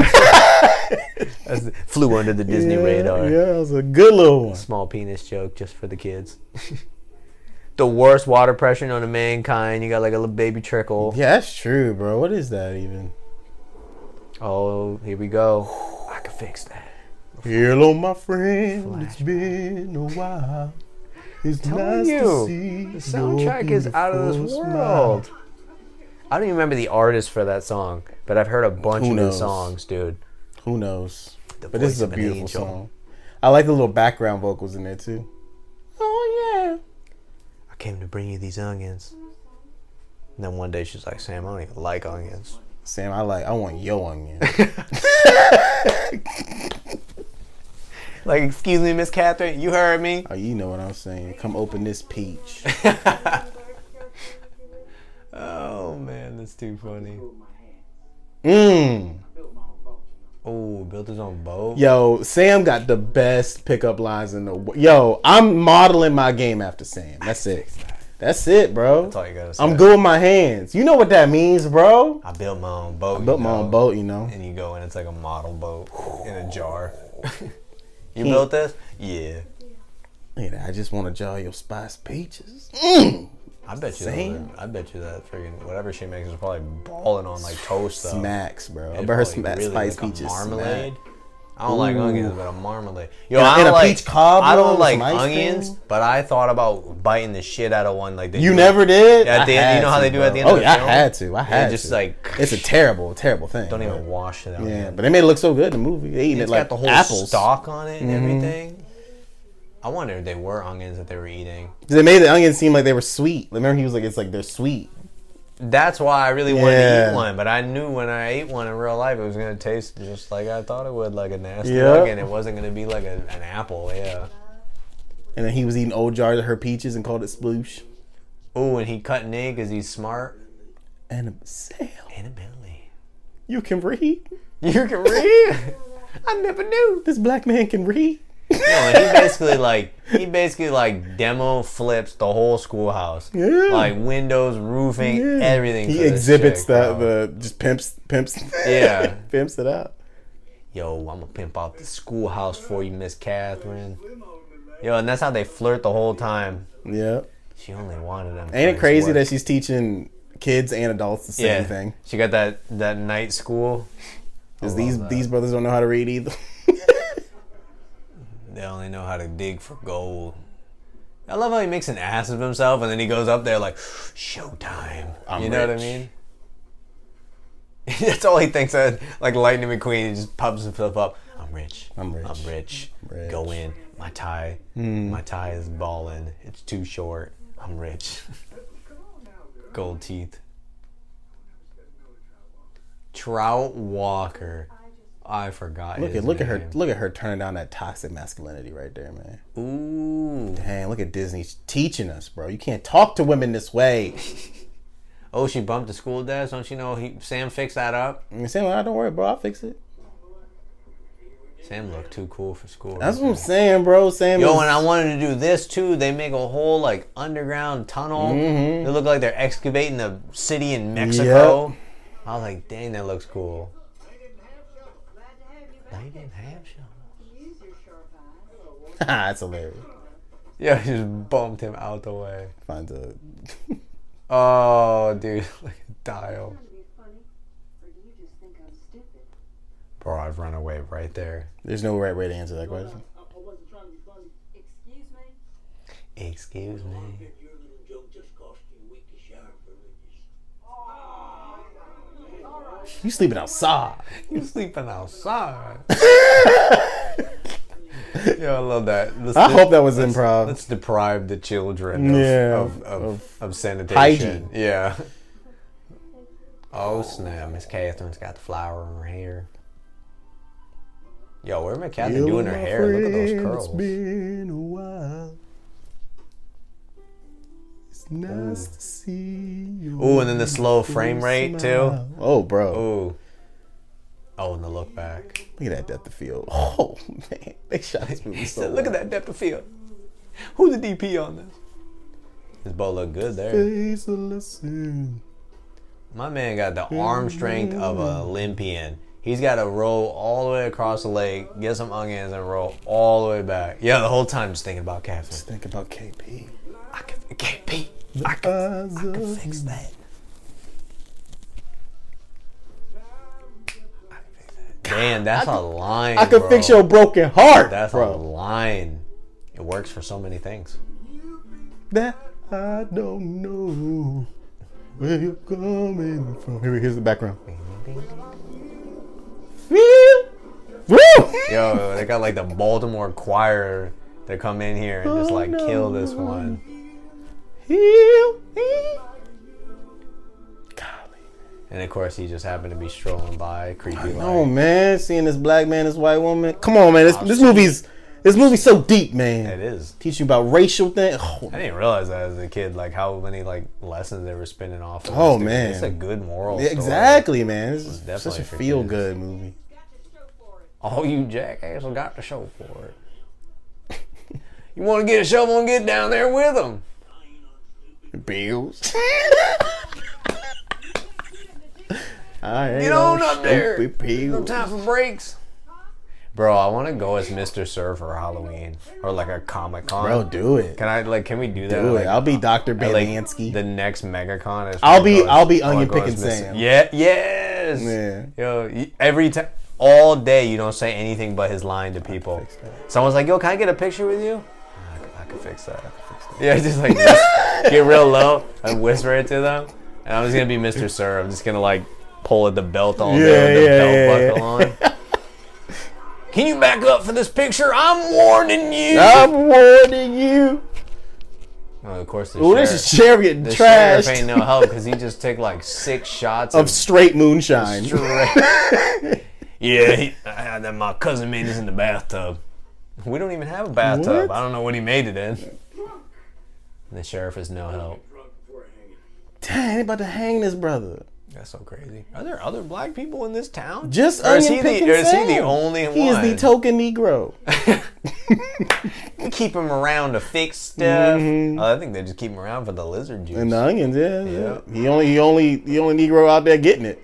[SPEAKER 2] That's the- flew under the Disney
[SPEAKER 3] yeah,
[SPEAKER 2] radar.
[SPEAKER 3] Yeah, it was a good little one.
[SPEAKER 2] Small penis joke just for the kids. the worst water pressure known to mankind. You got like a little baby trickle.
[SPEAKER 3] Yeah, that's true, bro. What is that even?
[SPEAKER 2] Oh, here we go. I can fix that.
[SPEAKER 3] Hello, my friend. It's been a while. It's
[SPEAKER 2] telling
[SPEAKER 3] nice
[SPEAKER 2] you,
[SPEAKER 3] to see
[SPEAKER 2] The soundtrack
[SPEAKER 3] your
[SPEAKER 2] is out of this
[SPEAKER 3] beautiful
[SPEAKER 2] world.
[SPEAKER 3] smile.
[SPEAKER 2] I don't even remember the artist for that song, but I've heard a bunch
[SPEAKER 3] Who
[SPEAKER 2] of new
[SPEAKER 3] knows?
[SPEAKER 2] songs, dude.
[SPEAKER 3] Who knows?
[SPEAKER 2] The
[SPEAKER 3] But this
[SPEAKER 2] voice
[SPEAKER 3] is a
[SPEAKER 2] of an
[SPEAKER 3] beautiful
[SPEAKER 2] angel.
[SPEAKER 3] song. I like the little background vocals in there too. Oh
[SPEAKER 2] I came to bring you these onions. And then one day she's like, Sam, I don't even like onions.
[SPEAKER 3] yeah, Sam. I like. I want yo onion.
[SPEAKER 2] Like, excuse me, Miss Catherine, you heard me.
[SPEAKER 3] oh, you know what I'm saying. Come open this peach.
[SPEAKER 2] Oh man, that's too funny.
[SPEAKER 7] my hand.
[SPEAKER 3] Mm.
[SPEAKER 8] Built my own boat, you know.
[SPEAKER 2] Oh, built his own boat.
[SPEAKER 3] Yo, Sam got the best pickup lines in the world. Yo, I'm modeling my game after Sam. That's it. That's it, bro.
[SPEAKER 2] That's all you gotta say.
[SPEAKER 3] I'm good with my hands. You know what that means, bro.
[SPEAKER 2] I built my own boat.
[SPEAKER 3] Built
[SPEAKER 2] you
[SPEAKER 3] my own
[SPEAKER 2] know.
[SPEAKER 3] boat, you know.
[SPEAKER 2] And you go in, it's like a model boat in a jar. you built this? Yeah.
[SPEAKER 3] Look at that. I just want to jar your spice peaches.
[SPEAKER 2] I bet you.
[SPEAKER 3] Same.
[SPEAKER 2] That, I bet you that friggin' whatever she makes is probably balling on like toast though.
[SPEAKER 3] Smacks, bro. I
[SPEAKER 2] It'd
[SPEAKER 3] bet her
[SPEAKER 2] probably
[SPEAKER 3] sma-
[SPEAKER 2] really
[SPEAKER 3] spice
[SPEAKER 2] like a
[SPEAKER 3] peaches.
[SPEAKER 2] Marmalade.
[SPEAKER 3] Smack.
[SPEAKER 2] I don't like
[SPEAKER 3] Ooh.
[SPEAKER 2] onions, but a marmalade. Yo,
[SPEAKER 3] And a-
[SPEAKER 2] I don't
[SPEAKER 3] and a
[SPEAKER 2] like
[SPEAKER 3] peach cobbler
[SPEAKER 2] I
[SPEAKER 3] with
[SPEAKER 2] don't like
[SPEAKER 3] some ice
[SPEAKER 2] onions,
[SPEAKER 3] cream?
[SPEAKER 2] but I thought about biting the shit out of one. Like they
[SPEAKER 3] You
[SPEAKER 2] do-
[SPEAKER 3] never did.
[SPEAKER 2] At
[SPEAKER 3] I
[SPEAKER 2] the end,
[SPEAKER 3] had
[SPEAKER 2] you know how
[SPEAKER 3] to,
[SPEAKER 2] they do at the end.
[SPEAKER 3] bro.
[SPEAKER 2] of
[SPEAKER 3] Oh
[SPEAKER 2] the
[SPEAKER 3] yeah,
[SPEAKER 2] film?
[SPEAKER 3] I had to. I had
[SPEAKER 2] just
[SPEAKER 3] to.
[SPEAKER 2] like-
[SPEAKER 3] it's a terrible, terrible thing.
[SPEAKER 2] Don't even
[SPEAKER 3] but-
[SPEAKER 2] wash it out.
[SPEAKER 3] Yeah, but they made it look so good in the movie. They eating
[SPEAKER 2] It's
[SPEAKER 3] it like
[SPEAKER 2] got the whole
[SPEAKER 3] apples. Mm-hmm.
[SPEAKER 2] stalk on it and everything. I wonder if they were onions that they were eating.
[SPEAKER 3] They made the onions seem like they were sweet. Remember, he was like, "It's like they're sweet."
[SPEAKER 2] That's why I really wanted to
[SPEAKER 3] Yeah.
[SPEAKER 2] eat one, but I knew when I ate one in real life, it was gonna taste just like I thought it would, like a nasty
[SPEAKER 3] Yeah.
[SPEAKER 2] onion. It wasn't gonna be like a, an apple. Yeah.
[SPEAKER 3] And then he was eating old jars of her peaches and called it sploosh.
[SPEAKER 2] Ooh, and he cut Nick because he's smart.
[SPEAKER 3] And Sam,
[SPEAKER 2] Annabelle.
[SPEAKER 3] you can read.
[SPEAKER 2] You can read. I never knew.
[SPEAKER 3] This black man can read.
[SPEAKER 2] No, and he basically like he basically like demo flips the whole schoolhouse.
[SPEAKER 3] Yeah.
[SPEAKER 2] Like windows, roofing,
[SPEAKER 3] Yeah.
[SPEAKER 2] everything. for
[SPEAKER 3] He
[SPEAKER 2] this
[SPEAKER 3] exhibits
[SPEAKER 2] chick,
[SPEAKER 3] that
[SPEAKER 2] bro.
[SPEAKER 3] the just pimps pimps.
[SPEAKER 2] Yeah.
[SPEAKER 3] pimps it out.
[SPEAKER 2] Yo, I'm gonna pimp out the schoolhouse for you, Miss Catherine.
[SPEAKER 8] Slim on me, man.
[SPEAKER 2] Yo, and that's how they flirt the whole time.
[SPEAKER 3] Yeah.
[SPEAKER 2] She only wanted him.
[SPEAKER 3] Ain't it crazy that she's teaching kids and adults the same
[SPEAKER 2] yeah,
[SPEAKER 3] thing?
[SPEAKER 2] She got that that night school.
[SPEAKER 3] Because
[SPEAKER 2] I
[SPEAKER 3] these
[SPEAKER 2] love that.
[SPEAKER 3] these brothers don't know how to read either.
[SPEAKER 2] They only know how to dig for gold. I love how he makes an ass of himself and then he goes up there like, showtime.
[SPEAKER 3] I'm
[SPEAKER 2] you know what I
[SPEAKER 3] rich.
[SPEAKER 2] mean? That's all he thinks of. Like Lightning McQueen, he just pops himself up. I'm rich.
[SPEAKER 3] I'm rich.
[SPEAKER 2] I'm rich.
[SPEAKER 3] rich. Hmm.
[SPEAKER 2] Go in. My tie. My tie is ballin'. It's too short. I'm rich. Gold teeth. Trout Walker. I forgot.
[SPEAKER 3] Look at
[SPEAKER 2] his
[SPEAKER 3] look at her
[SPEAKER 2] name.
[SPEAKER 3] look at her turning down that toxic masculinity right there, man.
[SPEAKER 2] Ooh.
[SPEAKER 3] Dang, look at Disney teaching us, bro. You can't talk to women this way.
[SPEAKER 2] Oh, she bumped the school desk. Don't you know he, Sam fixed that up?
[SPEAKER 3] And Sam, like, "Ah, don't worry, bro. I'll fix it.
[SPEAKER 2] Sam looked too cool for school.
[SPEAKER 3] That's what I'm saying, bro. Sam.
[SPEAKER 2] Yo,
[SPEAKER 3] is-
[SPEAKER 2] and I wanted to do this too. They make a whole like underground tunnel.
[SPEAKER 3] Mm-hmm.
[SPEAKER 2] They look like they're excavating the city in Mexico. I was like, dang, that looks cool.
[SPEAKER 8] They didn't have shovels.
[SPEAKER 6] Glad
[SPEAKER 2] They
[SPEAKER 6] to have you back.
[SPEAKER 2] didn't have shovels.
[SPEAKER 6] Use your sharp eyes.
[SPEAKER 3] that's hilarious.
[SPEAKER 2] Yeah, he just bumped him out the way.
[SPEAKER 3] Finds a
[SPEAKER 2] Oh, dude, like a dial.
[SPEAKER 6] Trying to be funny, or do you just think I'm stupid?
[SPEAKER 2] Bro, I've run away right there.
[SPEAKER 3] there's no right way to answer that question.
[SPEAKER 8] I, I wasn't trying to be funny.
[SPEAKER 6] Excuse me.
[SPEAKER 2] Excuse me.
[SPEAKER 7] Your little joke just cost you a week of shower privileges.
[SPEAKER 3] You sleeping outside.
[SPEAKER 2] You sleeping outside? Yo, I love that. Let's
[SPEAKER 3] I
[SPEAKER 2] do-
[SPEAKER 3] hope that was improv.
[SPEAKER 2] Let's deprive the children of,
[SPEAKER 3] Um, Yeah,
[SPEAKER 2] of, of, of, sanitation.
[SPEAKER 3] hygiene.
[SPEAKER 2] Yeah. Oh snap! Miss Catherine's got the flower in her hair. Yo, where Miss Catherine doing her hair? Look at those curls.
[SPEAKER 3] been a while. It's nice to see you.
[SPEAKER 2] Ooh, and then the slow frame rate too.
[SPEAKER 3] Oh, bro.
[SPEAKER 2] Ooh. Oh, and the look back.
[SPEAKER 3] Look at that depth of field. Oh man, they shot this movie so.
[SPEAKER 2] Look at
[SPEAKER 3] well.
[SPEAKER 2] that depth of field. Who's the DP on this? His bow look good there.
[SPEAKER 3] Face of the sea.
[SPEAKER 2] My man got the arm strength of an
[SPEAKER 3] Mm.
[SPEAKER 2] Olympian. He's got to roll all the way across the lake, get some onions, and roll all the way back. Yeah, the whole time just thinking about Catherine.
[SPEAKER 3] Think about KP.
[SPEAKER 2] I can, KP, I can,
[SPEAKER 3] Eyes
[SPEAKER 2] I can
[SPEAKER 3] of-
[SPEAKER 2] fix that. I can fix that. Damn, that's a line.
[SPEAKER 3] I can
[SPEAKER 2] bro.
[SPEAKER 3] fix your broken heart,
[SPEAKER 2] That's a
[SPEAKER 3] bro.
[SPEAKER 2] line. It works for so many things.
[SPEAKER 3] That I don't know where you're coming from. Here, here's the background. Woo!
[SPEAKER 2] Yo, they got like the Baltimore choir that come in here and just like kill this
[SPEAKER 3] Oh,
[SPEAKER 2] one.
[SPEAKER 3] Heal me.
[SPEAKER 2] And of course, he just happened to be strolling by, creepy.
[SPEAKER 3] Oh
[SPEAKER 2] like,
[SPEAKER 3] man, seeing this black man, this white woman. Come on, man. This, this movie's This movie's so deep, man.
[SPEAKER 2] It is.
[SPEAKER 3] Teach you about racial things. Oh,
[SPEAKER 2] I didn't realize that as a kid, like how many like lessons they were spinning off. of
[SPEAKER 3] Oh,
[SPEAKER 2] this, dude.
[SPEAKER 3] man.
[SPEAKER 2] it's a good moral. story.
[SPEAKER 3] exactly, man. This is
[SPEAKER 2] definitely
[SPEAKER 3] such a
[SPEAKER 2] for
[SPEAKER 3] feel
[SPEAKER 2] kids.
[SPEAKER 3] good movie.
[SPEAKER 2] All you jackasses got to show for it. you want to get a shovel and get down there with them.
[SPEAKER 3] Bills. All right.
[SPEAKER 2] Get on up there.
[SPEAKER 3] stupid
[SPEAKER 2] No
[SPEAKER 3] Bills.
[SPEAKER 2] time for breaks. Bro, I want to go as Mr. Sir for Halloween or like a Comic Con.
[SPEAKER 3] Bro, do it.
[SPEAKER 2] Can I like? Can we do that?
[SPEAKER 3] do
[SPEAKER 2] like,
[SPEAKER 3] it. I'll be Dr.
[SPEAKER 2] at, like,
[SPEAKER 3] Balansky.
[SPEAKER 2] the next MegaCon is.
[SPEAKER 3] I'll be-
[SPEAKER 2] Funko's-
[SPEAKER 3] I'll be Onion
[SPEAKER 2] Funko's
[SPEAKER 3] Pickin'
[SPEAKER 2] Mr.
[SPEAKER 3] Sam.
[SPEAKER 2] Yeah. Yes.
[SPEAKER 3] Yeah.
[SPEAKER 2] Yo, y- every time, all day, you don't say anything but his line to people. Someone's like, "Yo, can I get a picture with you?" I c- I can fix that. Yeah, just like whis- get real low and whisper it to them. And I'm just gonna be Mr. Sir. I'm just gonna like pull at the belt all day with
[SPEAKER 3] Yeah,
[SPEAKER 2] the
[SPEAKER 3] yeah,
[SPEAKER 2] belt buckle on. Can you back up for this picture? I'm warning you.
[SPEAKER 3] I'm warning you.
[SPEAKER 2] Oh, of course, the
[SPEAKER 3] Oh, this
[SPEAKER 2] sheriff-
[SPEAKER 3] is chariot
[SPEAKER 2] the
[SPEAKER 3] trash
[SPEAKER 2] sheriff ain't no help because he just took like six shots
[SPEAKER 3] of straight moonshine.
[SPEAKER 2] Straight- yeah, he, I, I, my cousin made this in the bathtub. We don't even have a bathtub.
[SPEAKER 3] What?
[SPEAKER 2] I don't know what he made it in. And the sheriff is no help.
[SPEAKER 3] Dang, they about to hang this brother.
[SPEAKER 2] That's so crazy. Are there other black people in this town?
[SPEAKER 3] Just
[SPEAKER 2] or is he
[SPEAKER 3] onion
[SPEAKER 2] the,
[SPEAKER 3] picking
[SPEAKER 2] or is he the
[SPEAKER 3] Sam.
[SPEAKER 2] only
[SPEAKER 3] He
[SPEAKER 2] one?
[SPEAKER 3] is the token Negro.
[SPEAKER 2] They keep him around to fix stuff. Oh, I think they just keep him around for the lizard juice.
[SPEAKER 3] Mm-hmm. And uh, the onions, yeah, yeah. He only, he only, the only Negro out there getting it.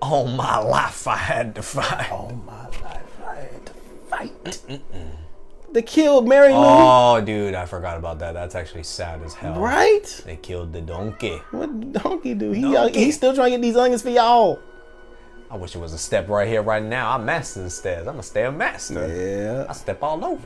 [SPEAKER 2] All Oh, my life I had to fight. Oh,
[SPEAKER 3] My life, I had to fight. They killed Mary Lou,
[SPEAKER 2] Oh, dude, I forgot about that. That's actually sad as hell.
[SPEAKER 3] right?
[SPEAKER 2] They killed the donkey.
[SPEAKER 3] What did donkey do? He,
[SPEAKER 2] Donkey.
[SPEAKER 3] he's still trying to get these onions for y'all.
[SPEAKER 2] I wish it was a step right here, right now. I'm master the stairs. I'm a stair master. I
[SPEAKER 3] Yeah,
[SPEAKER 2] step all over.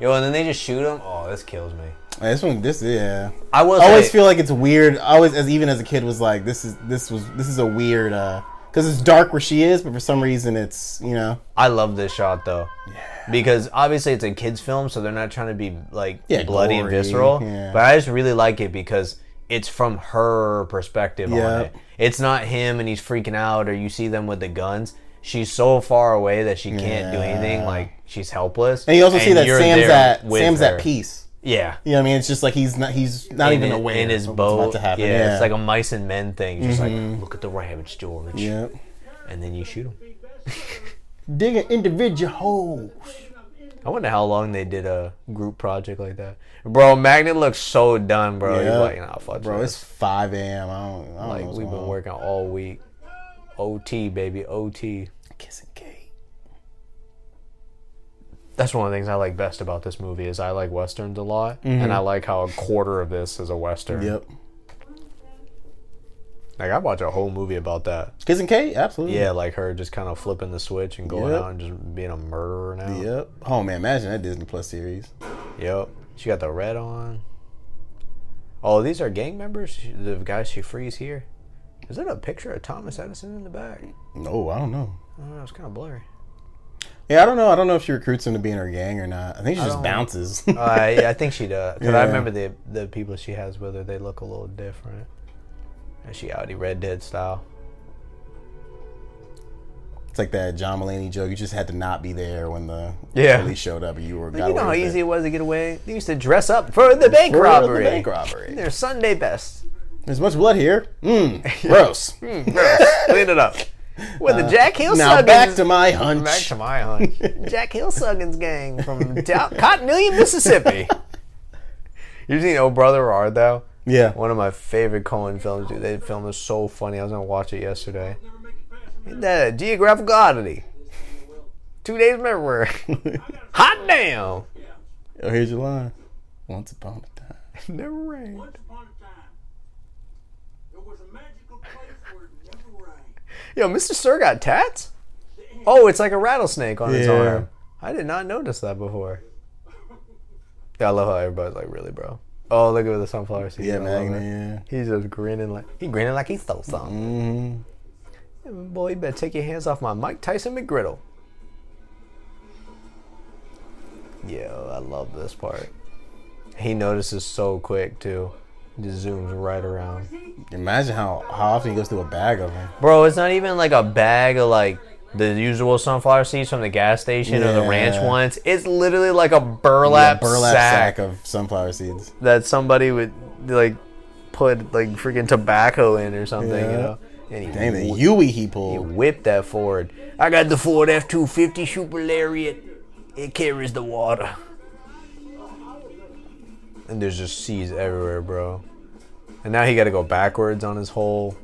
[SPEAKER 2] Yo, and then they just shoot him. Oh, this kills me.
[SPEAKER 3] this one, this, yeah.
[SPEAKER 2] I will
[SPEAKER 3] I always
[SPEAKER 2] say-
[SPEAKER 3] feel like it's weird. I always, as even as a kid, was like, this is this was this is a weird uh because it's dark where she is, but for some reason it's you know
[SPEAKER 2] I love this shot though. Because obviously it's a kids film, so they're not trying to be like
[SPEAKER 3] Yeah,
[SPEAKER 2] bloody
[SPEAKER 3] gory,
[SPEAKER 2] and visceral.
[SPEAKER 3] yeah.
[SPEAKER 2] But I just really like it because it's from her perspective on
[SPEAKER 3] Yep.
[SPEAKER 2] it. It's not him and he's freaking out or you see them with the guns. She's so far away that she can't do anything.
[SPEAKER 3] Yeah.
[SPEAKER 2] Like she's helpless.
[SPEAKER 3] and you also see that
[SPEAKER 2] you're
[SPEAKER 3] Sam's
[SPEAKER 2] there
[SPEAKER 3] at
[SPEAKER 2] with
[SPEAKER 3] Sam's
[SPEAKER 2] her.
[SPEAKER 3] at peace.
[SPEAKER 2] Yeah.
[SPEAKER 3] You know what I mean? It's just like he's not he's not
[SPEAKER 2] in
[SPEAKER 3] even
[SPEAKER 2] his-
[SPEAKER 3] aware
[SPEAKER 2] in his
[SPEAKER 3] of what's
[SPEAKER 2] boat.
[SPEAKER 3] about to happen. Mm-hmm.
[SPEAKER 2] Yeah, it's like a mice and men thing. Just like look at the rabbits, George.
[SPEAKER 3] yeah.
[SPEAKER 2] And then you shoot him.
[SPEAKER 3] Dig an individual hole.
[SPEAKER 2] I wonder how long they did a group project like that. Bro, Magnet looks so done, bro. He's
[SPEAKER 3] Oh, Yeah.
[SPEAKER 2] like, nah, fuck
[SPEAKER 3] Bro,
[SPEAKER 2] this.
[SPEAKER 3] it's 5 a.m. I don't, I don't know.
[SPEAKER 2] like
[SPEAKER 3] What's
[SPEAKER 2] we've
[SPEAKER 3] going
[SPEAKER 2] been
[SPEAKER 3] on.
[SPEAKER 2] working all week. OT, baby, OT.
[SPEAKER 3] Kissing Kate.
[SPEAKER 2] That's one of the things I like best about this movie is I like westerns a lot, and I like how a quarter of this is a western.
[SPEAKER 3] Mm-hmm. Yep.
[SPEAKER 2] Like I watch a whole movie about that.
[SPEAKER 3] Kissing Kate? Absolutely.
[SPEAKER 2] Yeah, like her just kind of flipping the switch and going
[SPEAKER 3] Yep.
[SPEAKER 2] out and just being a murderer now.
[SPEAKER 3] Yep. Oh, man. Imagine that Disney Plus series.
[SPEAKER 2] Yep. She got the red on. Oh, these are gang members? She- The guys she frees here? Is that a picture of Thomas Edison in the back?
[SPEAKER 3] No, I don't know.
[SPEAKER 2] I don't know. It's kind of blurry.
[SPEAKER 3] Yeah, I don't know. I don't know if she recruits him to be in her gang or not. I think she just
[SPEAKER 2] don't-
[SPEAKER 3] bounces.
[SPEAKER 2] Uh, yeah, I think she does. Because I
[SPEAKER 3] Yeah.
[SPEAKER 2] remember the the people she has with her, they look a little different. And she Audi Red Dead style.
[SPEAKER 3] it's like that John Mulaney joke. You just had to not be there when the
[SPEAKER 2] Yeah.
[SPEAKER 3] police showed up, and you were.
[SPEAKER 2] Like, you know how easy it was to get away? They used to dress up for the bank robbery.
[SPEAKER 3] Bank robbery.
[SPEAKER 2] They're Sunday best.
[SPEAKER 3] There's much blood here. Mmm. Gross.
[SPEAKER 2] Clean it up. With the Jack Hill
[SPEAKER 3] now back
[SPEAKER 2] Suggins-
[SPEAKER 3] to my hunch.
[SPEAKER 2] Uh, Back to my hunch. Jack Hillsuggins gang from Dow- Cottonillion, Mississippi. You've seen Oh Brother Where Art Thou?
[SPEAKER 3] yeah.
[SPEAKER 2] One of my favorite Cohen films, dude. That film is so funny. I was gonna watch it yesterday. Isn't that a geographical oddity? Two days memory. Hot damn!
[SPEAKER 3] Oh, here's your line. Once upon a time.
[SPEAKER 2] Never rained.
[SPEAKER 8] Once upon a time, there was a magical place where it never rained.
[SPEAKER 2] Yo, Mr. Sir got tats? Oh, it's like a rattlesnake on his
[SPEAKER 3] Yeah.
[SPEAKER 2] arm. I did not notice that before. Yeah, I love how everybody's like, really, bro. Oh, look at the sunflower seeds. I
[SPEAKER 3] Yeah,
[SPEAKER 2] love it.
[SPEAKER 3] Magna.
[SPEAKER 2] He's just grinning like he grinning like he stole something.
[SPEAKER 3] Yeah. Mm-hmm.
[SPEAKER 2] Mm-hmm. Boy, you better take your hands off my Mike Tyson McGriddle. Yo, I love this part. He notices so quick too. Just zooms right around.
[SPEAKER 3] Imagine how, how often he goes through a bag of them.
[SPEAKER 2] Bro, it's not even like a bag of like the usual sunflower seeds from the gas station or the ranch
[SPEAKER 3] Yeah.
[SPEAKER 2] ones. It's literally like a burlap,
[SPEAKER 3] Burlap, burlap
[SPEAKER 2] sack,
[SPEAKER 3] sack. of sunflower seeds.
[SPEAKER 2] that somebody would like put like freaking tobacco in or something, you
[SPEAKER 3] Yeah.
[SPEAKER 2] know. And he,
[SPEAKER 3] Dang, the Yui he pulled.
[SPEAKER 2] whipped that forward. I got the Ford F two fifty Super Lariat. It carries the water. And there's just seeds everywhere, bro. And now he got to go backwards on his whole.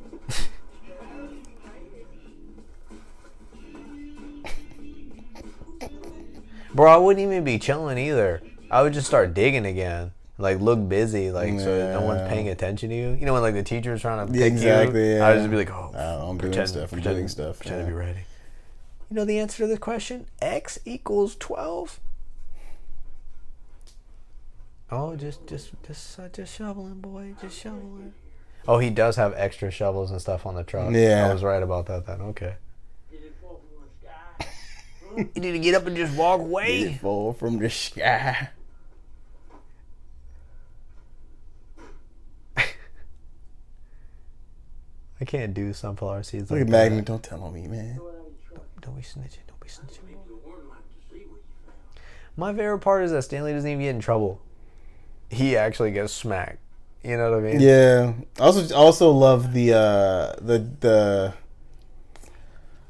[SPEAKER 2] Bro, I wouldn't even be chilling either. I would just start digging again. Like look busy, like so that no one's
[SPEAKER 3] Yeah.
[SPEAKER 2] paying attention to you. You know when like the teacher's trying to pick
[SPEAKER 3] Yeah,
[SPEAKER 2] you.
[SPEAKER 3] exactly,
[SPEAKER 2] I would
[SPEAKER 3] yeah.
[SPEAKER 2] just be like, oh,
[SPEAKER 3] Oh, I'm doing stuff, I'm doing stuff,
[SPEAKER 2] Pretend to
[SPEAKER 3] yeah.
[SPEAKER 2] be writing. You know the answer to the question? X equals twelve. Oh, just just just uh, just shoveling, boy, just shoveling. Oh, he does have extra shovels and stuff on the truck.
[SPEAKER 3] Yeah.
[SPEAKER 2] I was right about that. Then okay.
[SPEAKER 7] Did it fall from the sky?
[SPEAKER 2] You need to get up and just walk away.
[SPEAKER 3] Fall from the sky.
[SPEAKER 2] I can't do sunflower seeds.
[SPEAKER 3] Look
[SPEAKER 2] like
[SPEAKER 3] at
[SPEAKER 2] that.
[SPEAKER 3] Magnet. Don't tell on me, man.
[SPEAKER 2] Don't be snitching. Don't be snitching. My favorite part is that Stanley doesn't even get in trouble. He actually gets smacked. You know what I mean?
[SPEAKER 3] Yeah. I Also, also love the uh, the the.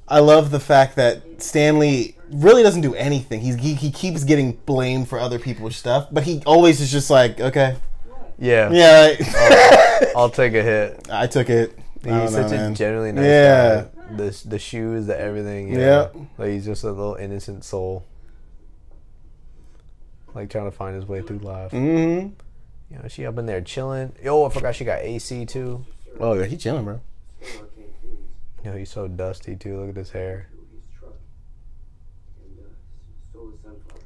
[SPEAKER 3] I love the fact that Stanley really doesn't do anything. He's, he he keeps getting blamed for other people's stuff, but he always is just like, okay,
[SPEAKER 2] Yeah.
[SPEAKER 3] yeah,
[SPEAKER 2] I'll take a hit.
[SPEAKER 3] I, I took it. I don't
[SPEAKER 2] He's
[SPEAKER 3] know,
[SPEAKER 2] such a
[SPEAKER 3] man.
[SPEAKER 2] generally nice
[SPEAKER 3] Yeah.
[SPEAKER 2] guy. The the shoes, the everything. Yeah.
[SPEAKER 3] Yep.
[SPEAKER 2] Like he's just a little innocent soul. Like trying to find his way through life.
[SPEAKER 3] hmm
[SPEAKER 2] You know, she up in there chilling. Oh, I forgot she got AC too.
[SPEAKER 3] Oh, yeah, he chilling, bro.
[SPEAKER 7] Well, I can't do this.
[SPEAKER 2] You know, he's so dusty too. Look at his hair.
[SPEAKER 7] to his truck and uh, stole the sunflower seeds.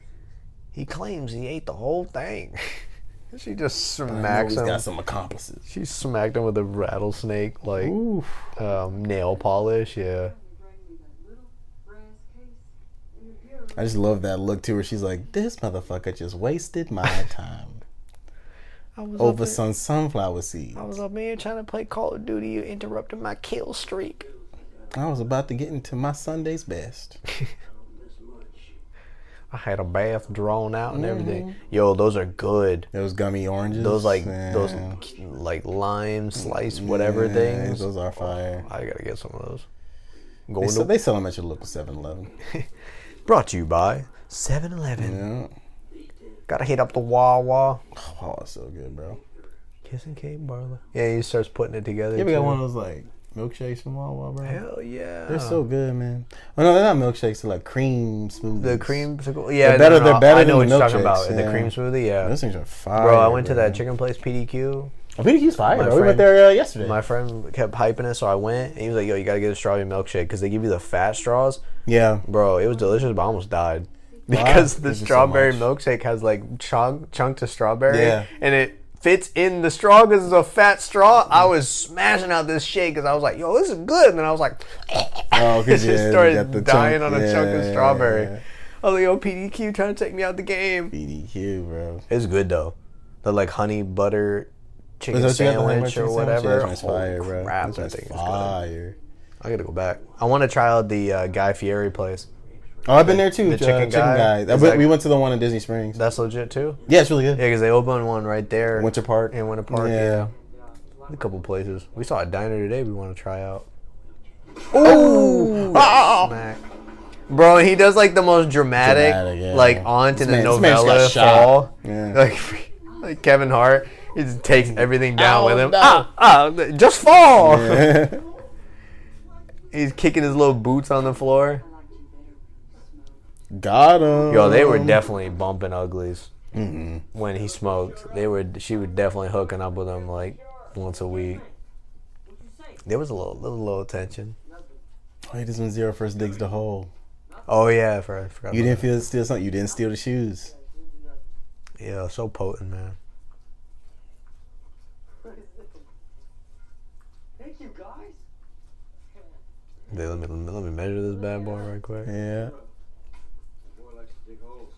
[SPEAKER 2] He claims he ate the whole thing. she just
[SPEAKER 3] I know
[SPEAKER 2] smacks
[SPEAKER 3] He's
[SPEAKER 2] him.
[SPEAKER 3] got some accomplices.
[SPEAKER 2] She smacked him with a rattlesnake like
[SPEAKER 3] Oof.
[SPEAKER 2] um, nail polish. Yeah.
[SPEAKER 6] You bring me that little brass case in the bureau.
[SPEAKER 3] I just love that look too, where she's like, "This motherfucker just wasted my time
[SPEAKER 2] I was
[SPEAKER 3] over some sunflower seeds.
[SPEAKER 2] I was up here trying to play Call of Duty. You interrupted my kill streak.
[SPEAKER 3] I was about to get into my Sunday's best."
[SPEAKER 7] This much.
[SPEAKER 2] I had a bath drawn out and everything.
[SPEAKER 3] Mm-hmm.
[SPEAKER 2] Yo, those are good.
[SPEAKER 3] Those gummy oranges.
[SPEAKER 2] Those like
[SPEAKER 3] Yeah.
[SPEAKER 2] those like lime slice whatever
[SPEAKER 3] Yeah,
[SPEAKER 2] things. Oh,
[SPEAKER 3] Those are fire.
[SPEAKER 2] I gotta get some of those.
[SPEAKER 3] They
[SPEAKER 2] Going
[SPEAKER 3] sell,
[SPEAKER 2] to,
[SPEAKER 3] they sell them at your local 7-Eleven.
[SPEAKER 2] brought to you by 7-Eleven.
[SPEAKER 3] Yeah.
[SPEAKER 2] Gotta hit up the Wawa.
[SPEAKER 3] Oh, it's so good, bro.
[SPEAKER 2] Kissing Kate Barlow. Yeah, he starts putting it together.
[SPEAKER 3] You ever got
[SPEAKER 2] too.
[SPEAKER 3] one of those like milkshakes from Wawa, bro?
[SPEAKER 2] Hell yeah.
[SPEAKER 3] They're so good, man. Oh no, they're not milkshakes. They're like cream smoothies.
[SPEAKER 2] The cream, yeah,
[SPEAKER 3] better-
[SPEAKER 2] no, no, no,
[SPEAKER 3] they're better
[SPEAKER 2] I know what
[SPEAKER 3] than
[SPEAKER 2] you're talking
[SPEAKER 3] milkshakes,
[SPEAKER 2] about. The
[SPEAKER 3] yeah.
[SPEAKER 2] cream smoothie, yeah.
[SPEAKER 3] Those things are fire,
[SPEAKER 2] Bro, I went to that chicken place, PDQ.
[SPEAKER 3] Oh, PDQ's fire.
[SPEAKER 2] My
[SPEAKER 3] Bro. We
[SPEAKER 2] friend-
[SPEAKER 3] went there uh, yesterday.
[SPEAKER 2] My friend kept hyping it, so I went, and he was like, "Yo, you gotta get a strawberry milkshake because they give you the fat straws."
[SPEAKER 3] yeah,
[SPEAKER 2] Bro, it was delicious, but I almost died because the
[SPEAKER 3] There's just so
[SPEAKER 2] strawberry
[SPEAKER 3] much.
[SPEAKER 2] milkshake has like chunk chunks of strawberry,
[SPEAKER 3] Yeah.
[SPEAKER 2] and it fits in the straw because it's a fat straw. I was smashing out this shake because I was like, "Yo, this is good," and then I was like,
[SPEAKER 3] oh,
[SPEAKER 2] I
[SPEAKER 3] because
[SPEAKER 2] just
[SPEAKER 3] yeah,
[SPEAKER 2] started dying on a chunk of
[SPEAKER 3] yeah,
[SPEAKER 2] strawberry.
[SPEAKER 3] yeah.
[SPEAKER 2] I was like, "Yo, PDQ trying to take me out the game."
[SPEAKER 3] PDQ, bro.
[SPEAKER 2] It's good though. The like honey butter chicken
[SPEAKER 3] Is that what you got, the honey butter
[SPEAKER 2] sandwich or
[SPEAKER 3] chicken sandwich?
[SPEAKER 2] whatever.
[SPEAKER 3] Yeah, that joint's
[SPEAKER 2] Holy
[SPEAKER 3] fire, bro.
[SPEAKER 2] crap,
[SPEAKER 3] That
[SPEAKER 2] that
[SPEAKER 3] joint's
[SPEAKER 2] thing is good.
[SPEAKER 3] fire.
[SPEAKER 2] I gotta go back. I want to try out the uh, Guy Fieri place.
[SPEAKER 3] Oh, I've been there too.
[SPEAKER 2] the
[SPEAKER 3] uh,
[SPEAKER 2] chicken
[SPEAKER 3] chicken
[SPEAKER 2] guy.
[SPEAKER 3] guy.
[SPEAKER 2] Is
[SPEAKER 3] We-
[SPEAKER 2] that-
[SPEAKER 3] we went to the one in Disney Springs.
[SPEAKER 2] That's legit too.
[SPEAKER 3] yeah, it's really good.
[SPEAKER 2] Yeah, because they opened one right there.
[SPEAKER 3] Winter Park.
[SPEAKER 2] In Winter Park. Yeah.
[SPEAKER 3] Yeah.
[SPEAKER 2] A couple places. We saw a diner today. We want to try out.
[SPEAKER 3] Ooh. Oh.
[SPEAKER 2] Smack. Bro, he does like the most dramatic,
[SPEAKER 3] Dramatic, yeah.
[SPEAKER 2] like aunt in
[SPEAKER 3] This
[SPEAKER 2] the
[SPEAKER 3] man- this man's
[SPEAKER 2] novella
[SPEAKER 3] got shot.
[SPEAKER 2] fall.
[SPEAKER 3] Yeah.
[SPEAKER 2] Like, like Kevin Hart, he just takes everything down
[SPEAKER 3] Oh,
[SPEAKER 2] with him.
[SPEAKER 3] no.
[SPEAKER 2] Ah, ah, just fall. He's kicking his little boots on the floor.
[SPEAKER 6] I liked you better when
[SPEAKER 3] Got him.
[SPEAKER 6] you smoked.
[SPEAKER 2] Yo, they
[SPEAKER 3] Mm.
[SPEAKER 2] were definitely bumping uglies when he smoked. They were, she was definitely hooking up with him like once a week.
[SPEAKER 6] What'd you say?
[SPEAKER 2] There was a little, little, little tension.
[SPEAKER 3] Oh, he just went zero first digs the hole.
[SPEAKER 2] Oh yeah, I forgot. I forgot
[SPEAKER 3] You
[SPEAKER 2] about
[SPEAKER 3] didn't feel steal something. You didn't steal the shoes.
[SPEAKER 2] that. Yeah, so potent, man.
[SPEAKER 7] Thank you guys.
[SPEAKER 2] Dude, let me let me- let me measure this bad boy right quick.
[SPEAKER 3] Yeah.
[SPEAKER 7] The boy likes to dig holes.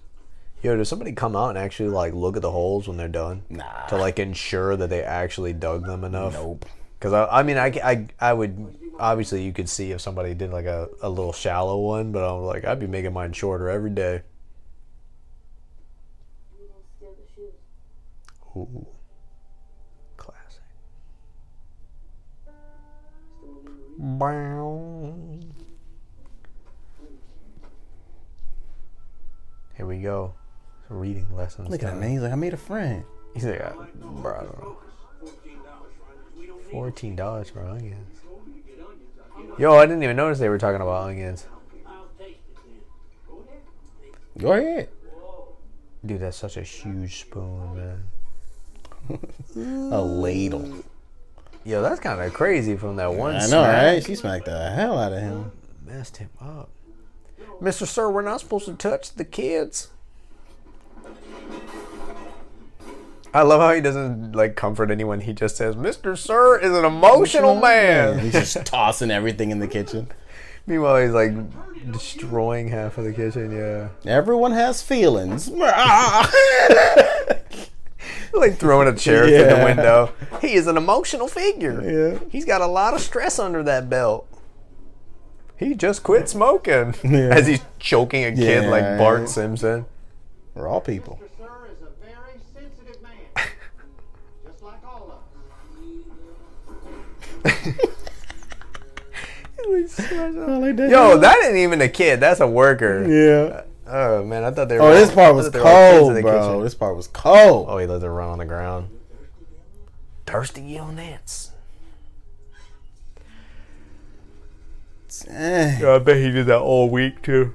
[SPEAKER 2] Yo, does somebody come out and actually like look at the holes when they're done
[SPEAKER 3] Nah.
[SPEAKER 2] to like ensure that they actually dug them enough?
[SPEAKER 3] Nope.
[SPEAKER 2] Because I, I mean, I, I, I would obviously you could see if somebody did like a, a little shallow one, but I'm like, I'd be making mine shorter every day.
[SPEAKER 5] You don't steal the shoes.
[SPEAKER 2] Ooh. Classic. Here we go. Reading lessons.
[SPEAKER 3] Look at that
[SPEAKER 2] time.
[SPEAKER 3] man. He's like, I made a friend.
[SPEAKER 2] He's like, "I- bro, I don't know. Fourteen dollars for onions. Yo, I didn't even notice they were talking about onions.
[SPEAKER 3] Go ahead.
[SPEAKER 2] Dude, that's such a huge spoon, man.
[SPEAKER 3] A ladle.
[SPEAKER 2] Yo, that's kind of crazy from that one.
[SPEAKER 3] I know,
[SPEAKER 2] smack.
[SPEAKER 3] right? She smacked the hell out of him.
[SPEAKER 2] Messed him up. Mister Sir, we're not supposed to touch the kids. I love how he doesn't like comfort anyone. He just says, "Mister Sir is an emotional man."
[SPEAKER 3] He's just tossing everything in the kitchen.
[SPEAKER 2] Meanwhile, he's like destroying half of the kitchen. Yeah,
[SPEAKER 3] Everyone has feelings. yeah.
[SPEAKER 2] like throwing a chair through the
[SPEAKER 3] Yeah.
[SPEAKER 2] window. He is an emotional figure. He's got a lot of stress under that belt. He just quit smoking
[SPEAKER 3] Yeah.
[SPEAKER 2] as he's choking a kid
[SPEAKER 3] Yeah,
[SPEAKER 2] like Bart
[SPEAKER 3] right.
[SPEAKER 2] Simpson.
[SPEAKER 3] We're all people.
[SPEAKER 8] Mr. Sir is a very sensitive man, just like all of us.
[SPEAKER 2] Yo, that ain't even a kid. That's a worker.
[SPEAKER 3] Yeah.
[SPEAKER 2] Oh man, I thought they. Were
[SPEAKER 3] Oh, this part
[SPEAKER 2] I
[SPEAKER 3] was
[SPEAKER 2] thought they were all kids in
[SPEAKER 3] cold,
[SPEAKER 2] the
[SPEAKER 3] bro.
[SPEAKER 2] kitchen.
[SPEAKER 3] This part was cold.
[SPEAKER 2] Oh, he let it run on the ground. Thirsty young ants.
[SPEAKER 3] Dang.
[SPEAKER 4] I bet he did that all week too.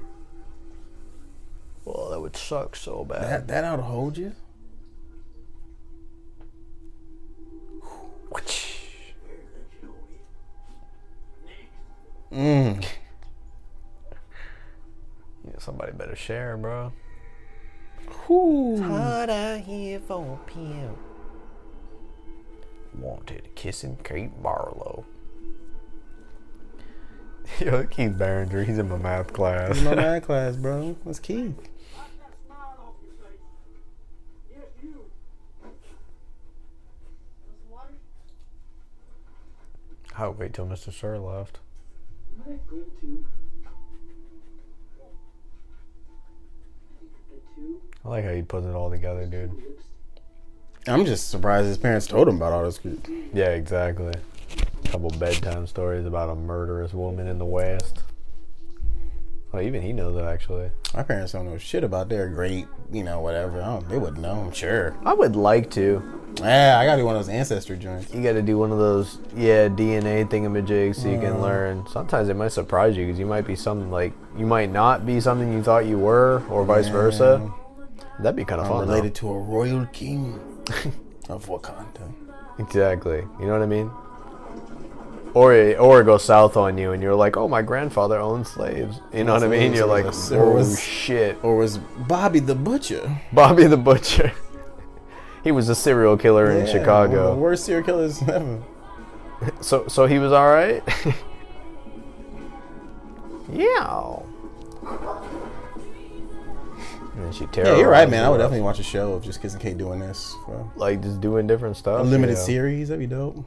[SPEAKER 2] Well, that would suck so bad.
[SPEAKER 3] That that ought to hold you. Mm.
[SPEAKER 2] Yeah, somebody better share, bro.
[SPEAKER 3] Whew.
[SPEAKER 2] Hot out here for a pimp. Wanted kissing Kate Barlow. Yo, Keith Barringer, he's in my math class.
[SPEAKER 3] My math class, bro. That's key.
[SPEAKER 2] I'll wait till Mr. Sir left.
[SPEAKER 7] Am I good too? The two
[SPEAKER 2] I like how he puts it all together, dude.
[SPEAKER 7] lips
[SPEAKER 3] I'm just surprised his parents told him about all this. shit.
[SPEAKER 2] Yeah, exactly. couple bedtime stories about a murderous woman in the West. Well, even he knows it, actually.
[SPEAKER 3] My parents don't know shit about their great, you know, whatever. I don't, they wouldn't know. I'm sure.
[SPEAKER 2] I would like to.
[SPEAKER 3] Yeah, I gotta do one of those ancestry joints.
[SPEAKER 2] You got to do one of those, yeah, DNA thingamajigs so you can learn. Sometimes it might surprise you because you might be something like, you might not be something you thought you were, or vice versa. That'd be kind of
[SPEAKER 3] I'm
[SPEAKER 2] fun,
[SPEAKER 3] related to a royal king of Wakanda.
[SPEAKER 2] though. Exactly. You know what I mean? Or it, or it goes south on you, and you're like, oh, my grandfather owned slaves. You know what I mean? You're like,
[SPEAKER 3] Or
[SPEAKER 2] oh,
[SPEAKER 3] was-
[SPEAKER 2] shit.
[SPEAKER 3] Or was Bobby the Butcher?
[SPEAKER 2] Bobby the Butcher. he was a serial killer in
[SPEAKER 3] Yeah, one of the
[SPEAKER 2] Chicago.
[SPEAKER 3] worst serial killers ever.
[SPEAKER 2] So so he was all right. yeah. And she
[SPEAKER 3] Yeah, you're right, man. I would definitely watch a show of just Kids and Kate doing this. Bro.
[SPEAKER 2] like just doing different stuff.
[SPEAKER 3] A limited
[SPEAKER 2] yeah.
[SPEAKER 3] series, that'd be dope.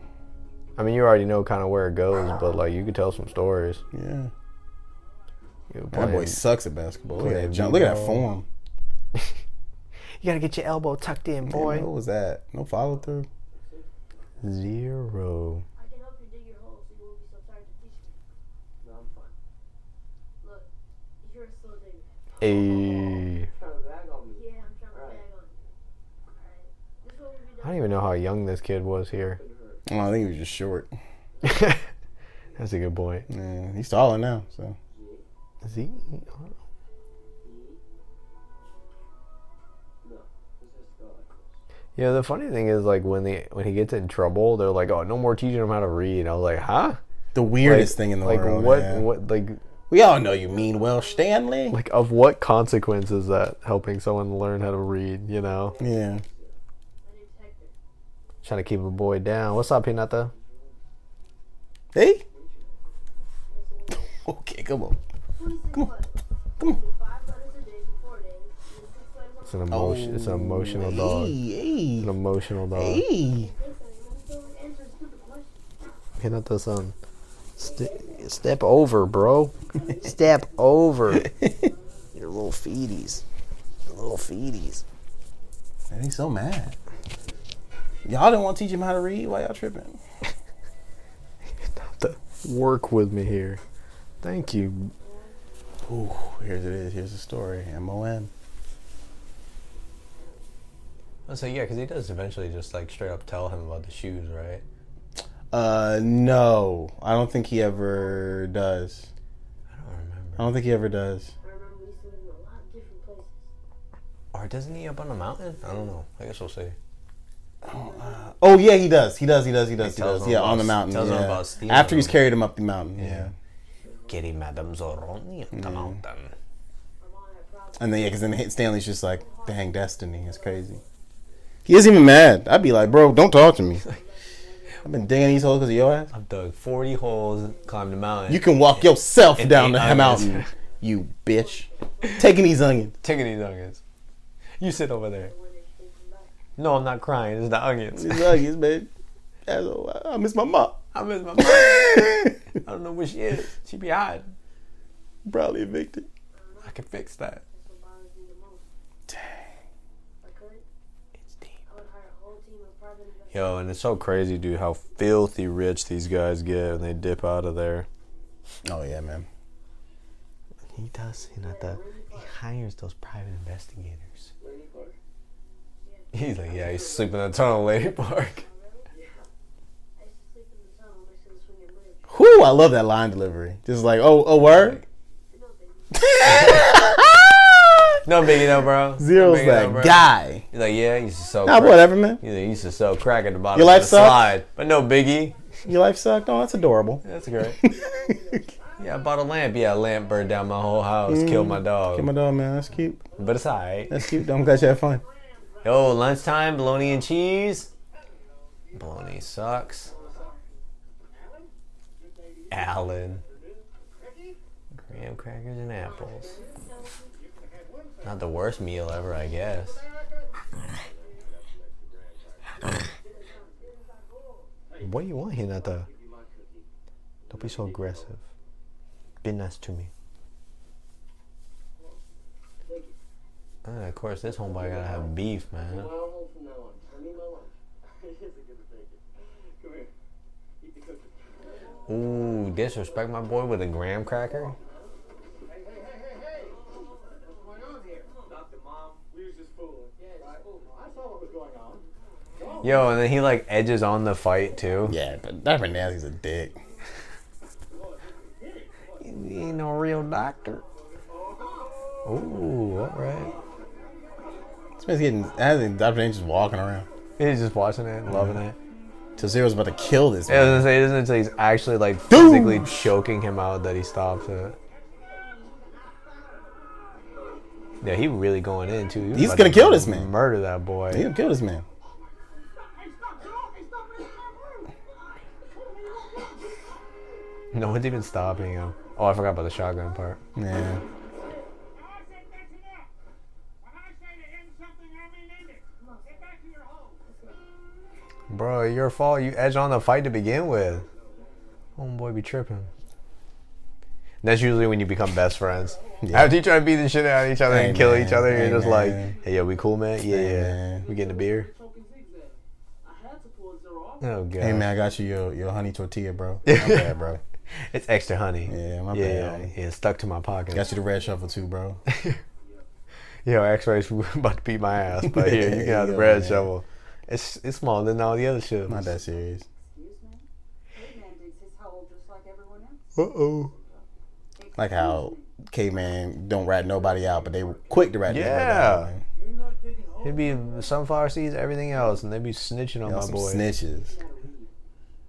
[SPEAKER 2] I mean, you already know kind of where it goes, but like you could tell some stories.
[SPEAKER 3] Yeah.
[SPEAKER 2] You know,
[SPEAKER 3] That boy
[SPEAKER 2] playing-
[SPEAKER 3] sucks at basketball. Look at
[SPEAKER 2] playing
[SPEAKER 3] that, jump. Look at that
[SPEAKER 2] b-ball.
[SPEAKER 3] form.
[SPEAKER 2] You gotta get your elbow tucked in,
[SPEAKER 3] Boy, what was that? No follow through.
[SPEAKER 2] Zero.
[SPEAKER 5] I can help you dig your hole so you won't be so tired to teach me.
[SPEAKER 7] No, I'm fine.
[SPEAKER 5] Look, you're a slow digger.
[SPEAKER 2] A.
[SPEAKER 7] Trying to bag on me.
[SPEAKER 5] Yeah, I'm trying to bag on you. Alright. This is what we do.
[SPEAKER 2] I don't even know how young this kid was here.
[SPEAKER 3] Oh, I think he was just short.
[SPEAKER 2] That's a good point.
[SPEAKER 3] Yeah, he's taller now, so
[SPEAKER 2] Is he?
[SPEAKER 7] No, this is the
[SPEAKER 2] Yeah, the funny thing is, like when the when he gets in trouble, they're like, "Oh, no more teaching him how to read." I was like, "Huh?
[SPEAKER 3] the
[SPEAKER 2] Like,
[SPEAKER 3] weirdest thing in the
[SPEAKER 2] like
[SPEAKER 3] world.
[SPEAKER 2] what?
[SPEAKER 3] yeah.
[SPEAKER 2] What? Like,
[SPEAKER 3] We all know you mean well, Stanley.
[SPEAKER 2] like of what consequence is that helping someone learn how to read? You know,
[SPEAKER 3] Yeah.
[SPEAKER 5] My name's Hector.
[SPEAKER 2] trying to keep a boy down. What's up, Hinata?
[SPEAKER 3] Hey. Okay, come on.
[SPEAKER 5] Twenty-six buttons.
[SPEAKER 3] Come on.
[SPEAKER 5] Do five letters a day for four days, and then six letters
[SPEAKER 2] It's
[SPEAKER 5] on
[SPEAKER 2] an emotion. it's an emotional dog. It's
[SPEAKER 3] Hey,
[SPEAKER 2] an
[SPEAKER 3] hey,
[SPEAKER 2] emotional dog.
[SPEAKER 3] hey.
[SPEAKER 5] the day, so you won't feel like answering stupid questions.
[SPEAKER 2] Hinata-san.
[SPEAKER 9] Ste- step over, bro. step over. Your little feeties. Your little feeties.
[SPEAKER 3] And he's so mad. Y'all didn't want to teach him how to read. Why y'all tripping?
[SPEAKER 9] Work with me here. Thank you.
[SPEAKER 3] Ooh, here's it is. Here's the story. M O N.
[SPEAKER 2] I say yeah, because he does eventually just like straight up tell him about the shoes, right?
[SPEAKER 3] Uh, no, I don't think he ever does.
[SPEAKER 2] I don't remember.
[SPEAKER 3] I don't think he ever does.
[SPEAKER 5] I remember we used to live in a lot of different places.
[SPEAKER 2] Or doesn't he up on a mountain? I don't know. I guess we'll see.
[SPEAKER 3] Oh yeah, he does. He does. He does. He does. He,
[SPEAKER 2] tells
[SPEAKER 3] does.
[SPEAKER 2] him
[SPEAKER 3] Yeah,
[SPEAKER 2] about-
[SPEAKER 3] on the mountain.
[SPEAKER 2] tells him
[SPEAKER 3] yeah.
[SPEAKER 2] about Steve.
[SPEAKER 3] After he's carried him up the mountain. Yeah.
[SPEAKER 2] Kitty Madame Zoroni up the mountain.
[SPEAKER 3] Mm.
[SPEAKER 5] My mom had problems.
[SPEAKER 3] And then yeah, because then Stanley's just like, "Dang, destiny is crazy." He isn't even mad. I'd be like, "Bro, don't talk to me." I've been digging these holes because of your ass.
[SPEAKER 2] I've dug 40 holes, climbed a mountain.
[SPEAKER 3] You can walk yourself
[SPEAKER 2] And
[SPEAKER 3] down
[SPEAKER 2] eat
[SPEAKER 3] the
[SPEAKER 2] onions.
[SPEAKER 3] mountain, you bitch. Taking these onions.
[SPEAKER 2] Take these onions. You sit over there. No, I'm not crying. It's the onions.
[SPEAKER 3] These onions, babe. That's all. I- I miss my mom.
[SPEAKER 2] I miss my mom. I don't know where she is. She be hiding.
[SPEAKER 3] Probably evicted.
[SPEAKER 2] I can fix that.
[SPEAKER 5] That's what bothers me the most. Dang. I could,
[SPEAKER 2] It's deep.
[SPEAKER 5] I would hire a whole team of private investigators.
[SPEAKER 2] Yo, and it's so crazy, dude, how filthy rich these guys get when they dip out of there.
[SPEAKER 3] Oh yeah, man.
[SPEAKER 2] He does. He, not the, he hires those private investigators. He's like, yeah, he's sleeping in the tunnel, Lady Park.
[SPEAKER 5] I used to sleep in the tunnel next to the swinging bridge.
[SPEAKER 3] Whew, I love that line delivery. Just like, oh, oh, word.
[SPEAKER 5] No,
[SPEAKER 2] No biggie,
[SPEAKER 5] baby.
[SPEAKER 2] though, bro. no
[SPEAKER 3] Zero's
[SPEAKER 2] biggie, though,
[SPEAKER 3] that
[SPEAKER 2] bro.
[SPEAKER 3] guy.
[SPEAKER 2] He's like, yeah, he's just so.
[SPEAKER 3] Nah,
[SPEAKER 2] crack-
[SPEAKER 3] whatever, man.
[SPEAKER 2] He's like, he used to sell crack at the bottom
[SPEAKER 3] Your
[SPEAKER 2] of
[SPEAKER 3] life
[SPEAKER 2] the
[SPEAKER 3] sucks?
[SPEAKER 2] slide. But no biggie.
[SPEAKER 3] Your life sucked. Oh, that's adorable.
[SPEAKER 2] That's great. yeah, I bought a lamp. Yeah, a lamp burned down my whole house, killed my dog.
[SPEAKER 3] Get my dog, man. That's cute.
[SPEAKER 2] but it's alright.
[SPEAKER 3] That's cute. I'm glad you had fun.
[SPEAKER 2] Yo, lunchtime, bologna and cheese. Bologna sucks. Allen. Graham crackers and apples. Not the worst meal ever, I guess. What do you want here, Nata? Don't be so aggressive. Be nice to me. Ah, of course, this homeboy gotta have beef, man.
[SPEAKER 7] I'll hold from now on. I need my lunch. it is a good bacon. Come here. Eat the cookie.
[SPEAKER 2] Ooh, disrespect my boy with a graham cracker?
[SPEAKER 8] Hey, hey, hey, hey, hey! What's going on here?
[SPEAKER 7] Not the mom.
[SPEAKER 8] We was just fooling. Yeah, just fooling. I saw what was going on.
[SPEAKER 2] Yo, and then he like edges on the fight too.
[SPEAKER 3] Yeah, but that Bernazi's a dick.
[SPEAKER 2] He ain't no real doctor. Ooh, alright.
[SPEAKER 3] This man's getting. I think Dr. Ain't just walking around.
[SPEAKER 2] He's just watching it, loving it.
[SPEAKER 3] Till Zero's about to kill this
[SPEAKER 2] I was
[SPEAKER 3] man.
[SPEAKER 2] gonna say, it isn't until he's actually like physically choking him out that he stops it. Yeah, he really going in too. He was
[SPEAKER 3] He's
[SPEAKER 2] about
[SPEAKER 3] gonna
[SPEAKER 2] to
[SPEAKER 3] kill this man.
[SPEAKER 2] Murder that boy.
[SPEAKER 3] He'll kill this man.
[SPEAKER 2] No one's even stopping him. Oh, I forgot about the shotgun part.
[SPEAKER 3] Yeah.
[SPEAKER 8] I said that's enough. When I say to end something, I mean end it. Get back to your home.
[SPEAKER 2] Bro, your fault. You edged on the fight to begin with. Homeboy be tripping. That's usually when you become best friends. After you try to beat the shit out of each other
[SPEAKER 3] Hey,
[SPEAKER 2] and kill
[SPEAKER 3] man.
[SPEAKER 2] each other,
[SPEAKER 3] Hey,
[SPEAKER 2] you're just
[SPEAKER 3] man.
[SPEAKER 2] like, hey, yo, we cool, man? Yeah,
[SPEAKER 3] Hey,
[SPEAKER 2] yeah.
[SPEAKER 3] man.
[SPEAKER 2] We getting a beer?
[SPEAKER 7] Choking zigzag. I had to pull Zero off.
[SPEAKER 2] Oh, God.
[SPEAKER 3] Hey man, I got you your your honey tortilla, bro. My bad, bro.
[SPEAKER 2] It's extra honey.
[SPEAKER 3] Yeah, my
[SPEAKER 2] yeah,
[SPEAKER 3] bad.
[SPEAKER 2] Yeah, yeah, it's stuck to my pocket.
[SPEAKER 3] Got you the red shovel too, bro.
[SPEAKER 2] Yo, X-Ray's about to beat my ass, but here, you can have the
[SPEAKER 3] Yeah,
[SPEAKER 2] bread
[SPEAKER 3] man.
[SPEAKER 2] shovel. It's it's smaller than all the other shit.
[SPEAKER 3] Not that serious.
[SPEAKER 6] Excuse me? Caveman digs his hole just like everyone else.
[SPEAKER 2] Uh-oh.
[SPEAKER 3] Like how caveman don't rat nobody out, but they were quick to rat this man
[SPEAKER 2] Yeah.
[SPEAKER 3] out. man.
[SPEAKER 7] You're not digging holes.
[SPEAKER 2] It'd be sunflower seeds, everything else, and they'd be snitching on
[SPEAKER 3] Y'all
[SPEAKER 2] my
[SPEAKER 3] some
[SPEAKER 2] boy.
[SPEAKER 3] snitches.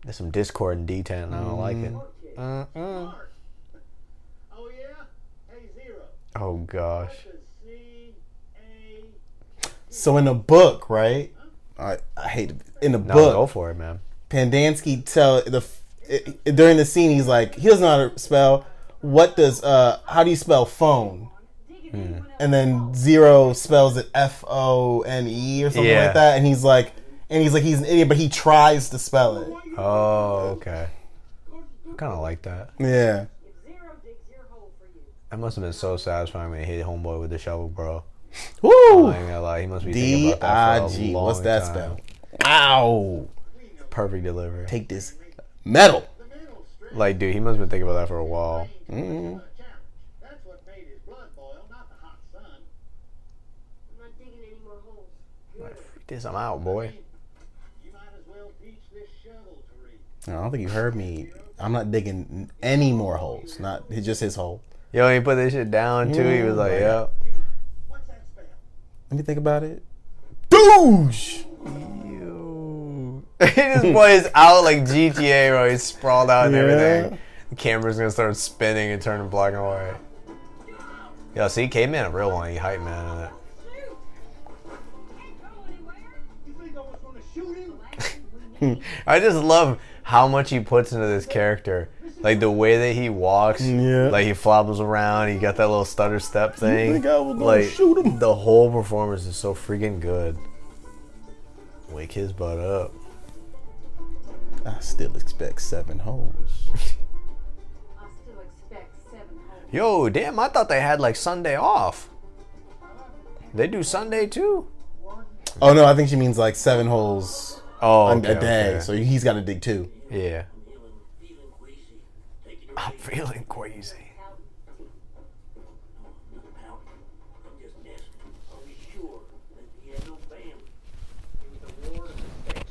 [SPEAKER 2] There's some discord and detent, and I don't like it.
[SPEAKER 3] Mm-hmm.
[SPEAKER 2] Mm-mm.
[SPEAKER 8] Oh, yeah? Hey, Zero.
[SPEAKER 2] Oh gosh.
[SPEAKER 8] The C A.
[SPEAKER 3] So in the book, right? I, I hate it. in the
[SPEAKER 2] No,
[SPEAKER 3] book.
[SPEAKER 2] go for it, man.
[SPEAKER 3] Pandansky tell the i- i- during the scene he's like he doesn't know how to spell. What does uh how do you spell phone? And then zero spells it F O N E or something
[SPEAKER 2] Yeah.
[SPEAKER 3] like that, and he's like, and he's like he's an idiot, but he tries to spell it.
[SPEAKER 2] Oh, okay.
[SPEAKER 8] Go, go
[SPEAKER 2] I kind of like that.
[SPEAKER 3] Yeah.
[SPEAKER 5] If zero digs your hole for you,
[SPEAKER 2] That must have been so satisfying when he hit homeboy with the shovel, bro.
[SPEAKER 3] Woo!
[SPEAKER 2] I ain't gonna lie, he must be thinking
[SPEAKER 3] D
[SPEAKER 2] about that
[SPEAKER 3] I
[SPEAKER 2] for a
[SPEAKER 3] G.
[SPEAKER 2] long
[SPEAKER 3] What's that
[SPEAKER 2] time.
[SPEAKER 3] spell? Ow!
[SPEAKER 2] Perfect delivery.
[SPEAKER 3] Take this metal.
[SPEAKER 2] Like, dude, he must have been thinking about that for a while. Mm-hmm.
[SPEAKER 3] Mm.
[SPEAKER 8] That's what made his blood boil, not the hot sun.
[SPEAKER 5] I'm not digging any more holes.
[SPEAKER 2] Freak this, I'm out, boy.
[SPEAKER 8] You might as well teach this shovel to read.
[SPEAKER 3] No, I don't think you heard me. I'm not digging any more holes. Not it's just his hole.
[SPEAKER 2] Yo, he put this shit down too. He was like,
[SPEAKER 3] Mm.
[SPEAKER 2] yo.
[SPEAKER 8] What's that spell?
[SPEAKER 3] Let me think about it. Douche.
[SPEAKER 2] this boy is out like GTA, bro. He's sprawled out and
[SPEAKER 3] Yeah.
[SPEAKER 2] everything. The camera's gonna start spinning and turning black and white. Yo, see, caveman a real one. He hype man in it.
[SPEAKER 8] You think I was gonna shoot him?
[SPEAKER 2] I just love how much he puts into this character. Like the way that he walks,
[SPEAKER 3] Mm, Yeah.
[SPEAKER 2] like he flobbles around, he got that little stutter step thing.
[SPEAKER 3] think I was gonna
[SPEAKER 2] like
[SPEAKER 3] shoot him?
[SPEAKER 2] the whole performance is so freaking good. Wake his butt up.
[SPEAKER 3] I still expect seven holes.
[SPEAKER 5] I still expect seven holes.
[SPEAKER 2] Yo, damn, I thought they had like Sunday off. They do Sunday too.
[SPEAKER 3] Oh no, I think she means like seven holes
[SPEAKER 2] Oh,
[SPEAKER 3] on a
[SPEAKER 2] okay,
[SPEAKER 3] day.
[SPEAKER 2] okay.
[SPEAKER 3] So he's got to dig two.
[SPEAKER 2] yeah.
[SPEAKER 7] Feeling, feeling queasy. Taking a
[SPEAKER 2] I'm
[SPEAKER 7] break.
[SPEAKER 2] feeling queasy.
[SPEAKER 7] No, I'm not pouting. I'm just asking. Are we sure that he had no family? It was a war of affection.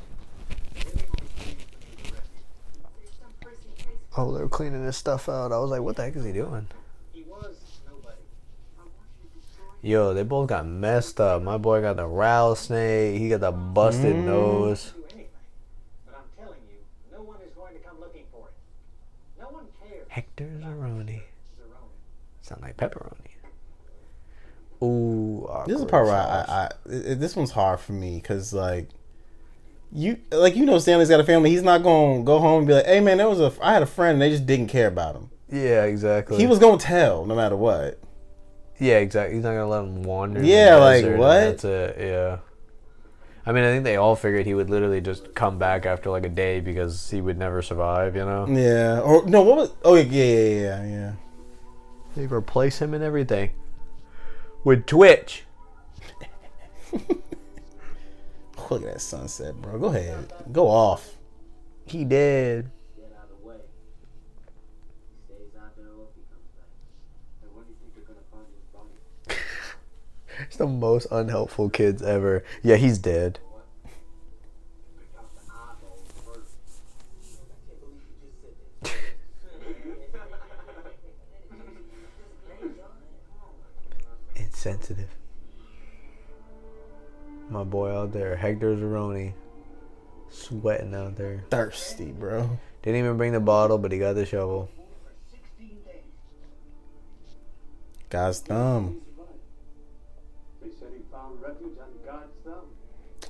[SPEAKER 7] Everyone hated to be arrested.
[SPEAKER 5] There's some pressing case.
[SPEAKER 9] Oh, they're cleaning this stuff out. I was like,
[SPEAKER 2] What the heck is he doing?
[SPEAKER 8] He was nobody.
[SPEAKER 5] I want you to destroy
[SPEAKER 2] Yo, they both got messed up. My boy got the rattlesnake. He got the busted
[SPEAKER 3] Mm.
[SPEAKER 2] nose.
[SPEAKER 8] Do anything. But I'm telling you, no one is going to come looking for it. No one cares.
[SPEAKER 2] Hector Zeroni.
[SPEAKER 8] Zerone.
[SPEAKER 2] Sound like pepperoni. Ooh,
[SPEAKER 3] This is the
[SPEAKER 2] awkward
[SPEAKER 3] part where I,
[SPEAKER 2] sauce.
[SPEAKER 3] I, I i- this one's hard for me because like you like you know Stanley's got a family. He's not gonna go home and be like, hey man, there was a I had a friend and they just didn't care about him.
[SPEAKER 2] yeah, exactly.
[SPEAKER 3] He was gonna tell no matter what.
[SPEAKER 2] yeah, exactly. He's not gonna let him wander. in the
[SPEAKER 3] Yeah, like,
[SPEAKER 2] desert and
[SPEAKER 3] what?
[SPEAKER 2] That's it. Yeah. I mean, I think they all figured he would literally just come back after like a day because he would never survive. You know,
[SPEAKER 3] Yeah. Or no, what was? Oh yeah, yeah, yeah, yeah. yeah.
[SPEAKER 2] they replace him and everything with Twitch.
[SPEAKER 3] Look at that sunset, bro. Go ahead, go off.
[SPEAKER 2] He did.
[SPEAKER 7] Get out of the way. He stays out there or if he comes back. And where do you think they're gonna find his body?
[SPEAKER 2] It's the most unhelpful kids ever. Yeah, he's dead.
[SPEAKER 7] Pick out the eyeball first. I can't believe you just said that.
[SPEAKER 2] Insensitive. My boy out there, Hector Zeroni, sweating out there.
[SPEAKER 3] Thirsty, bro.
[SPEAKER 2] Didn't even bring the bottle, but he got the shovel.
[SPEAKER 3] God's thumb.
[SPEAKER 7] They said he found refuge on God's thumb.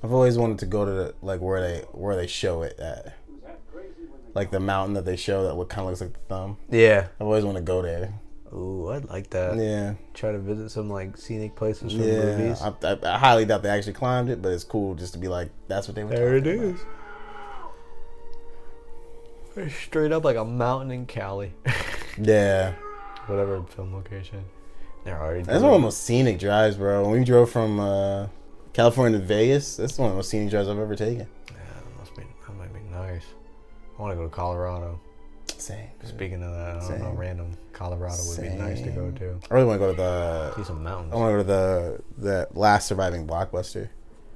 [SPEAKER 3] I've always wanted to go to the, like where they where they show it at,
[SPEAKER 7] He was half crazy when they
[SPEAKER 3] like the mountain that they show that look kind of looks like the thumb.
[SPEAKER 2] Yeah.
[SPEAKER 3] I've always want to go there.
[SPEAKER 2] Ooh, I'd like that.
[SPEAKER 3] Yeah,
[SPEAKER 2] Try to visit some like scenic places from
[SPEAKER 3] yeah.
[SPEAKER 2] movies.
[SPEAKER 3] I, I, I highly doubt they actually climbed it, but it's cool just to be like, that's what they were.
[SPEAKER 2] there it
[SPEAKER 3] talking
[SPEAKER 2] is. It's Straight up like a mountain in Cali.
[SPEAKER 3] about. Yeah,
[SPEAKER 2] Whatever film location. They're already
[SPEAKER 3] that's one of the most scenic drives, bro. When we drove from uh, California to Vegas, that's one of the most scenic drives I've ever taken.
[SPEAKER 2] That must be that might be nice. I want to go to Colorado.
[SPEAKER 3] Same.
[SPEAKER 2] Speaking of that, I don't know,
[SPEAKER 3] Same.
[SPEAKER 2] random Colorado would be nice to go to.
[SPEAKER 3] I really want to go to the.
[SPEAKER 2] See some
[SPEAKER 3] I
[SPEAKER 2] mountains.
[SPEAKER 3] want to go to the the last surviving blockbuster.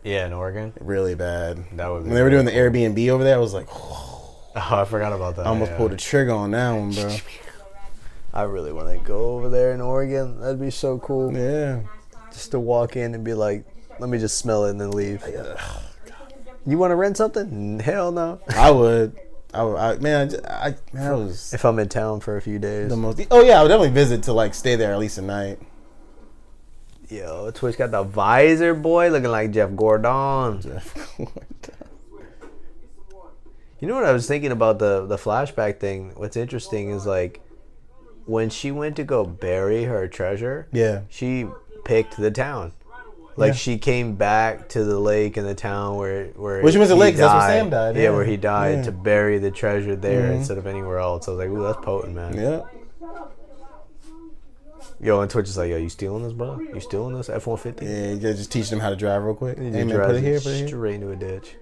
[SPEAKER 2] Yeah, in Oregon.
[SPEAKER 3] Really bad.
[SPEAKER 2] That would be
[SPEAKER 3] when they were doing the Airbnb over there, I was like,
[SPEAKER 2] Oh, I forgot about that.
[SPEAKER 3] I almost
[SPEAKER 2] yeah.
[SPEAKER 3] pulled the trigger on that one, bro.
[SPEAKER 2] I really want to go over there in Oregon. That'd be so cool.
[SPEAKER 3] Yeah.
[SPEAKER 2] Just to walk in and be like, let me just smell it and then leave.
[SPEAKER 3] Ugh.
[SPEAKER 2] You want to rent something? Hell no.
[SPEAKER 3] I would. I, would, I man, I, just- I man, I was
[SPEAKER 2] If I'm in town for a few days.
[SPEAKER 3] the most. Oh yeah, I would definitely visit to like stay there at least a night.
[SPEAKER 2] Yo, Twitch got the visor boy looking like Jeff Gordon. You know what I was thinking about the the flashback thing? What's interesting is like when she went to go bury her treasure,
[SPEAKER 3] yeah.
[SPEAKER 2] she picked the town. Like she came back to the lake in the town where where
[SPEAKER 3] Which was the
[SPEAKER 2] he
[SPEAKER 3] lake, 'cause that's where Sam died,
[SPEAKER 2] Yeah,
[SPEAKER 3] yeah.
[SPEAKER 2] where he died
[SPEAKER 3] Yeah. Mm-hmm.
[SPEAKER 2] to bury the treasure there instead of anywhere else. I was like, ooh, that's potent, man.
[SPEAKER 3] Yeah.
[SPEAKER 2] Yo, and Twitch is like, yo, you stealing this, bro? You stealing this F one fifty?
[SPEAKER 3] Yeah, you gotta just teach them how to drive real quick. Hey,
[SPEAKER 2] He
[SPEAKER 3] man,
[SPEAKER 2] drives
[SPEAKER 3] put it
[SPEAKER 2] it
[SPEAKER 3] here, put it here.
[SPEAKER 2] straight into a ditch.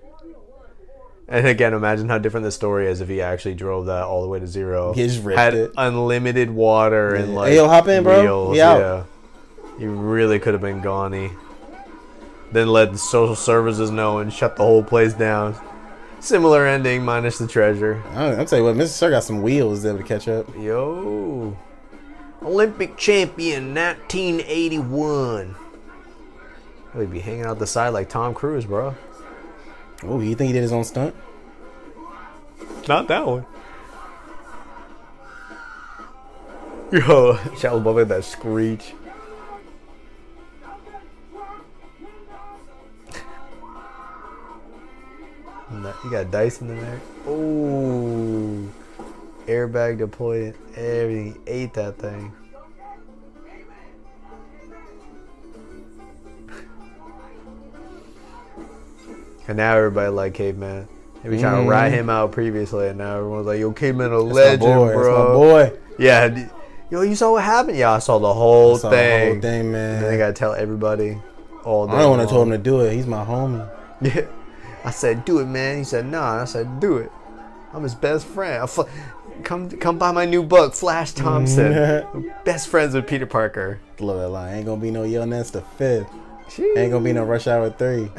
[SPEAKER 2] And again, imagine how different the story is if he actually drove that all the way to zero.
[SPEAKER 3] He just ripped
[SPEAKER 2] had
[SPEAKER 3] it.
[SPEAKER 2] unlimited water and
[SPEAKER 3] Yeah.
[SPEAKER 2] like
[SPEAKER 3] Hey, yo, hop in, bro.
[SPEAKER 2] wheels,
[SPEAKER 3] We out.
[SPEAKER 2] Yeah, he really could have been gone. Then let the social services know and shut the whole place down. Similar ending, minus the treasure.
[SPEAKER 3] I don't know, I'll tell you what, Mr. Sir got some wheels able to catch up.
[SPEAKER 2] Yo, Olympic champion, 1981. He'd be hanging out the side like Tom Cruise, bro.
[SPEAKER 3] Oh, you think he did his own stunt?
[SPEAKER 2] Not that one. Yo, Shia LaBeouf had that screech. No, You got dice in the neck. Ooh. Airbag deployed and everything. Ate that thing. And now everybody like Caveman. They be trying to ride him out previously, and now everyone's like, "Yo, Caveman a
[SPEAKER 3] Mm-hmm. That's
[SPEAKER 2] legend,
[SPEAKER 3] my boy.
[SPEAKER 2] bro."
[SPEAKER 3] That's my boy.
[SPEAKER 2] Yeah, d- yo, you saw what happened? Yeah, I saw the whole
[SPEAKER 3] That's the
[SPEAKER 2] thing.
[SPEAKER 3] whole thing, man.
[SPEAKER 2] And then they gotta tell everybody. All day
[SPEAKER 3] I don't want
[SPEAKER 2] long.
[SPEAKER 3] to tell him to do it. He's my homie.
[SPEAKER 2] Yeah. I said, do it, man. He said, nah. And I said, do it. I'm his best friend. I fl- come come buy my new book, Flash Thompson. best friends with Peter Parker.
[SPEAKER 3] Love that line. Ain't gonna be no yelling. That's the fifth.
[SPEAKER 2] Sheesh.
[SPEAKER 3] Ain't gonna be no rush hour three.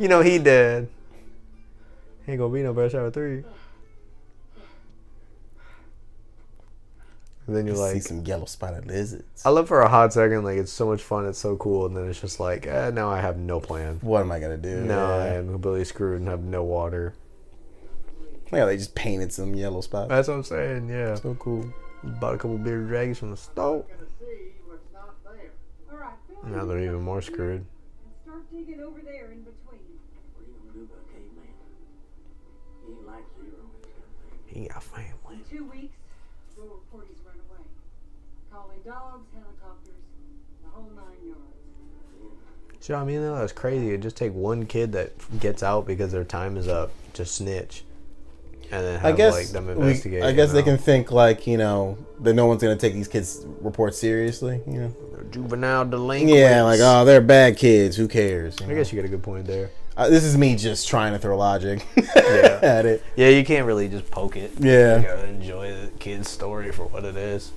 [SPEAKER 2] You know he did. Ain't gonna be no Best Hour 3. And then you're
[SPEAKER 3] See
[SPEAKER 2] like,
[SPEAKER 3] some yellow spotted lizards.
[SPEAKER 2] I love for a hot second, like it's so much fun, it's so cool, and then it's just like, eh, now I have no plan.
[SPEAKER 3] What am I gonna do?
[SPEAKER 2] Now I
[SPEAKER 3] Yeah.
[SPEAKER 2] am completely screwed and have no water.
[SPEAKER 3] yeah, they just painted some yellow spots.
[SPEAKER 2] That's what I'm saying, yeah.
[SPEAKER 3] So cool.
[SPEAKER 2] Bought a couple beer dragons from the store.
[SPEAKER 7] See what's not there.
[SPEAKER 6] All right, Phil,
[SPEAKER 2] Now they're even more screwed.
[SPEAKER 6] start digging over there in between.
[SPEAKER 7] What are you gonna do about caveman? He ain't like zero.
[SPEAKER 2] He
[SPEAKER 7] He's got things.
[SPEAKER 2] got family.
[SPEAKER 6] In two weeks, we'll report he's run away. Collie dogs, helicopters, the whole nine yards.
[SPEAKER 2] So I mean, though, that's crazy. It just take one kid that gets out because their time is up to snitch, and then have
[SPEAKER 3] I guess
[SPEAKER 2] like them
[SPEAKER 3] we-
[SPEAKER 2] investigate.
[SPEAKER 3] I guess
[SPEAKER 2] you
[SPEAKER 3] they
[SPEAKER 2] know?
[SPEAKER 3] can think like you know that no one's gonna take these kids' reports seriously. You know.
[SPEAKER 2] juvenile delinquents.
[SPEAKER 3] Yeah, like
[SPEAKER 2] uh,
[SPEAKER 3] oh, they're bad kids. Who cares? you
[SPEAKER 2] I
[SPEAKER 3] know?
[SPEAKER 2] guess you get a good point there.
[SPEAKER 3] Uh, this is me just trying to throw logic
[SPEAKER 2] Yeah.
[SPEAKER 3] at it.
[SPEAKER 2] Yeah, you can't really just poke it.
[SPEAKER 3] Yeah.
[SPEAKER 2] you gotta enjoy the kid's story for what it is.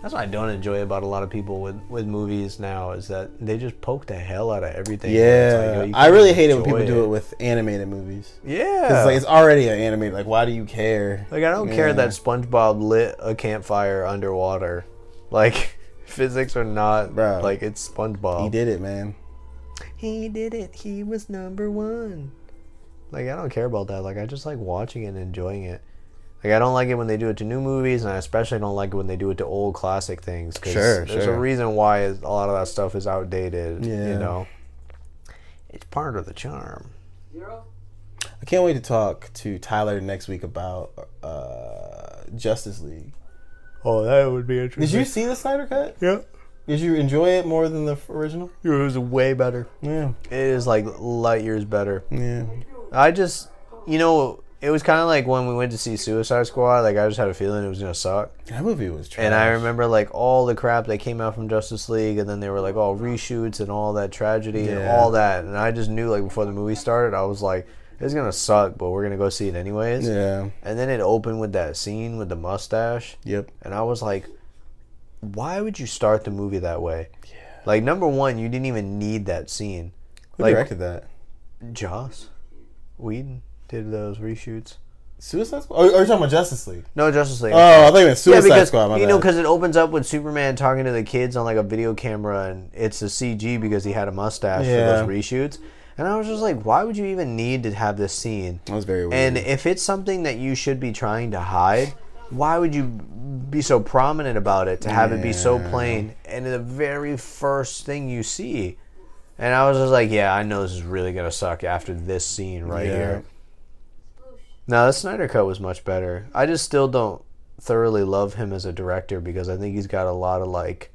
[SPEAKER 2] That's what I don't enjoy about a lot of people with, with movies now is that they just poke the hell out of everything. It's like, yo,
[SPEAKER 3] Yeah,
[SPEAKER 2] you
[SPEAKER 3] I
[SPEAKER 2] can't
[SPEAKER 3] really hate it when
[SPEAKER 2] enjoy
[SPEAKER 3] people do it with animated movies.
[SPEAKER 2] Yeah,
[SPEAKER 3] It's like it's already an animated. Like, why do you care?
[SPEAKER 2] Like I don't care
[SPEAKER 3] Yeah.
[SPEAKER 2] that SpongeBob lit a campfire underwater. Like physics or not,
[SPEAKER 3] Bro.
[SPEAKER 2] like it's SpongeBob.
[SPEAKER 3] he did it, man.
[SPEAKER 2] He did it. He was number one. Like I don't care about that. Like I just like watching it and enjoying it. Like I don't like it when they do it to new movies, and I especially don't like it when they do it to old classic things. 'cause
[SPEAKER 3] Sure,
[SPEAKER 2] there's
[SPEAKER 3] sure.
[SPEAKER 2] a reason why is- a lot of that stuff is outdated.
[SPEAKER 3] Yeah.
[SPEAKER 2] you know, it's part of the charm.
[SPEAKER 7] Zero?
[SPEAKER 3] I can't wait to talk to Tyler next week about uh, Justice League.
[SPEAKER 2] Oh, that would be
[SPEAKER 3] Did
[SPEAKER 2] interesting.
[SPEAKER 3] you see the Snyder Cut?
[SPEAKER 2] Yeah,
[SPEAKER 3] Did you enjoy it more than the f- original?
[SPEAKER 2] it was way better.
[SPEAKER 3] Yeah,
[SPEAKER 2] It is like light years better.
[SPEAKER 3] yeah.
[SPEAKER 2] I just, you know, it was kind of like when we went to see Suicide Squad. Like I just had a feeling it was gonna suck,
[SPEAKER 3] That movie was trash.
[SPEAKER 2] and I remember like all the crap that came out from Justice League, and then they were like all reshoots and all that tragedy and
[SPEAKER 3] Yeah.
[SPEAKER 2] all that, and I just knew like before the movie started, I was like, it's gonna suck, but we're gonna go see it anyways.
[SPEAKER 3] Yeah.
[SPEAKER 2] And then it opened with that scene with the mustache,
[SPEAKER 3] Yep.
[SPEAKER 2] and I was like, why would you start the movie that way? Like number one, you didn't even need that scene.
[SPEAKER 3] Who
[SPEAKER 2] Like-
[SPEAKER 3] directed that?
[SPEAKER 2] Joss, Whedon did those reshoots.
[SPEAKER 3] Suicide Squad? Or, or you talking about Justice League?
[SPEAKER 2] No, Justice League.
[SPEAKER 3] Oh, I think it's
[SPEAKER 2] yeah,
[SPEAKER 3] Suicide
[SPEAKER 2] because
[SPEAKER 3] Squad. My
[SPEAKER 2] you know,
[SPEAKER 3] bad.
[SPEAKER 2] because it opens up with Superman talking to the kids on like a video camera, and it's a CG because he had a mustache
[SPEAKER 3] Yeah.
[SPEAKER 2] for those reshoots. And I was just like, why would you even need to have this scene?
[SPEAKER 3] that was very weird.
[SPEAKER 2] And if it's something that you should be trying to hide, why would you be so prominent about it to have it be so
[SPEAKER 3] Yeah.
[SPEAKER 2] plain and the very first thing you see? And I was just like, yeah, I know this is really gonna suck after this scene right
[SPEAKER 3] Yeah.
[SPEAKER 2] here.
[SPEAKER 5] Oh,
[SPEAKER 2] No, the Snyder Cut was much better. I just still don't thoroughly love him as a director because I think he's got a lot of like,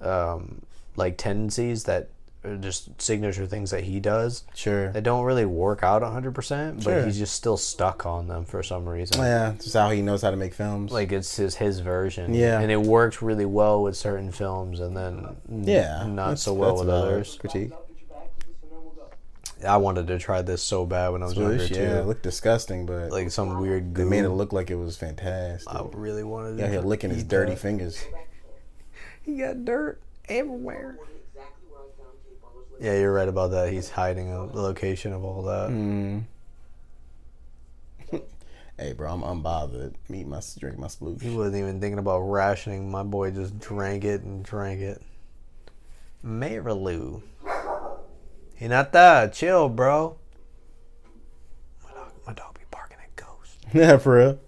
[SPEAKER 2] um, like tendencies that or just signature things that he does
[SPEAKER 3] Sure.
[SPEAKER 2] that don't really work out 100%, but
[SPEAKER 3] Sure.
[SPEAKER 2] he's just still stuck on them for some reason.
[SPEAKER 3] Oh, Yeah, just how he knows how to make films.
[SPEAKER 2] Like it's his his version,
[SPEAKER 3] Yeah.
[SPEAKER 2] and it worked really well with certain films, and then n-
[SPEAKER 3] yeah,
[SPEAKER 2] not
[SPEAKER 3] that's-
[SPEAKER 2] so well
[SPEAKER 3] that's
[SPEAKER 2] with
[SPEAKER 3] valid
[SPEAKER 2] others.
[SPEAKER 3] Critique.
[SPEAKER 2] I wanted to try this so bad when I was younger
[SPEAKER 3] Bush, yeah, it
[SPEAKER 2] too,
[SPEAKER 3] looked disgusting, but
[SPEAKER 2] like some weird
[SPEAKER 3] they
[SPEAKER 2] goo.
[SPEAKER 3] made it look like it was fantastic.
[SPEAKER 2] I really wanted to
[SPEAKER 3] Yeah, he
[SPEAKER 2] try-
[SPEAKER 3] licking his
[SPEAKER 2] eat
[SPEAKER 3] dirty
[SPEAKER 2] that.
[SPEAKER 3] fingers.
[SPEAKER 2] He got dirt everywhere. Yeah, you're right about that. He's hiding the location of all that.
[SPEAKER 3] Mm. Mm-hmm. Hey, bro, I'm unbothered. Meet my drink my
[SPEAKER 2] He
[SPEAKER 3] sploosh.
[SPEAKER 2] wasn't even thinking about rationing. My boy just drank it and drank it. Marilou. Hinata, chill, bro. My dog, my dog be barking at ghosts.
[SPEAKER 3] yeah, for real.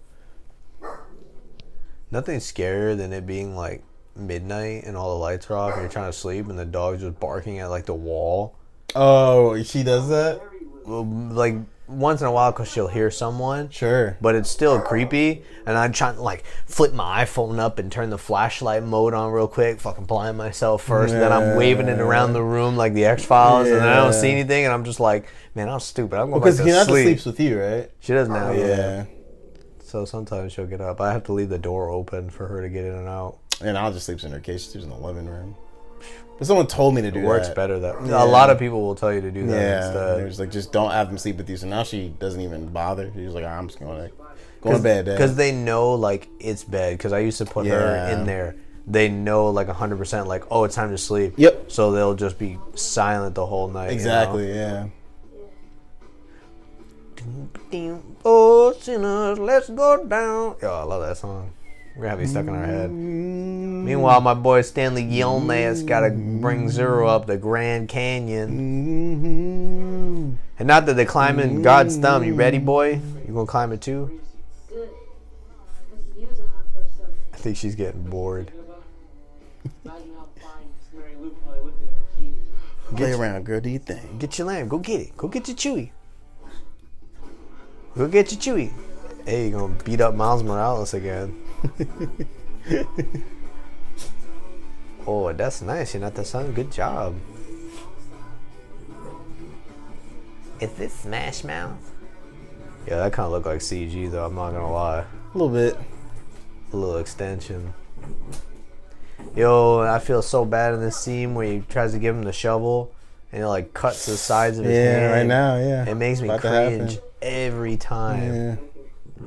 [SPEAKER 2] Nothing scarier than it being like midnight and all the lights are off and you're trying to sleep and the dog's just barking at like the wall.
[SPEAKER 3] Oh, she does that.
[SPEAKER 2] Well, Like once in a while, cause she'll hear someone.
[SPEAKER 3] Sure.
[SPEAKER 2] but it's still creepy. And I'm trying to like flip my iPhone up and turn the flashlight mode on real quick, fucking blind myself first. And then I'm waving it around the room like the X Files, and then I don't see
[SPEAKER 3] Yeah.
[SPEAKER 2] anything. And I'm just like, man, I'm stupid. I'm going
[SPEAKER 3] because
[SPEAKER 2] back
[SPEAKER 3] he
[SPEAKER 2] to
[SPEAKER 3] not
[SPEAKER 2] sleep.
[SPEAKER 3] sleeps with you, right?
[SPEAKER 2] She doesn't now.
[SPEAKER 3] Oh, Yeah.
[SPEAKER 2] So sometimes she'll get up. I have to leave the door open for her to get in and out.
[SPEAKER 3] And I'll just sleeps in her cage. She sleeps in the living room. But someone told me to do
[SPEAKER 2] It works
[SPEAKER 3] that.
[SPEAKER 2] better that a
[SPEAKER 3] Yeah.
[SPEAKER 2] lot of people will tell you to do that
[SPEAKER 3] Yeah,
[SPEAKER 2] instead.
[SPEAKER 3] they was like, just don't have them sleep with you. So now she doesn't even bother. She's like, I'm just going to go to bed. Dad.
[SPEAKER 2] because they know like it's bad. Because I used to put
[SPEAKER 3] Yeah.
[SPEAKER 2] her in there. They know like hundred percent like oh it's time to sleep.
[SPEAKER 3] Yep.
[SPEAKER 2] So they'll just be silent the whole night. you know?
[SPEAKER 3] exactly, yeah.
[SPEAKER 2] Oh sinners, let's go down. Yo, I love that song. We're gonna be stuck in our head. Meanwhile, my boy Stanley Yelnats gotta bring Zero up the Grand Canyon. And not that they're climbing God's thumb. You ready, boy? You gonna climb it too?
[SPEAKER 5] Good. I could use a hug for a second.
[SPEAKER 2] I think she's getting bored.
[SPEAKER 7] Imagine how fine Mary Lou probably looked in a bikini.
[SPEAKER 3] Play around, girl. Do you think?
[SPEAKER 2] Get your lamb. Go get it. Go get your Chewy. Go get your Chewy. Hey, you gonna beat up Miles Morales again? oh, that's nice. You're not the son. Good job. Is this Smash Mouth? Yeah, that kind of looked like CG though. I'm not gonna lie.
[SPEAKER 3] A little bit.
[SPEAKER 2] A little extension. Yo, I feel so bad in this scene where he tries to give him the shovel and it like cuts the sides of his
[SPEAKER 3] Yeah,
[SPEAKER 2] hand.
[SPEAKER 3] right now, yeah.
[SPEAKER 2] It makes me
[SPEAKER 3] About to happen.
[SPEAKER 2] cringe every time.
[SPEAKER 3] Yeah.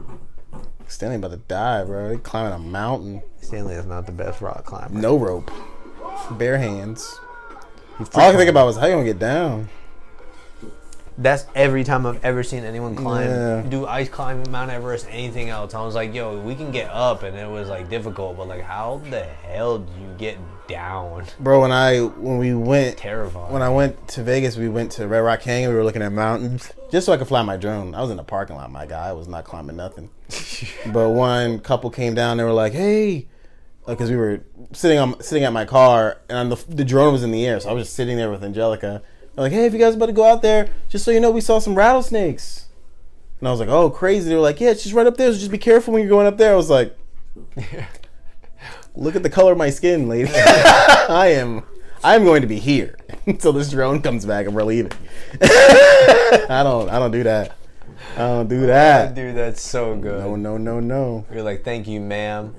[SPEAKER 3] Stanley about to die, bro. He climbing a mountain.
[SPEAKER 2] Stanley is not the best rock climber.
[SPEAKER 3] No rope. Bare hands.
[SPEAKER 2] He
[SPEAKER 3] All I could
[SPEAKER 2] freaking-
[SPEAKER 3] think about was how you gonna get down.
[SPEAKER 2] That's every time I've ever seen anyone climb,
[SPEAKER 3] Yeah.
[SPEAKER 2] do ice climb Mount Everest, anything else. I was like, yo, we can get up, and it was like difficult, but like, how the hell do you get down?
[SPEAKER 3] Bro, when I when we went
[SPEAKER 2] Terrifying.
[SPEAKER 3] when I went to Vegas, we went to Red Rock Canyon. We were looking at mountains just so I could fly my drone. I was in the parking lot, my guy. I was not climbing nothing. but one couple came down. They were like, "Hey," because we were sitting on sitting at my car, and the the drone was in the air, so I was just sitting there with Angelica. They're like, "Hey, if you guys about to go out there, just so you know, we saw some rattlesnakes." And I was like, "Oh, crazy!" They were like, "Yeah, it's just right up there. So just be careful when you're going up there." I was like, "Look at the color of my skin, lady. I am." I'm going to be here until this drone comes back and we're leaving. I don't I don't do that. I don't do that.
[SPEAKER 2] Dude, that's so good.
[SPEAKER 3] No no no no.
[SPEAKER 2] You're like, thank you, ma'am.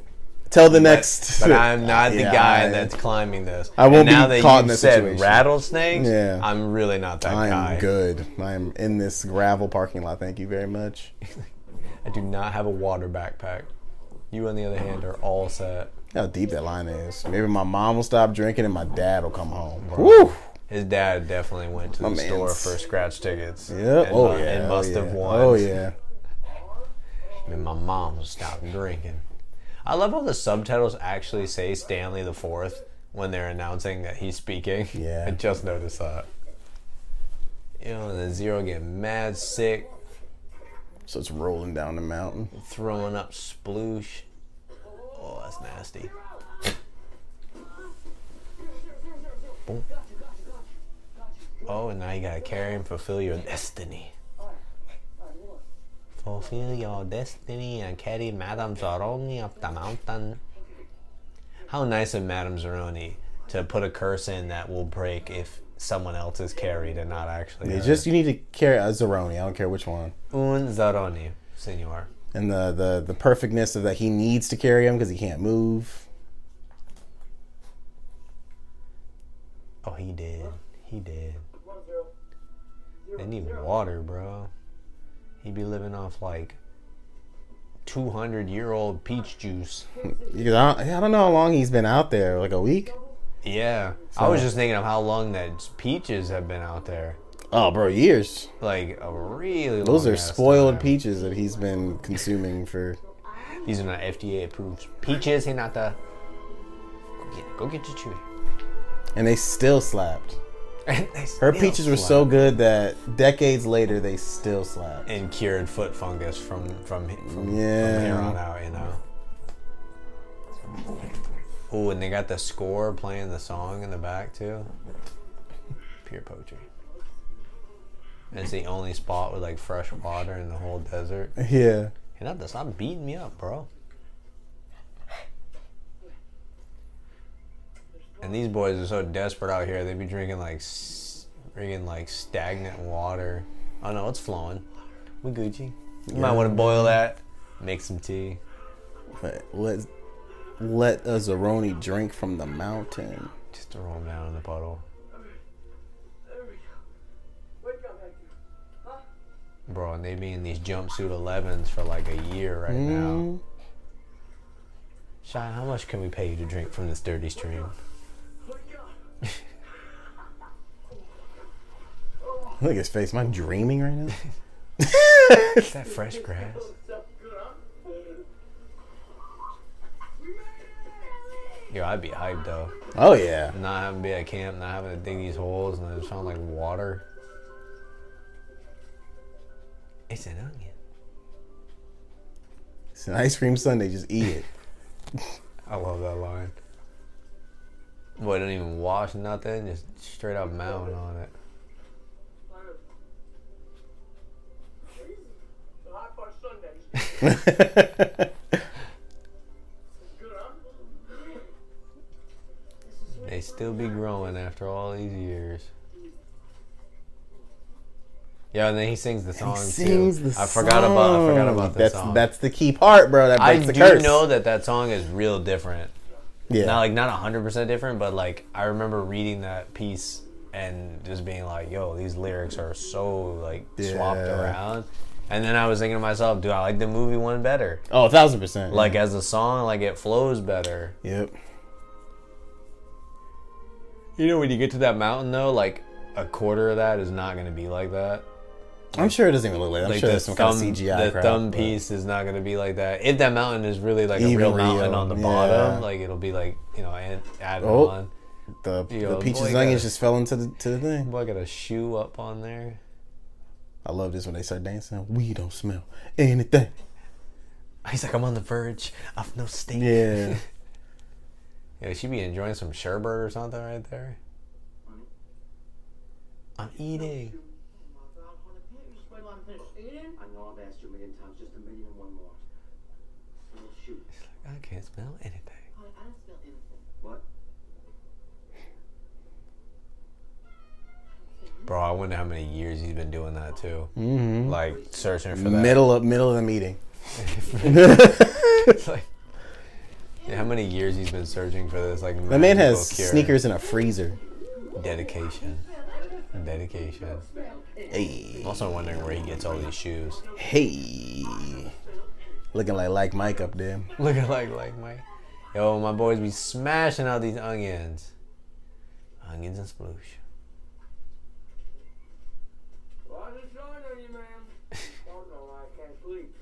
[SPEAKER 3] Tell the next
[SPEAKER 2] But I'm not the
[SPEAKER 3] Yeah,
[SPEAKER 2] guy
[SPEAKER 3] I-
[SPEAKER 2] that's climbing this.
[SPEAKER 3] I won't
[SPEAKER 2] And now
[SPEAKER 3] be
[SPEAKER 2] that
[SPEAKER 3] caught
[SPEAKER 2] you've
[SPEAKER 3] in this
[SPEAKER 2] said
[SPEAKER 3] situation.
[SPEAKER 2] rattlesnakes,
[SPEAKER 3] Yeah.
[SPEAKER 2] I'm really not that
[SPEAKER 3] I
[SPEAKER 2] guy.
[SPEAKER 3] am good. I am in this gravel parking lot. Thank you very much.
[SPEAKER 2] I do not have a water backpack. You, on the other hand, are all set.
[SPEAKER 3] Look How deep that line is. Maybe my mom will stop drinking and my dad will come home. Woo!
[SPEAKER 2] His dad definitely went to
[SPEAKER 3] My
[SPEAKER 2] the store
[SPEAKER 3] mans.
[SPEAKER 2] for scratch tickets.
[SPEAKER 3] Yeah.
[SPEAKER 2] And, mu-
[SPEAKER 3] Oh yeah.
[SPEAKER 2] And must
[SPEAKER 3] oh,
[SPEAKER 2] have
[SPEAKER 3] yeah.
[SPEAKER 2] won.
[SPEAKER 3] Oh yeah.
[SPEAKER 2] And my mom stopped drinking. I love how the subtitles actually say Stanley the Fourth when they're announcing that he's speaking.
[SPEAKER 3] Yeah.
[SPEAKER 2] I just noticed that. You know, and then Zero getting mad sick,
[SPEAKER 3] So it's rolling down the mountain.
[SPEAKER 2] throwing up sploosh. Oh, that's nasty. Boom. Oh, and now you gotta carry him, fulfill your destiny. Fulfill your destiny and carry Madame Zaroni up the mountain. How nice of Madame Zaroni to put a curse in that will break if someone else is carried and not actually.
[SPEAKER 3] It's
[SPEAKER 2] her.
[SPEAKER 3] just you need to carry a Zeroni. I don't care which one.
[SPEAKER 2] un zaroni, senor.
[SPEAKER 3] And the the the perfectness of that he needs to carry him because he can't move.
[SPEAKER 2] Oh, he did. He did.
[SPEAKER 6] One zero.
[SPEAKER 2] They need water, bro. He be living off like 200 year old peach juice.
[SPEAKER 3] Because I don't, I don't know how long he's been out there. Like a week.
[SPEAKER 2] Yeah. I was just thinking of how long that peaches have been out there.
[SPEAKER 3] Oh, bro, years. Oh,
[SPEAKER 2] Like a really long
[SPEAKER 3] Those are
[SPEAKER 2] ass
[SPEAKER 3] spoiled
[SPEAKER 2] time.
[SPEAKER 3] peaches that he's been consuming for.
[SPEAKER 2] These are not FDA approved peaches. He not the. Go get, go get your chewy.
[SPEAKER 3] And they still slapped.
[SPEAKER 2] And they still
[SPEAKER 3] Her peaches were
[SPEAKER 2] slap.
[SPEAKER 3] so good that decades later they still slapped.
[SPEAKER 2] and cured foot fungus from from from, from
[SPEAKER 3] Yeah.
[SPEAKER 2] here on out, you know. Oh, and they got the score playing the song in the back too. Pure poetry. And it's the only spot with like fresh water in the whole desert.
[SPEAKER 3] Yeah.
[SPEAKER 2] You know, stop beating me up, bro. And these boys are so desperate out here. They be drinking like, s- drinking like stagnant water. Oh no, it's flowing. We Gucci. You might want to boil that. Make some tea.
[SPEAKER 3] But let let a Zeroni drink from the mountain.
[SPEAKER 2] Just throw them down in the puddle,
[SPEAKER 6] Wake up, Hector.
[SPEAKER 2] bro. And they be in these jumpsuit 11s for like a year right
[SPEAKER 3] Hmm? Mm-hmm.
[SPEAKER 2] now. Sean, how much can we pay you to drink from this dirty stream?
[SPEAKER 6] Wake up.
[SPEAKER 3] Look at his face. Am I dreaming right now?
[SPEAKER 2] Is that fresh grass?
[SPEAKER 6] Stuff good, huh?
[SPEAKER 2] Yo, I'd be hyped though.
[SPEAKER 3] Oh yeah.
[SPEAKER 2] Not having to be at camp, not having to dig these holes, and I just found like water. It's an onion.
[SPEAKER 3] It's an ice cream sundae. Just eat it.
[SPEAKER 2] I love that line. Boy, don't even wash nothing, just straight up mowing on it.
[SPEAKER 6] The hot fudge sundae. Good, huh?
[SPEAKER 2] They still be growing after all these years. Yeah, and then he sings the song
[SPEAKER 3] Sings
[SPEAKER 2] too.
[SPEAKER 3] the
[SPEAKER 2] I forgot about I forgot
[SPEAKER 3] song.
[SPEAKER 2] about the
[SPEAKER 3] that's,
[SPEAKER 2] song.
[SPEAKER 3] That's the key part, bro. That
[SPEAKER 2] I
[SPEAKER 3] breaks
[SPEAKER 2] do
[SPEAKER 3] the curse.
[SPEAKER 2] know that that song is real different.
[SPEAKER 3] Yeah.
[SPEAKER 2] not like not hundred percent different, but like I remember reading that piece and just being like, "Yo, these lyrics are so like swapped
[SPEAKER 3] Yeah.
[SPEAKER 2] around." And then I was thinking to myself, "Do I like the movie one better?
[SPEAKER 3] oh, a thousand percent.
[SPEAKER 2] Like as a song, like it flows better."
[SPEAKER 3] Yep.
[SPEAKER 2] You know, when you get to that mountain though, like a quarter of that is not going to be like that.
[SPEAKER 3] I'm sure it doesn't even look like. that. I'm
[SPEAKER 2] like
[SPEAKER 3] sure
[SPEAKER 2] the
[SPEAKER 3] there's some
[SPEAKER 2] thumb-
[SPEAKER 3] kind of CGI.
[SPEAKER 2] the
[SPEAKER 3] crap,
[SPEAKER 2] thumb
[SPEAKER 3] but-
[SPEAKER 2] piece is not going to be like that. If that mountain is really like a
[SPEAKER 3] Even
[SPEAKER 2] real, mountain
[SPEAKER 3] real,
[SPEAKER 2] on the
[SPEAKER 3] yeah.
[SPEAKER 2] bottom, like it'll be like you know, and added
[SPEAKER 3] Oh.
[SPEAKER 2] on.
[SPEAKER 3] The,
[SPEAKER 2] Yo,
[SPEAKER 3] the peaches
[SPEAKER 2] boy,
[SPEAKER 3] and
[SPEAKER 2] gotta-
[SPEAKER 3] onions just fell into the to the thing.
[SPEAKER 2] Boy, I got a shoe up on there.
[SPEAKER 3] I love this when they start dancing. We don't smell anything.
[SPEAKER 2] He's like, I'm on the verge of no state.
[SPEAKER 3] Yeah.
[SPEAKER 2] Yeah, she be enjoying some sherbet or something right there. I'm eating.
[SPEAKER 7] I know I've asked you a million times, just a million and one more. So shoot.
[SPEAKER 2] I can't smell anything.
[SPEAKER 7] What?
[SPEAKER 2] Bro, I wonder how many years he's been doing that too.
[SPEAKER 3] mm-hmm.
[SPEAKER 2] Like searching for that.
[SPEAKER 3] Middle of middle of the meeting.
[SPEAKER 2] It's like, yeah, how many years he's been searching for this? Like
[SPEAKER 3] That man has
[SPEAKER 2] magical cure.
[SPEAKER 3] sneakers in a freezer.
[SPEAKER 2] Dedication. Dedication.
[SPEAKER 3] Hey,
[SPEAKER 2] I'm also wondering where he gets all these shoes.
[SPEAKER 3] hey, looking like like Mike up there.
[SPEAKER 2] Look at like like my yo, my boys be smashing out these onions. Onions and sploosh.
[SPEAKER 6] Well, I just shine on you, man. Oh, no, I can't sleep.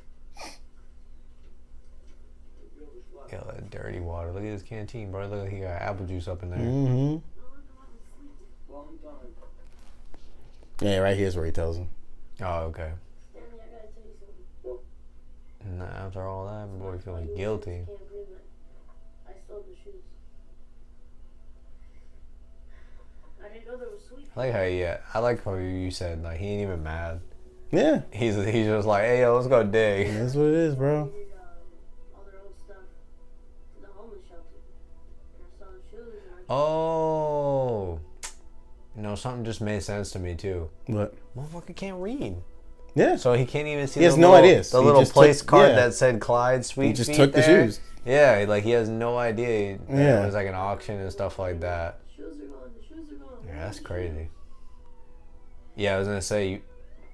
[SPEAKER 2] Yo, that dirty water. Look at this canteen, bro. Look, he got apple juice up in there.
[SPEAKER 3] Mm-hmm.
[SPEAKER 7] Well, I'm done.
[SPEAKER 3] Yeah, right here's where he tells him.
[SPEAKER 2] Oh, okay.
[SPEAKER 5] Stanley, I gotta tell you something.
[SPEAKER 2] And then after all that, my boy feeling guilty.
[SPEAKER 5] Can't believe it. I stole the shoes. I didn't know there was sweet.
[SPEAKER 2] I like how yeah, I like how you said like he ain't even mad.
[SPEAKER 3] Yeah,
[SPEAKER 2] He's he's just like, hey yo, let's go dig.
[SPEAKER 3] that's what it is, bro.
[SPEAKER 5] Did, um, all their old stuff to the homeless shelter. And I saw the shoes and I
[SPEAKER 2] Oh, You know, something just made sense to me too.
[SPEAKER 3] What?
[SPEAKER 2] Motherfucker can't read.
[SPEAKER 3] Yeah.
[SPEAKER 2] So he can't even see.
[SPEAKER 3] He has
[SPEAKER 2] the
[SPEAKER 3] no
[SPEAKER 2] little,
[SPEAKER 3] ideas.
[SPEAKER 2] The
[SPEAKER 3] He
[SPEAKER 2] little
[SPEAKER 3] just
[SPEAKER 2] place
[SPEAKER 3] took-
[SPEAKER 2] card
[SPEAKER 3] yeah.
[SPEAKER 2] that said Clyde Sweet.
[SPEAKER 3] just
[SPEAKER 2] Feet
[SPEAKER 3] took the
[SPEAKER 2] there.
[SPEAKER 3] shoes.
[SPEAKER 2] Yeah, like he has no idea. that
[SPEAKER 3] Yeah.
[SPEAKER 2] it was like an auction and stuff like that.
[SPEAKER 5] Shoes are gone. The shoes are gone.
[SPEAKER 2] Oh. Yeah, that's crazy. Yeah, I was gonna say you,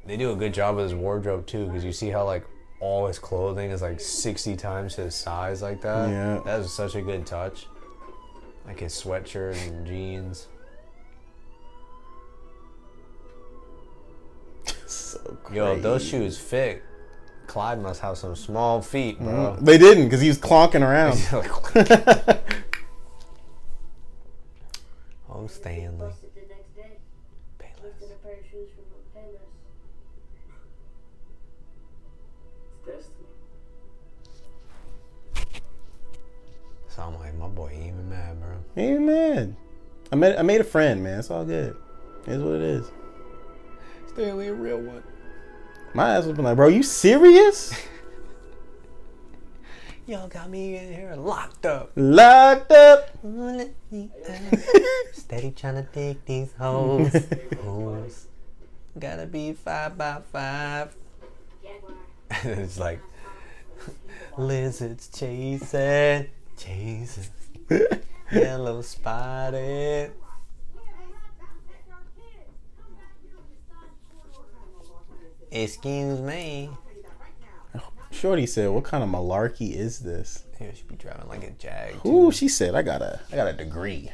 [SPEAKER 2] they do a good job of his wardrobe too, because you see how like all his clothing is like sixty times his size like that.
[SPEAKER 3] Yeah.
[SPEAKER 2] that was such a good touch. Like his sweatshirt and jeans.
[SPEAKER 3] So
[SPEAKER 2] Yo, if those
[SPEAKER 3] crazy.
[SPEAKER 2] shoes fit. Clyde must have some small feet, bro.
[SPEAKER 3] They didn't because he was clonking around. Mm-hmm.
[SPEAKER 2] oh, Stanley.
[SPEAKER 5] Busted the next day. Lifting a pair of shoes from a payless.
[SPEAKER 7] It's destiny.
[SPEAKER 2] So I'm like, my boy ain't even mad, bro.
[SPEAKER 3] Ain't mad. I met. I made a friend, man. It's all good. It's what it is.
[SPEAKER 2] Stanley, a real one.
[SPEAKER 3] My ass would been like, bro, you serious?
[SPEAKER 2] Y'all got me in here locked up.
[SPEAKER 3] Locked up.
[SPEAKER 2] Steady trying to dig these holes. holes. Gotta be five by five. And it's like lizards chasing, chasing, yellow spotted. Excuse me.
[SPEAKER 3] Shorty said, "What kind of malarkey is this?"
[SPEAKER 2] You should be driving like a jag.
[SPEAKER 3] Ooh, she said, "I got a, I got a degree."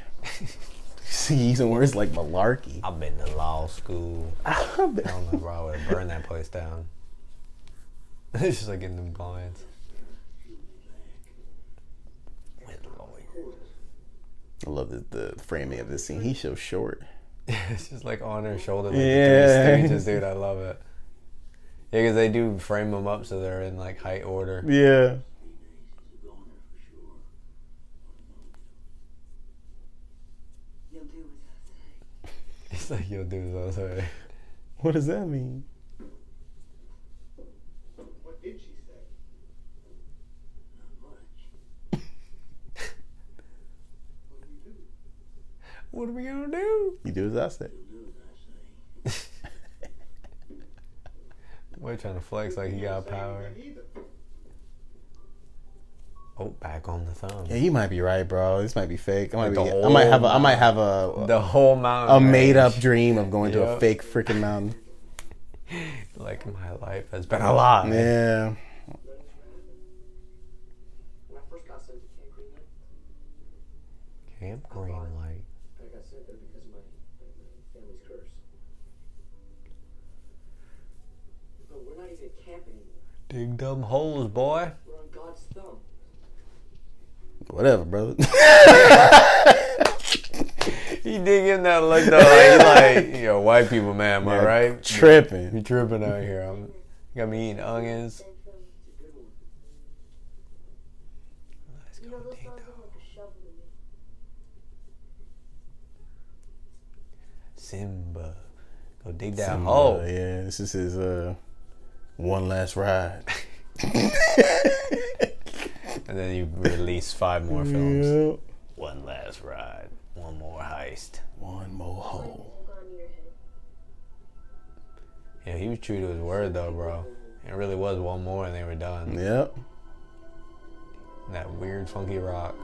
[SPEAKER 3] See, using words like malarkey.
[SPEAKER 2] I've been to law school. I don't know, bro. I would burn that place down. it's just like in them blinds. With lawyers.
[SPEAKER 3] I love the, the framing of this scene. He's so short.
[SPEAKER 2] it's just like on her shoulder. Like yeah.
[SPEAKER 3] Yeah.
[SPEAKER 2] The three stages, dude. I love it. Yeah, because they do frame them up so they're in like height order.
[SPEAKER 3] Yeah.
[SPEAKER 6] You'll do as I say.
[SPEAKER 2] It's like, yo, dude, I'm sorry.
[SPEAKER 3] What does that mean?
[SPEAKER 7] What did she say? Not much. what do you do?
[SPEAKER 2] What are we gonna do?
[SPEAKER 3] You do as I say.
[SPEAKER 7] You do as I say.
[SPEAKER 2] We're trying to flex like he got power.
[SPEAKER 7] Either.
[SPEAKER 2] Oh, back on the thumb.
[SPEAKER 3] Yeah, you might be right, bro. This might be fake. I might
[SPEAKER 2] Like the
[SPEAKER 3] be. I might have. A, I
[SPEAKER 2] whole-
[SPEAKER 3] might have a
[SPEAKER 2] The whole mountain.
[SPEAKER 3] a made up
[SPEAKER 2] range.
[SPEAKER 3] dream of going to
[SPEAKER 2] Yeah.
[SPEAKER 3] a fake freaking mountain.
[SPEAKER 2] Like my life has been a lie.
[SPEAKER 3] Yeah.
[SPEAKER 7] When I first got sent to Camp Greenland,
[SPEAKER 2] Camp Green Light.
[SPEAKER 7] I got sent there because of my, my, my family's curse. But we're not even at camp anymore.
[SPEAKER 2] Dig dumb holes, boy.
[SPEAKER 7] We're on God's thumb.
[SPEAKER 3] Whatever, brother.
[SPEAKER 2] He dig in that look though. Like, he like yo, white people, man, am I right? You
[SPEAKER 3] Tripping.
[SPEAKER 2] tripping out here. I'm got me eating onions. Let's
[SPEAKER 5] You
[SPEAKER 2] go
[SPEAKER 5] know, those
[SPEAKER 2] dig
[SPEAKER 5] sounds
[SPEAKER 2] dumb.
[SPEAKER 5] like a shovel to me.
[SPEAKER 2] Simba. Go dig that
[SPEAKER 3] Some, uh,
[SPEAKER 2] hole.
[SPEAKER 3] yeah. This is his uh, one last ride.
[SPEAKER 2] And then you release five more films.
[SPEAKER 3] Yeah.
[SPEAKER 2] One last ride. One more heist.
[SPEAKER 3] One more hole.
[SPEAKER 5] It's gone to your head.
[SPEAKER 2] Yeah, he was true to his word though, bro. It really was one more and they were done.
[SPEAKER 3] Yep.
[SPEAKER 2] That weird funky rock.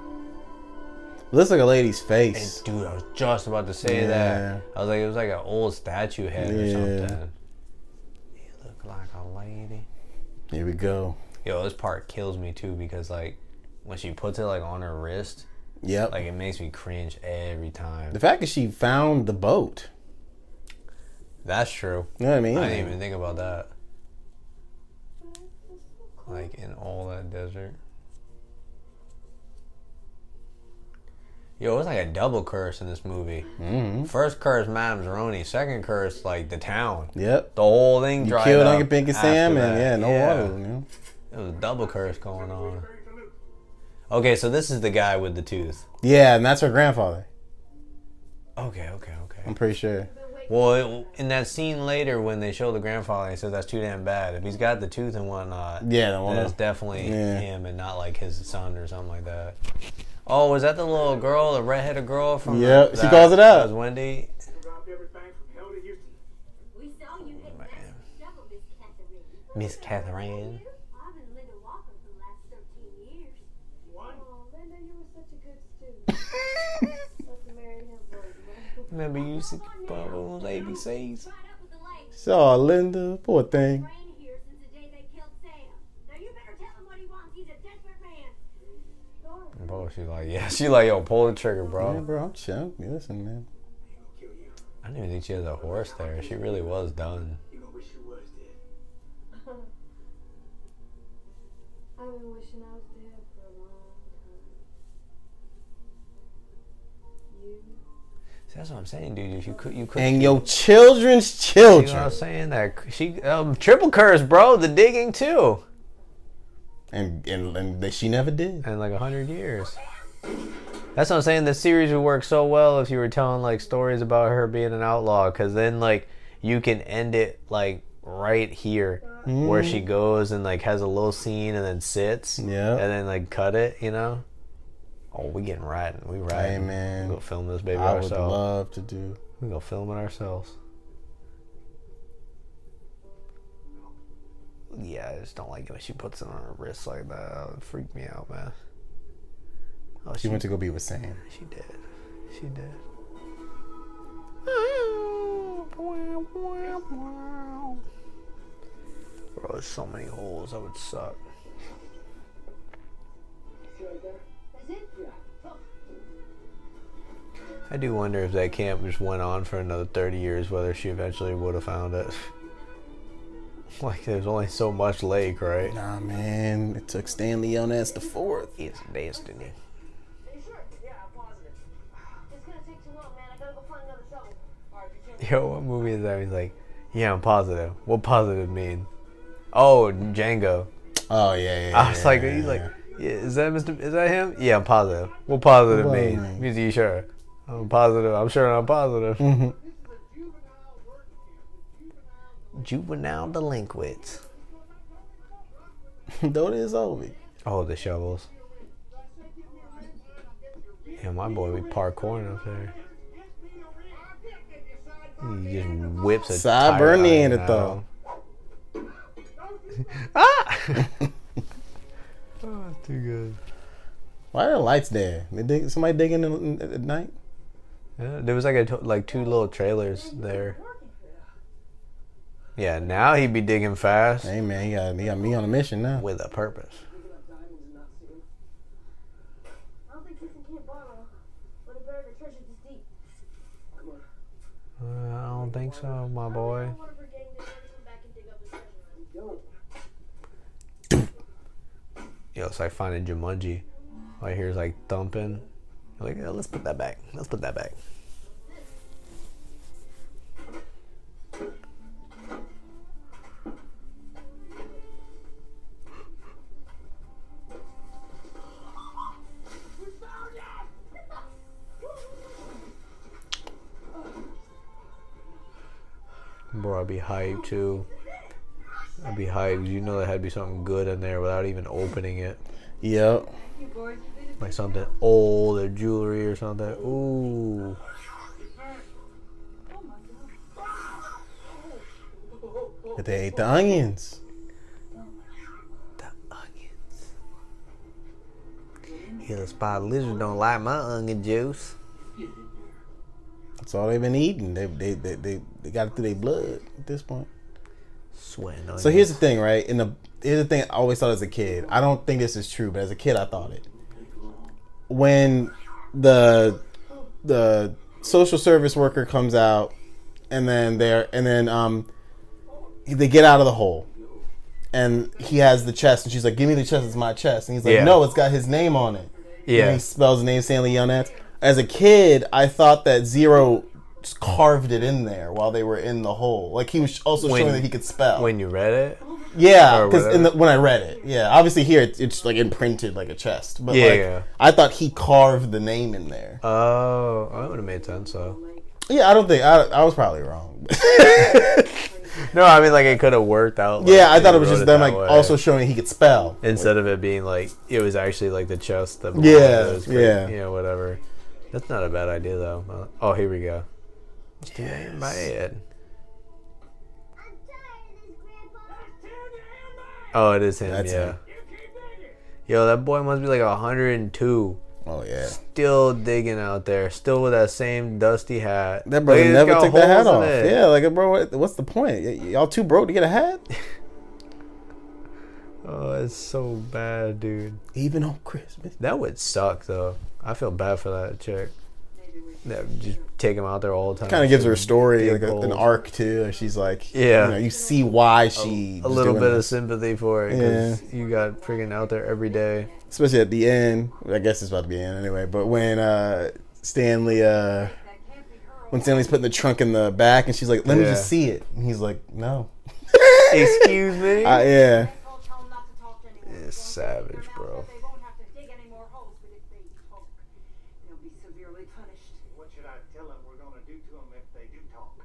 [SPEAKER 3] Looks like a lady's
[SPEAKER 2] And
[SPEAKER 3] face.
[SPEAKER 2] dude, I was just about to say
[SPEAKER 3] Yeah.
[SPEAKER 2] that. I was like, it was like an old statue head or
[SPEAKER 3] Yeah.
[SPEAKER 2] something. It looked like a lady.
[SPEAKER 3] Here we go.
[SPEAKER 2] Yo, this part kills me too because like when she puts it like on her wrist,
[SPEAKER 3] Yep.
[SPEAKER 2] like it makes me cringe every time.
[SPEAKER 3] the fact that she found the boat.
[SPEAKER 2] That's true.
[SPEAKER 3] You know what I mean?
[SPEAKER 2] I didn't even think about that. Like in all that desert. Yo, it was like a double curse in this movie.
[SPEAKER 3] Mhm.
[SPEAKER 2] First curse, Madame Zeroni. Second curse, like the town.
[SPEAKER 3] Yep.
[SPEAKER 2] The whole thing
[SPEAKER 3] You
[SPEAKER 2] dried
[SPEAKER 3] killed
[SPEAKER 2] up
[SPEAKER 3] Uncle Pink and
[SPEAKER 2] after
[SPEAKER 3] Sam,
[SPEAKER 2] that.
[SPEAKER 3] and yeah, no water. You know?
[SPEAKER 2] It was a double curse going on. Okay, so this is the guy with the tooth.
[SPEAKER 3] Yeah, and that's her grandfather.
[SPEAKER 2] Okay, okay,
[SPEAKER 3] I'm
[SPEAKER 2] okay.
[SPEAKER 3] pretty sure.
[SPEAKER 2] Well, it, in that scene later when they show the grandfather, he says that's too damn bad. If he's got the tooth and whatnot,
[SPEAKER 3] Yeah, the
[SPEAKER 2] then
[SPEAKER 3] one.
[SPEAKER 2] it's definitely
[SPEAKER 3] Yeah.
[SPEAKER 2] him and not like his son or something like that. Oh, was that the little girl, the redheaded girl from?
[SPEAKER 3] Yep,
[SPEAKER 2] the,
[SPEAKER 3] she calls it out.
[SPEAKER 2] That was Wendy.
[SPEAKER 7] Robbed every
[SPEAKER 2] Oh, Miss Catherine.
[SPEAKER 5] I've been Linda Walker for the last 13 years.
[SPEAKER 8] One.
[SPEAKER 5] Oh, Linda, you were such a good student. Let's marry him, Linda.
[SPEAKER 2] Remember you used to keep up on lady says.
[SPEAKER 5] Right up with the lake.
[SPEAKER 3] Saw Linda, poor thing.
[SPEAKER 5] Rain here since the day they killed Sam. Now you better tell him what he wants. He's a desperate man. Laura,
[SPEAKER 2] Bro, she like, yeah, she like, yo, pull the trigger,
[SPEAKER 3] Yeah,
[SPEAKER 2] bro.
[SPEAKER 3] bro, I'm chill. Listen, man.
[SPEAKER 2] I didn't even think she was a horse there. She really was done.
[SPEAKER 7] You gonna wish you was dead.
[SPEAKER 5] I've been wishing I was dead for a long time. You.
[SPEAKER 2] See, that's what I'm saying, dude. If you could, you could.
[SPEAKER 3] And your children's
[SPEAKER 2] You know what I'm
[SPEAKER 3] children.
[SPEAKER 2] saying? That she um, triple curse, bro. The digging too,
[SPEAKER 3] And, and, and that she never did.
[SPEAKER 2] in like hundred years. That's what I'm saying. The series would work so well if you were telling like stories about her being an outlaw, because then like you can end it like right here where
[SPEAKER 3] Mm.
[SPEAKER 2] she goes and like has a little scene and then sits,
[SPEAKER 3] Yeah.
[SPEAKER 2] and then like cut it, you know. Oh, we getting riding. We riding.
[SPEAKER 3] Hey, man.
[SPEAKER 2] We gonna film this baby
[SPEAKER 3] I would
[SPEAKER 2] ourselves.
[SPEAKER 3] love to do.
[SPEAKER 2] we gonna film it ourselves. Yeah, I just don't like it when she puts it on her wrist like that. That would freak me out, man. Oh,
[SPEAKER 3] She went to go be with Sam.
[SPEAKER 2] She did. She did. Ah, Bro, there's so many holes. That would suck.
[SPEAKER 5] That's it? Yeah.
[SPEAKER 2] I do wonder if that camp just went on for another 30 years, whether she eventually would have found it. like, there's only so much lake, right?
[SPEAKER 3] Nah, man. It took Stanley on as the fourth.
[SPEAKER 2] It's destiny.
[SPEAKER 6] Are you sure? Yeah, I'm positive.
[SPEAKER 5] It's gonna take too long, man. I gotta go find another shovel.
[SPEAKER 6] Alright, be careful.
[SPEAKER 2] Yo, what movie is that? He's like, yeah, I'm positive. What positive mean? Oh, Django.
[SPEAKER 3] Oh, yeah, yeah,
[SPEAKER 2] I was like,
[SPEAKER 3] yeah,
[SPEAKER 2] he's like,
[SPEAKER 3] yeah.
[SPEAKER 2] yeah, is that Mr. Is that him? Yeah, I'm positive. What positive
[SPEAKER 3] Well,
[SPEAKER 2] mean?
[SPEAKER 3] man.
[SPEAKER 2] Means you sure? I'm positive. I'm sure. I'm positive.
[SPEAKER 3] Mm-hmm.
[SPEAKER 8] This is a juvenile work camp with juvenile
[SPEAKER 2] Juvenile delinquents.
[SPEAKER 3] Don't is over.
[SPEAKER 2] Oh, the shovels. Yeah, my boy, we parkouring up there. He just whips a
[SPEAKER 3] Side
[SPEAKER 2] tire
[SPEAKER 3] burn
[SPEAKER 2] iron
[SPEAKER 3] in it, though.
[SPEAKER 2] out. Ah! oh, that's too good.
[SPEAKER 3] Why are the lights there? They dig, somebody digging in, in- at night?
[SPEAKER 2] Yeah, there was like a to- like two little trailers there. Yeah, now he'd be digging fast
[SPEAKER 3] Hey, man, he got, he got me on a mission now.
[SPEAKER 2] with a purpose.
[SPEAKER 5] I don't think you can can't borrow. But I buried the treasure this deep.
[SPEAKER 2] Uh, I don't think so, my boy.
[SPEAKER 5] I don't want to forget to come back and dig up the treasure.
[SPEAKER 2] Yo, it's like finding Jumanji. Right here's like thumping. You're like, yeah, let's put that back. Let's put that back. Bro, I'd be hyped too. I'd be hyped. You know there had to be something good in there without even opening it.
[SPEAKER 3] Yep.
[SPEAKER 6] You boys, you did a
[SPEAKER 2] Like something old or jewelry or something. Ooh.
[SPEAKER 3] But they ate the onions.
[SPEAKER 2] The onions. Yeah, the spotted lizard don't like my onion juice.
[SPEAKER 3] That's all they've been eating. They they they they, they got it through their blood at this point.
[SPEAKER 2] Sweating on
[SPEAKER 3] So here's the thing, right? In the here's the thing I always thought as a kid. I don't think this is true, but as a kid I thought it. When the the social service worker comes out and then they're and then um they get out of the hole. And he has the chest and she's like, Give me the chest, it's my chest and he's like,
[SPEAKER 2] Yeah.
[SPEAKER 3] No, it's got his name on it. And
[SPEAKER 2] Yeah.
[SPEAKER 3] he spells the name Stanley Yonets. As a kid, I thought that Zero just carved it in there while they were in the hole. Like he was also
[SPEAKER 2] When-
[SPEAKER 3] showing that he could spell.
[SPEAKER 2] When you read it,
[SPEAKER 3] Yeah,
[SPEAKER 2] or
[SPEAKER 3] because
[SPEAKER 2] whatever.
[SPEAKER 3] when I read it, yeah, obviously here it's, it's like imprinted like a chest, but
[SPEAKER 2] Yeah,
[SPEAKER 3] like
[SPEAKER 2] yeah.
[SPEAKER 3] I thought he carved the name in there.
[SPEAKER 2] oh, that would have made sense though.
[SPEAKER 3] yeah, I don't think I, I was probably wrong.
[SPEAKER 2] No, I mean like it could have worked out. like,
[SPEAKER 3] yeah, I
[SPEAKER 2] they
[SPEAKER 3] thought it was
[SPEAKER 2] wrote
[SPEAKER 3] just them
[SPEAKER 2] that
[SPEAKER 3] like
[SPEAKER 2] way.
[SPEAKER 3] also showing he could spell.
[SPEAKER 2] instead of it being like it was actually like the chest that
[SPEAKER 3] Yeah,
[SPEAKER 2] it was
[SPEAKER 3] yeah.
[SPEAKER 2] yeah whatever. That's not a bad idea though. Uh, Oh, here we go. Let's do that in my head.
[SPEAKER 5] I'm tired of this, Grandpa.
[SPEAKER 8] camp.
[SPEAKER 2] Oh, it is him.
[SPEAKER 3] That's
[SPEAKER 2] yeah.
[SPEAKER 3] him.
[SPEAKER 2] Yo, that boy must be like 102.
[SPEAKER 3] Oh yeah.
[SPEAKER 2] Still digging out there. Still with that same dusty hat.
[SPEAKER 3] That brother
[SPEAKER 2] Look, it's
[SPEAKER 3] never
[SPEAKER 2] got
[SPEAKER 3] took that hat
[SPEAKER 2] holes
[SPEAKER 3] off.
[SPEAKER 2] in it.
[SPEAKER 3] Yeah, like bro, what, what's the point? Y- y'all too broke to get a hat?
[SPEAKER 2] Oh, it's so bad, dude.
[SPEAKER 3] Even on Christmas.
[SPEAKER 2] That would suck, though. I feel bad for that chick.
[SPEAKER 6] Maybe we should.
[SPEAKER 2] That would just take him out there all the time.
[SPEAKER 3] Kind of gives her a story,
[SPEAKER 2] Big
[SPEAKER 3] like a, an
[SPEAKER 2] holes.
[SPEAKER 3] arc too. And she's like,
[SPEAKER 2] Yeah.
[SPEAKER 3] you, know, you see why she
[SPEAKER 2] a little bit of sympathy for it because
[SPEAKER 3] Yeah.
[SPEAKER 2] you got freaking out there every day.
[SPEAKER 3] especially at the end. I guess it's about to be end anyway. But when uh, Stanley, uh,
[SPEAKER 6] That can't be her.
[SPEAKER 3] when Stanley's putting the trunk in the back, and she's like, "Let me
[SPEAKER 2] Yeah.
[SPEAKER 3] just see it," and he's like, "No."
[SPEAKER 2] Excuse me.
[SPEAKER 3] I, yeah.
[SPEAKER 6] Asshole, tell 'em not to talk to anyone.
[SPEAKER 2] It's savage, bro.
[SPEAKER 6] They won't have to dig any more holes, but if they talk, they'll be severely punished.
[SPEAKER 7] What should I tell them we're gonna do to them if they do talk?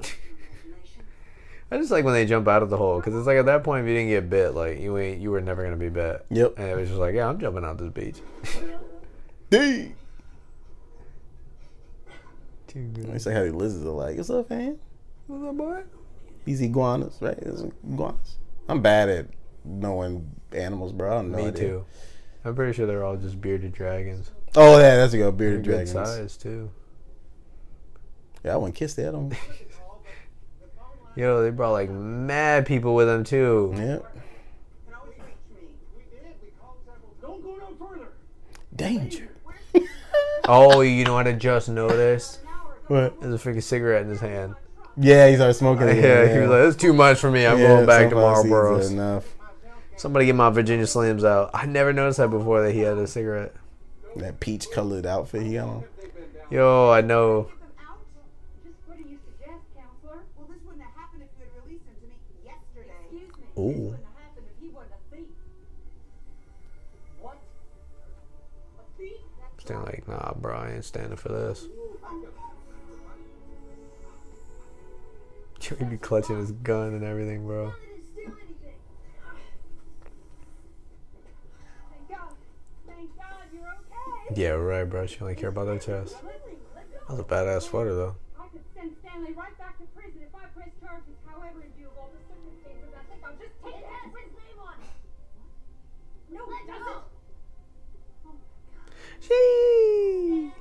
[SPEAKER 6] Imagination.
[SPEAKER 2] I just like when they jump out of the hole because it's like at that point if you didn't get bit, like you ain't you were never gonna be bit.
[SPEAKER 3] Yep.
[SPEAKER 2] And it was just like, yeah, I'm jumping out this beach.
[SPEAKER 3] D.
[SPEAKER 2] Too good.
[SPEAKER 3] It's like how the lizards are like, "What's up, man?
[SPEAKER 2] What's up, boy?
[SPEAKER 3] These iguanas, right? These iguanas." I'm bad at knowing animals, bro. I have no
[SPEAKER 2] Me
[SPEAKER 3] idea.
[SPEAKER 2] too. I'm pretty sure they're all just bearded dragons.
[SPEAKER 3] Oh yeah, that's a good bearded
[SPEAKER 2] Good
[SPEAKER 3] dragons.
[SPEAKER 2] size too.
[SPEAKER 3] Yeah, I wouldn't kiss that on.
[SPEAKER 2] Yo, they brought like mad people with them too.
[SPEAKER 3] yeah.
[SPEAKER 6] Can always reach me.
[SPEAKER 7] We did. We called several. Don't go no further.
[SPEAKER 3] Danger.
[SPEAKER 2] Oh, you know what I just noticed?
[SPEAKER 6] An hour ago,
[SPEAKER 3] What?
[SPEAKER 2] There's a freaking cigarette in his hand.
[SPEAKER 3] Yeah, he started smoking.
[SPEAKER 2] Yeah,
[SPEAKER 3] again,
[SPEAKER 2] he was like, "That's too much for me. I'm
[SPEAKER 3] Yeah,
[SPEAKER 2] going back to
[SPEAKER 3] sunflower seeds are
[SPEAKER 2] Marlboro's."
[SPEAKER 3] Enough.
[SPEAKER 2] Somebody get my Virginia Slims out. I never noticed that before that he had a cigarette.
[SPEAKER 3] That peach colored outfit he got on.
[SPEAKER 2] Yo, I know.
[SPEAKER 6] Get them out? Just what do you suggest, counselor? Well, this wouldn't have happened if you had released him to me yesterday. Excuse me. This
[SPEAKER 3] Ooh.
[SPEAKER 6] wouldn't have happened if he wasn't a thief. What? A thief? That's
[SPEAKER 2] Stand like, nah, bro, I ain't standing for this. He'd be clutching his gun and everything, bro.
[SPEAKER 5] I didn't steal anything.
[SPEAKER 6] thank God. Thank God you're okay.
[SPEAKER 2] Yeah, right, bro. She only care about her chest.
[SPEAKER 6] Listen, let go.
[SPEAKER 2] That was a badass sweater, though.
[SPEAKER 6] I could send Stanley right back to prison if I press charges. However, in view of all the circumstances, I think I'll just take
[SPEAKER 5] It has
[SPEAKER 6] it.
[SPEAKER 5] his name on it.
[SPEAKER 6] No,
[SPEAKER 5] Let
[SPEAKER 6] it
[SPEAKER 5] go.
[SPEAKER 6] doesn't.
[SPEAKER 2] Sheesh.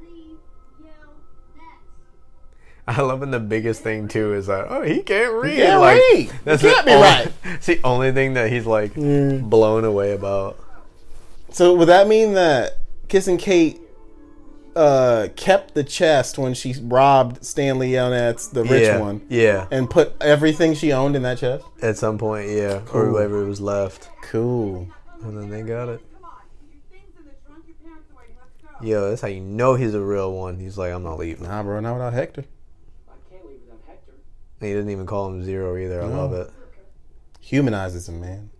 [SPEAKER 5] Leave. Yell. That's.
[SPEAKER 2] I love when the biggest thing too is that oh he can't read.
[SPEAKER 3] can't
[SPEAKER 2] like,
[SPEAKER 3] read. He
[SPEAKER 2] That's
[SPEAKER 3] can't
[SPEAKER 2] the
[SPEAKER 3] be
[SPEAKER 2] only,
[SPEAKER 3] right. Mm.
[SPEAKER 2] It's the only thing that he's like blown away about.
[SPEAKER 3] So would that mean that kissing Kate uh, kept the chest when she robbed Stanley Yelnats, the rich
[SPEAKER 2] yeah.
[SPEAKER 3] one,
[SPEAKER 2] Yeah.
[SPEAKER 3] and put everything she owned in that chest?
[SPEAKER 2] At some point, yeah. Or whoever was left.
[SPEAKER 3] Cool.
[SPEAKER 2] And then they got it.
[SPEAKER 6] Come on. Your things in the trunk, your parents are waiting. Let's go.
[SPEAKER 2] Yo, that's how you know he's a real one. He's like, I'm not leaving.
[SPEAKER 3] Nah, bro, not without Hector.
[SPEAKER 7] I can't leave without Hector.
[SPEAKER 2] And he didn't even call him zero either. I love it.
[SPEAKER 3] Humanizes him, man.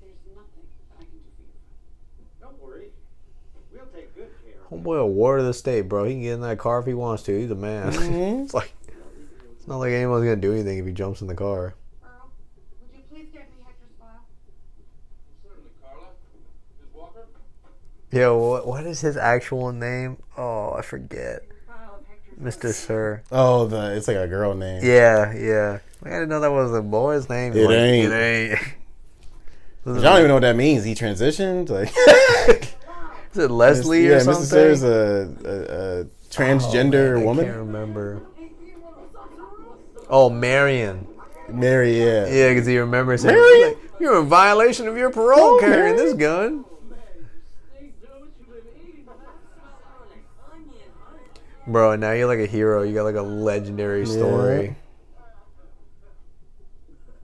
[SPEAKER 6] There's nothing.
[SPEAKER 7] I can defeat him. Don't worry. We'll take good care. of
[SPEAKER 2] Homeboy, a ward of the state, bro. He can get in that car if he wants to. He's a man.
[SPEAKER 3] Mm. Mm-hmm.
[SPEAKER 2] it's like it's not like anyone's gonna do anything if he jumps in the car.
[SPEAKER 6] Earl, would you please get me Hector's file?
[SPEAKER 7] him. Certainly, Carla. Ms. Walker.
[SPEAKER 2] Yo, what, what is his actual name? Oh, I forget.
[SPEAKER 6] File of
[SPEAKER 2] Mr.
[SPEAKER 6] Hector's.
[SPEAKER 2] Sir.
[SPEAKER 3] Oh, the it's like a girl name.
[SPEAKER 2] Yeah, yeah. Like, I didn't know that was a boy's name.
[SPEAKER 3] It
[SPEAKER 2] Like,
[SPEAKER 3] ain't.
[SPEAKER 2] It ain't.
[SPEAKER 3] I don't even know what that means. He transitioned, like
[SPEAKER 2] Is it Leslie
[SPEAKER 3] yeah,
[SPEAKER 2] or
[SPEAKER 3] Mr.
[SPEAKER 2] something?
[SPEAKER 3] Sarah's a, a, a transgender
[SPEAKER 2] I can't
[SPEAKER 3] woman.
[SPEAKER 2] remember. Oh, Marion.
[SPEAKER 3] Mary, yeah.
[SPEAKER 2] Yeah, because he remembers. saying,
[SPEAKER 3] Marion?
[SPEAKER 2] like, You're in violation of your parole
[SPEAKER 3] Oh,
[SPEAKER 2] carrying
[SPEAKER 3] Marion.
[SPEAKER 2] this gun. Bro, now you're like a hero. You got like a legendary story.
[SPEAKER 3] Yeah.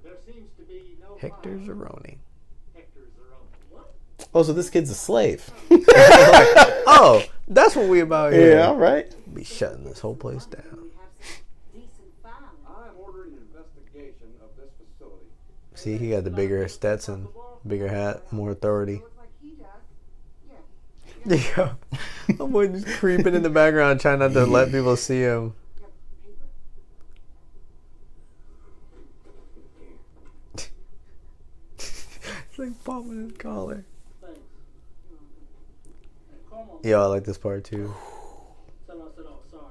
[SPEAKER 7] There seems to be no
[SPEAKER 2] Hector Zeroni.
[SPEAKER 7] Hector's their own. What?
[SPEAKER 3] Oh, so this kid's a slave.
[SPEAKER 2] Oh, that's what we about here.
[SPEAKER 3] yeah, all right.
[SPEAKER 2] Be shutting this whole place down.
[SPEAKER 6] We have some decent files.
[SPEAKER 7] I'm ordering an investigation of this facility.
[SPEAKER 2] See, he got the bigger Stetson, bigger hat, more authority.
[SPEAKER 6] Looks like he does. Yeah.
[SPEAKER 2] Yeah. I'm like just creeping in the background, trying not to let people see him. It's like popping his collar.
[SPEAKER 7] Como
[SPEAKER 2] Yo, I like this part too.
[SPEAKER 7] se lo se lo sorry.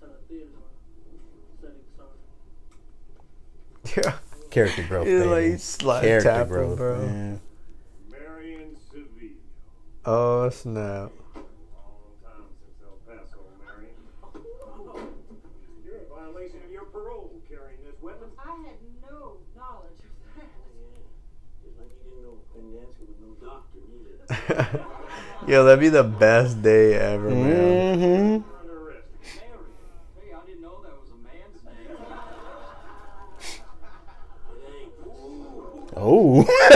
[SPEAKER 7] Se lo tiro. Se lo sorry.
[SPEAKER 2] Yeah.
[SPEAKER 3] Character growth.
[SPEAKER 2] He's
[SPEAKER 3] baby.
[SPEAKER 2] like slide
[SPEAKER 3] Character
[SPEAKER 2] tapping,
[SPEAKER 3] growth,
[SPEAKER 2] bro.
[SPEAKER 3] man.
[SPEAKER 8] Marion Seville.
[SPEAKER 2] Oh snap!
[SPEAKER 8] Long time since El Paso, Marion. You're in violation of your parole carrying this weapon.
[SPEAKER 6] I had no knowledge of that.
[SPEAKER 7] Just like you didn't know Quinn Nancy was no doctor neither.
[SPEAKER 2] Yo, that'd be the best day ever, man.
[SPEAKER 3] Mm-hmm.
[SPEAKER 8] You're under arrest.
[SPEAKER 7] Marion.
[SPEAKER 6] Hey, I didn't know that was a man's name.
[SPEAKER 7] It ain't. Ooh.
[SPEAKER 3] Oh. Whoa,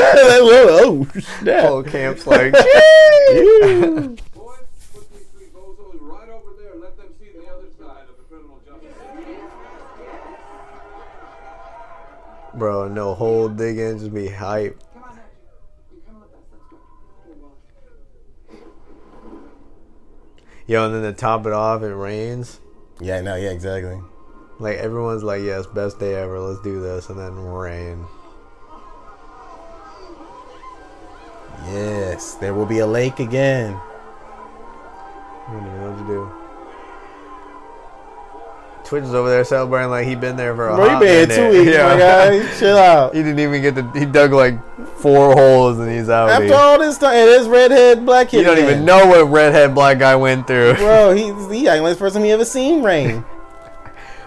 [SPEAKER 3] oh,
[SPEAKER 2] Whole
[SPEAKER 3] snap.
[SPEAKER 2] camp's like,
[SPEAKER 3] Ew.
[SPEAKER 8] Boys, put these three bozos right over there and let them see the other side of the criminal justice system.
[SPEAKER 2] bro, no hole digging, just be hype.
[SPEAKER 6] Come on, Archie. You come with us. Let's go. Here, Wallace.
[SPEAKER 2] Yo, and then to top it off, it rains.
[SPEAKER 3] yeah, no, yeah, exactly.
[SPEAKER 2] Like everyone's like, yes, best day ever. Let's do this, and then rain.
[SPEAKER 3] Yes, there will be a lake again.
[SPEAKER 2] What do you do? Twitch is over there celebrating like he Uh-huh. been there for a
[SPEAKER 3] Bro, you
[SPEAKER 2] hot
[SPEAKER 3] been
[SPEAKER 2] minute.
[SPEAKER 3] here two weeks,
[SPEAKER 2] Yeah.
[SPEAKER 3] my guy. Chill out.
[SPEAKER 2] He didn't even get the. He dug like four holes and he's out.
[SPEAKER 3] After
[SPEAKER 2] here.
[SPEAKER 3] all this time, it is redhead black kid.
[SPEAKER 2] you don't
[SPEAKER 3] again.
[SPEAKER 2] even know what redhead black guy went through.
[SPEAKER 3] Bro, he's he acting like the first time he ever seen rain.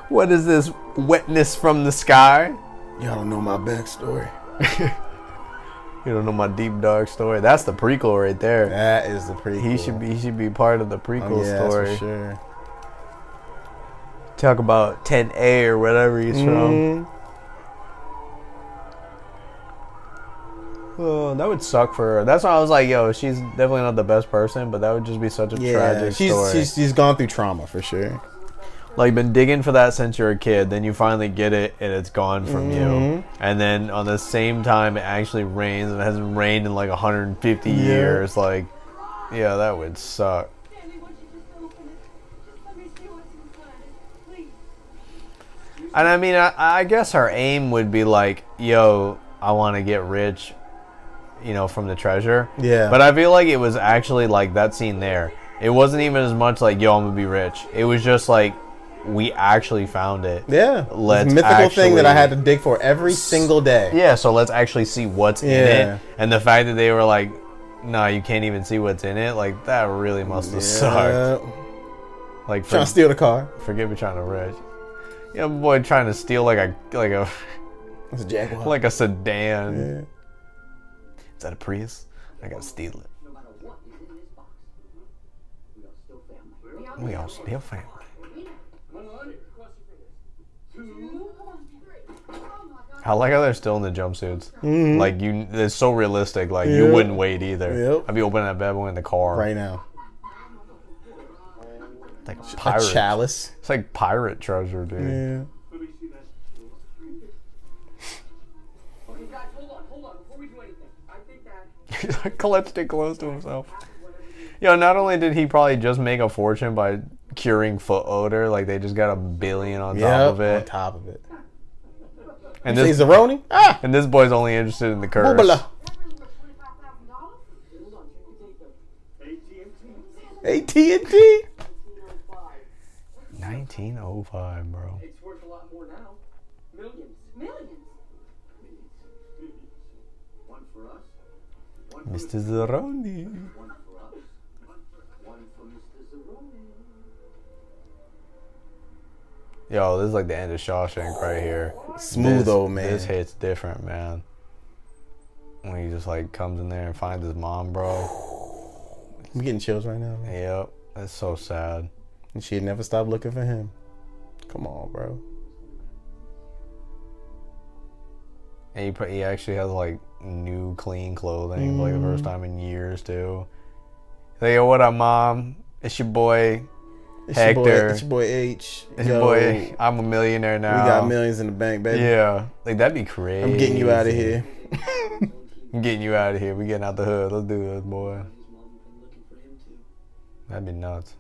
[SPEAKER 2] What is this wetness from the sky?
[SPEAKER 3] Y'all don't know my backstory.
[SPEAKER 2] You don't know my deep dark story. That's the prequel right there.
[SPEAKER 3] That is the pretty.
[SPEAKER 2] He should be. He should be part of the prequel
[SPEAKER 3] Oh, yeah, that's
[SPEAKER 2] story.
[SPEAKER 3] for sure.
[SPEAKER 2] Talk about 10A or whatever he's
[SPEAKER 3] Mhm.
[SPEAKER 2] from. Oh, that would suck for her. That's why I was like, yo, she's definitely not the best person, but that would just be such a
[SPEAKER 3] Yeah,
[SPEAKER 2] tragic
[SPEAKER 3] she's,
[SPEAKER 2] story.
[SPEAKER 3] she's she's gone through trauma for sure.
[SPEAKER 2] like been digging for that since you're a kid then you finally get it and it's gone from you and then on the same time it actually rains and it hasn't rained in like 150 years like yeah that would suck
[SPEAKER 6] Sammy, won't you just open it? Just let me see what's inside it. Please.
[SPEAKER 2] and i mean i, I guess her aim would be like yo i want to get rich you know from the treasure
[SPEAKER 3] Yeah.
[SPEAKER 2] but i feel like it was actually like that scene there it wasn't even as much like yo i'm gonna be rich it was just like we actually found it
[SPEAKER 3] Yeah,
[SPEAKER 2] Let's
[SPEAKER 3] this mythical thing that I
[SPEAKER 2] actually-
[SPEAKER 3] had to dig for every single day.
[SPEAKER 2] yeah, so let's actually see what's in
[SPEAKER 3] Yeah.
[SPEAKER 2] it. And the fact that they were like, nah, you can't even see what's in it, like that really must have sucked. Like for,
[SPEAKER 3] Trying to steal the car.
[SPEAKER 2] forgive me trying to rich. Yeah, boy trying to steal like a like a
[SPEAKER 3] That's a jaguar.
[SPEAKER 2] like a sedan.
[SPEAKER 3] yeah.
[SPEAKER 2] Is that a Prius? I gotta steal it.
[SPEAKER 6] No matter what is in this box,
[SPEAKER 2] We
[SPEAKER 6] we are still family.
[SPEAKER 2] all steal family.
[SPEAKER 8] One, two,
[SPEAKER 6] Come on, three. Oh my God.
[SPEAKER 2] I like how they're still in the jumpsuits. Like you, it's so realistic. Like you
[SPEAKER 3] Mm-hmm. Yeah.
[SPEAKER 2] wouldn't wait either.
[SPEAKER 3] Yep.
[SPEAKER 2] I'd be opening that bad boy in the car.
[SPEAKER 3] Right now,
[SPEAKER 2] Like
[SPEAKER 3] a
[SPEAKER 2] pirate.
[SPEAKER 3] chalice.
[SPEAKER 2] It's like pirate treasure, dude.
[SPEAKER 3] Yeah.
[SPEAKER 8] let me see that.
[SPEAKER 6] Okay, guys, hold on, hold on. Before we do anything, I think that
[SPEAKER 2] Clutched it close to himself. Yo, not only did he probably just make a fortune by curing foot odor, like they just got a billion on
[SPEAKER 3] Yeah.
[SPEAKER 2] top of
[SPEAKER 3] On
[SPEAKER 2] it,
[SPEAKER 3] top of it.
[SPEAKER 2] and
[SPEAKER 3] Say
[SPEAKER 2] this
[SPEAKER 3] Zeroni? Ah.
[SPEAKER 2] and this boy's only interested in the curse.
[SPEAKER 3] Boobala.
[SPEAKER 6] that really worth twenty-five thousand dollars. Hold on, you can take the
[SPEAKER 8] AT&T.
[SPEAKER 3] AT&T.
[SPEAKER 6] 1905.
[SPEAKER 2] 1905, bro.
[SPEAKER 6] It's worth a lot more now. Millions, millions.
[SPEAKER 8] One for us,
[SPEAKER 2] Mr. Zeroni.
[SPEAKER 8] one for us, one for Mr. Zeroni.
[SPEAKER 2] Yo, this is like the end of Shawshank right here.
[SPEAKER 3] Smooth
[SPEAKER 2] This-
[SPEAKER 3] old man.
[SPEAKER 2] This hits different, man. When he just like comes in there and finds his mom, bro.
[SPEAKER 3] I'm getting chills right now. man.
[SPEAKER 2] Yep, that's so sad.
[SPEAKER 3] And she never stopped looking for him. Come on, bro.
[SPEAKER 2] And he, pr- he actually has like new clean clothing for like the
[SPEAKER 3] Mm.
[SPEAKER 2] first time in years too. Hey, yo, what up, mom? It's your boy.
[SPEAKER 3] It's Your
[SPEAKER 2] Hector.
[SPEAKER 3] boy, it's your boy H.
[SPEAKER 2] It's
[SPEAKER 3] Yo,
[SPEAKER 2] your boy. I'm a millionaire
[SPEAKER 3] We
[SPEAKER 2] now.
[SPEAKER 3] got millions in the bank, baby.
[SPEAKER 2] Yeah, like that'd be crazy.
[SPEAKER 3] I'm getting you out of here.
[SPEAKER 2] I'm getting you out of here. We getting out the hood. Let's do this, boy.
[SPEAKER 7] His mom been looking for him too.
[SPEAKER 2] That'd be nuts.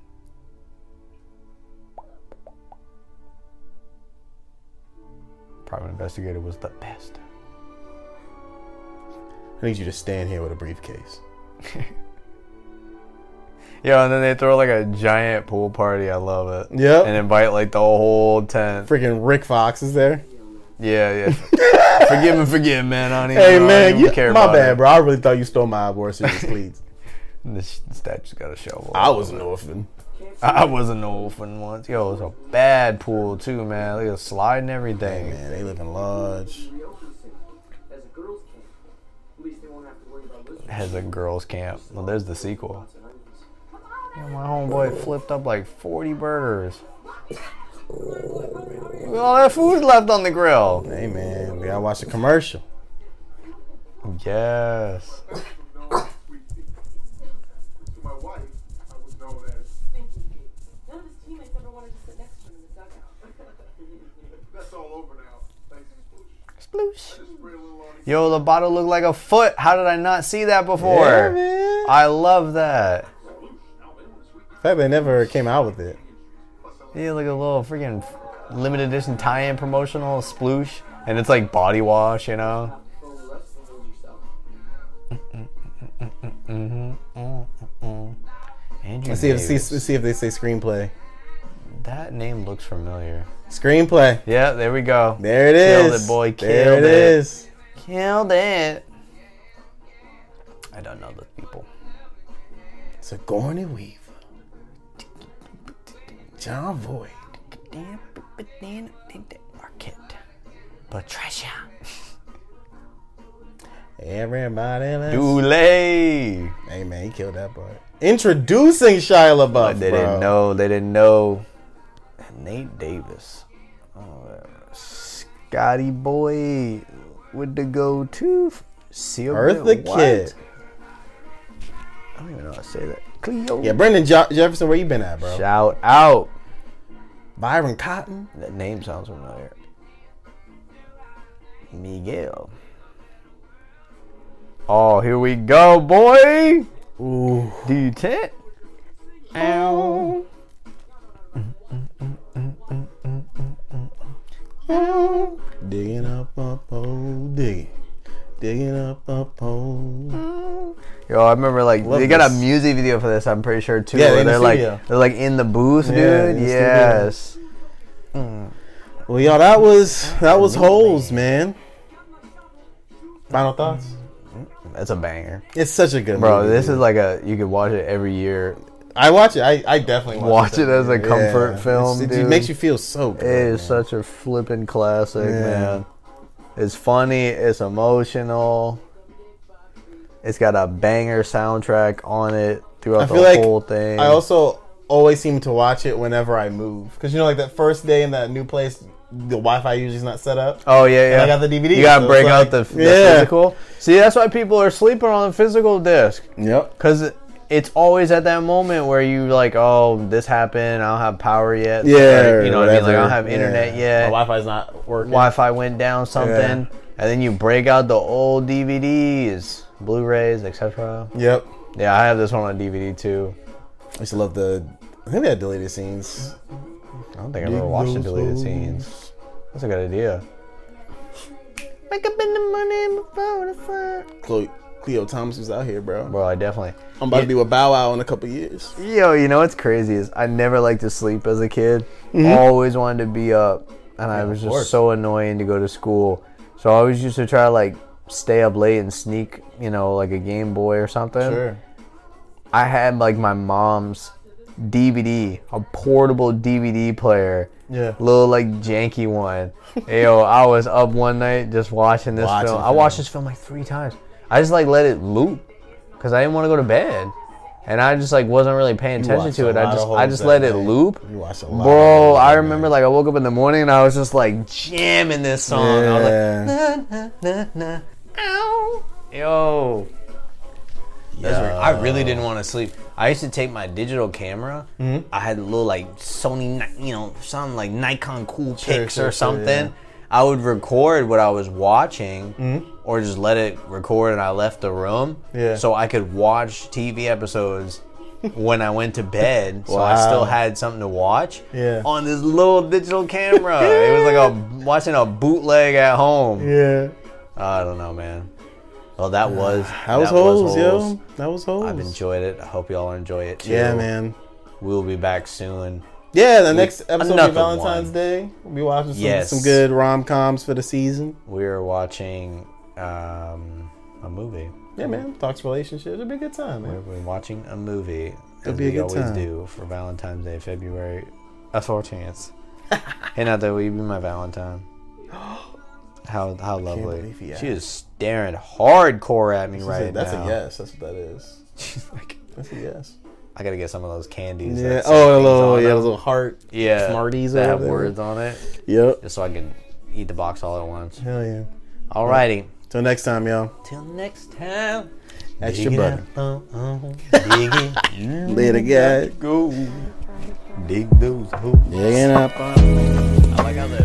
[SPEAKER 2] Private investigator was the best.
[SPEAKER 3] I need you to stand here with a briefcase.
[SPEAKER 2] Yeah, and then they throw like a giant pool party. I love it.
[SPEAKER 3] Yep.
[SPEAKER 2] And invite like the whole tent.
[SPEAKER 3] Freaking Rick Fox is there.
[SPEAKER 2] Yeah, yeah. forgive and forgive, man. I don't even,
[SPEAKER 3] Hey
[SPEAKER 2] I don't
[SPEAKER 3] man,
[SPEAKER 2] even
[SPEAKER 3] you,
[SPEAKER 2] care
[SPEAKER 3] my
[SPEAKER 2] about
[SPEAKER 3] bad,
[SPEAKER 2] it.
[SPEAKER 3] bro. I really thought you stole my award series, please.
[SPEAKER 2] This statue's got a shovel.
[SPEAKER 3] I was an orphan.
[SPEAKER 2] I was an orphan once. Yo, it was a bad pool too, man. Look at the slide and everything.
[SPEAKER 3] Man, they live in large.
[SPEAKER 7] reopen soon as a girls' camp. At least they won't have to worry about losing
[SPEAKER 2] Has a girls' camp. Well, there's the sequel.
[SPEAKER 7] lots of onions.
[SPEAKER 2] Yeah, my homeboy flipped up like 40 burgers. Look at all that food left on the grill.
[SPEAKER 3] Hey man, we gotta watch the commercial.
[SPEAKER 2] Yes.
[SPEAKER 8] my wife, I was known as
[SPEAKER 10] None of his teammates ever wanted to sit next to him in the dugout.
[SPEAKER 8] That's all over now. Thanks.
[SPEAKER 2] Sploosh.
[SPEAKER 8] Just spray a little on
[SPEAKER 2] Yo, the bottle looked like a foot. How did I not see that before?
[SPEAKER 3] Yeah, man.
[SPEAKER 2] I love that.
[SPEAKER 3] In fact, they never came out with it.
[SPEAKER 2] Yeah, like a little freaking limited edition tie-in promotional sploosh, and it's like body wash, you know. Andrew
[SPEAKER 3] Let's see if see,
[SPEAKER 2] Davis.
[SPEAKER 3] see if they say screenplay.
[SPEAKER 2] that name looks familiar.
[SPEAKER 3] Screenplay.
[SPEAKER 2] Yeah, there we go.
[SPEAKER 3] There it is.
[SPEAKER 2] Killed it, boy.
[SPEAKER 3] There
[SPEAKER 2] Killed
[SPEAKER 3] it
[SPEAKER 2] it.
[SPEAKER 3] is.
[SPEAKER 2] Killed it. I don't know those people.
[SPEAKER 3] Sigourney Weaver. John Voight.
[SPEAKER 2] Market. Patricia.
[SPEAKER 3] Everybody. Let's...
[SPEAKER 2] Dule.
[SPEAKER 3] Hey man, he killed that part. Introducing Shia LaBeouf.
[SPEAKER 2] But they
[SPEAKER 3] bro.
[SPEAKER 2] didn't know. They didn't know. Nate Davis, Oh, Scotty Boy with the go-to. Sylvia
[SPEAKER 3] Eartha
[SPEAKER 2] White.
[SPEAKER 3] Kitt.
[SPEAKER 2] I don't even know how to say that. Cleo.
[SPEAKER 3] Yeah, Brendan jo- Jefferson, where you been at, bro?
[SPEAKER 2] Shout out.
[SPEAKER 3] Byron Cotton.
[SPEAKER 2] That name sounds familiar. Miguel. Oh, here we go, boy.
[SPEAKER 3] Ooh.
[SPEAKER 2] Do you tent? Ow.
[SPEAKER 3] Digging up a pole, digging. Digging up oh. a pole.
[SPEAKER 2] Yo, I remember like
[SPEAKER 3] Love
[SPEAKER 2] they got
[SPEAKER 3] this.
[SPEAKER 2] a music video for this. I'm pretty sure too.
[SPEAKER 3] Yeah,
[SPEAKER 2] where
[SPEAKER 3] in the
[SPEAKER 2] they're like
[SPEAKER 3] studio.
[SPEAKER 2] they're like in the booth,
[SPEAKER 3] Yeah, in
[SPEAKER 2] dude.
[SPEAKER 3] the studio.
[SPEAKER 2] yes.
[SPEAKER 3] Well, y'all, that was that was holes, man. Final thoughts?
[SPEAKER 2] That's a banger,
[SPEAKER 3] It's such a good
[SPEAKER 2] bro.
[SPEAKER 3] movie,
[SPEAKER 2] This
[SPEAKER 3] dude.
[SPEAKER 2] is like a you could watch it every year.
[SPEAKER 3] I watch it. I, I definitely watch,
[SPEAKER 2] Watch it as a comfort film,
[SPEAKER 3] It's- It
[SPEAKER 2] dude.
[SPEAKER 3] makes you feel so good.
[SPEAKER 2] It is
[SPEAKER 3] man.
[SPEAKER 2] such a flippin' classic,
[SPEAKER 3] Yeah.
[SPEAKER 2] man. It's funny. It's emotional. It's got a banger soundtrack on it throughout
[SPEAKER 3] I
[SPEAKER 2] the
[SPEAKER 3] feel like
[SPEAKER 2] whole thing.
[SPEAKER 3] I also always seem to watch it whenever I move because you know, like that first day in that new place, the Wi-Fi usually's not set up.
[SPEAKER 2] Oh yeah, yeah.
[SPEAKER 3] I got the DVD,
[SPEAKER 2] You gotta
[SPEAKER 3] so it's
[SPEAKER 2] break
[SPEAKER 3] like-
[SPEAKER 2] out the, the
[SPEAKER 3] Yeah.
[SPEAKER 2] physical. See, that's why people are sleeping on the physical disc.
[SPEAKER 3] Yep.
[SPEAKER 2] Cause it's always at that moment where you like, oh, this happened. I don't have power yet.
[SPEAKER 3] Yeah.
[SPEAKER 2] Like, you know what I mean? Like I
[SPEAKER 3] whatever.
[SPEAKER 2] don't have internet
[SPEAKER 3] Yeah.
[SPEAKER 2] yet.
[SPEAKER 3] My Wi-Fi's not working.
[SPEAKER 2] Wi-Fi went down something,
[SPEAKER 3] Yeah.
[SPEAKER 2] and then you break out the old DVDs, Blu-rays, etc.
[SPEAKER 3] Yep.
[SPEAKER 2] Yeah, I have this one on DVD too.
[SPEAKER 3] I used to love the. I think they had deleted scenes.
[SPEAKER 2] I don't think I've ever watched the deleted scenes. That's a good idea. Wake up in the morning before the sun.
[SPEAKER 3] Chloe, Cleo Thomas was out here, bro.
[SPEAKER 2] Bro, I definitely.
[SPEAKER 3] I'm about to do a bow wow in a couple years.
[SPEAKER 2] Yo, you know what's crazy is I never liked to sleep as a kid. Always wanted to be up, and I was just
[SPEAKER 3] Mm-hmm. course.
[SPEAKER 2] so annoying to go to school. So I always used to try to like stay up late and sneak, you know, like a Game Boy or something. I had like my mom's DVD, a portable DVD player.
[SPEAKER 3] Yeah.
[SPEAKER 2] Little like janky one. Yo, I was up one night just watching this
[SPEAKER 3] Watching
[SPEAKER 2] film. I
[SPEAKER 3] film.
[SPEAKER 2] watched this film like three times. I just like let it loop because I didn't want to go to bed, and I just like wasn't really paying attention
[SPEAKER 3] watched
[SPEAKER 2] to
[SPEAKER 3] a
[SPEAKER 2] it. I
[SPEAKER 3] lot of
[SPEAKER 2] just I
[SPEAKER 3] holes
[SPEAKER 2] just
[SPEAKER 3] that
[SPEAKER 2] let it
[SPEAKER 3] night.
[SPEAKER 2] loop.
[SPEAKER 3] You watched a lot.
[SPEAKER 2] Bro,
[SPEAKER 3] of
[SPEAKER 2] I
[SPEAKER 3] movies,
[SPEAKER 2] remember like I woke up in the morning and I was just like jamming this song. I was like,
[SPEAKER 3] man. Yeah.
[SPEAKER 2] ow, yo. That's weird. I
[SPEAKER 3] Uh.
[SPEAKER 2] really didn't want to sleep. I used to take my digital camera.
[SPEAKER 3] Mm-hmm.
[SPEAKER 2] I had a little like Sony, Ni- you know, some like Nikon cool pics
[SPEAKER 3] sure,
[SPEAKER 2] or
[SPEAKER 3] sure,
[SPEAKER 2] something.
[SPEAKER 3] yeah.
[SPEAKER 2] I would record what I was watching, or just let it record, and I left the room.
[SPEAKER 3] Mm-hmm. Yeah.
[SPEAKER 2] So I could watch TV episodes when I went to bed. So I
[SPEAKER 3] Wow.
[SPEAKER 2] still had something to watch.
[SPEAKER 3] Yeah.
[SPEAKER 2] On this little digital camera, it was like a watching a bootleg at home.
[SPEAKER 3] yeah.
[SPEAKER 2] I don't know, man. Well, that was
[SPEAKER 3] That was holes, yo. That was holes.
[SPEAKER 2] I've enjoyed it. I hope y'all enjoy it too.
[SPEAKER 3] Yeah, man.
[SPEAKER 2] We'll be back soon.
[SPEAKER 3] Yeah, the next episode will
[SPEAKER 2] another
[SPEAKER 3] be Valentine's
[SPEAKER 2] one.
[SPEAKER 3] Day. We'll be watching some,
[SPEAKER 2] Yes.
[SPEAKER 3] some good rom coms for the season.
[SPEAKER 2] We are watching um, a movie.
[SPEAKER 3] Yeah, man. Talks relationships. It'll be a good time, man.
[SPEAKER 2] We're watching a movie, as
[SPEAKER 3] be a
[SPEAKER 2] we
[SPEAKER 3] good
[SPEAKER 2] always
[SPEAKER 3] time.
[SPEAKER 2] do for Valentine's Day, February a fourteenth. hey, not that will you be my Valentine? How how lovely!
[SPEAKER 3] believe he
[SPEAKER 2] She is staring hardcore at me
[SPEAKER 3] She
[SPEAKER 2] right
[SPEAKER 3] said, That's
[SPEAKER 2] now.
[SPEAKER 3] a yes. That's what that is.
[SPEAKER 2] She's like,
[SPEAKER 3] That's a yes.
[SPEAKER 2] I gotta get some of those candies.
[SPEAKER 3] Yeah.
[SPEAKER 2] that say
[SPEAKER 3] Oh, a
[SPEAKER 2] things
[SPEAKER 3] little,
[SPEAKER 2] on
[SPEAKER 3] yeah, a
[SPEAKER 2] them.
[SPEAKER 3] little heart.
[SPEAKER 2] yeah,
[SPEAKER 3] Smarties or
[SPEAKER 2] that have
[SPEAKER 3] whatever.
[SPEAKER 2] words on it,
[SPEAKER 3] Yep.
[SPEAKER 2] just so I can eat the box all at once.
[SPEAKER 3] Hell yeah.
[SPEAKER 2] Alrighty,
[SPEAKER 3] Till next time, y'all.
[SPEAKER 2] till next time.
[SPEAKER 3] Extra
[SPEAKER 2] Dig it
[SPEAKER 3] butter.
[SPEAKER 2] up, uh, uh, dig it.
[SPEAKER 3] Later, guys.
[SPEAKER 9] Go.
[SPEAKER 2] dig those hoops.
[SPEAKER 3] Digging up.
[SPEAKER 2] I like how the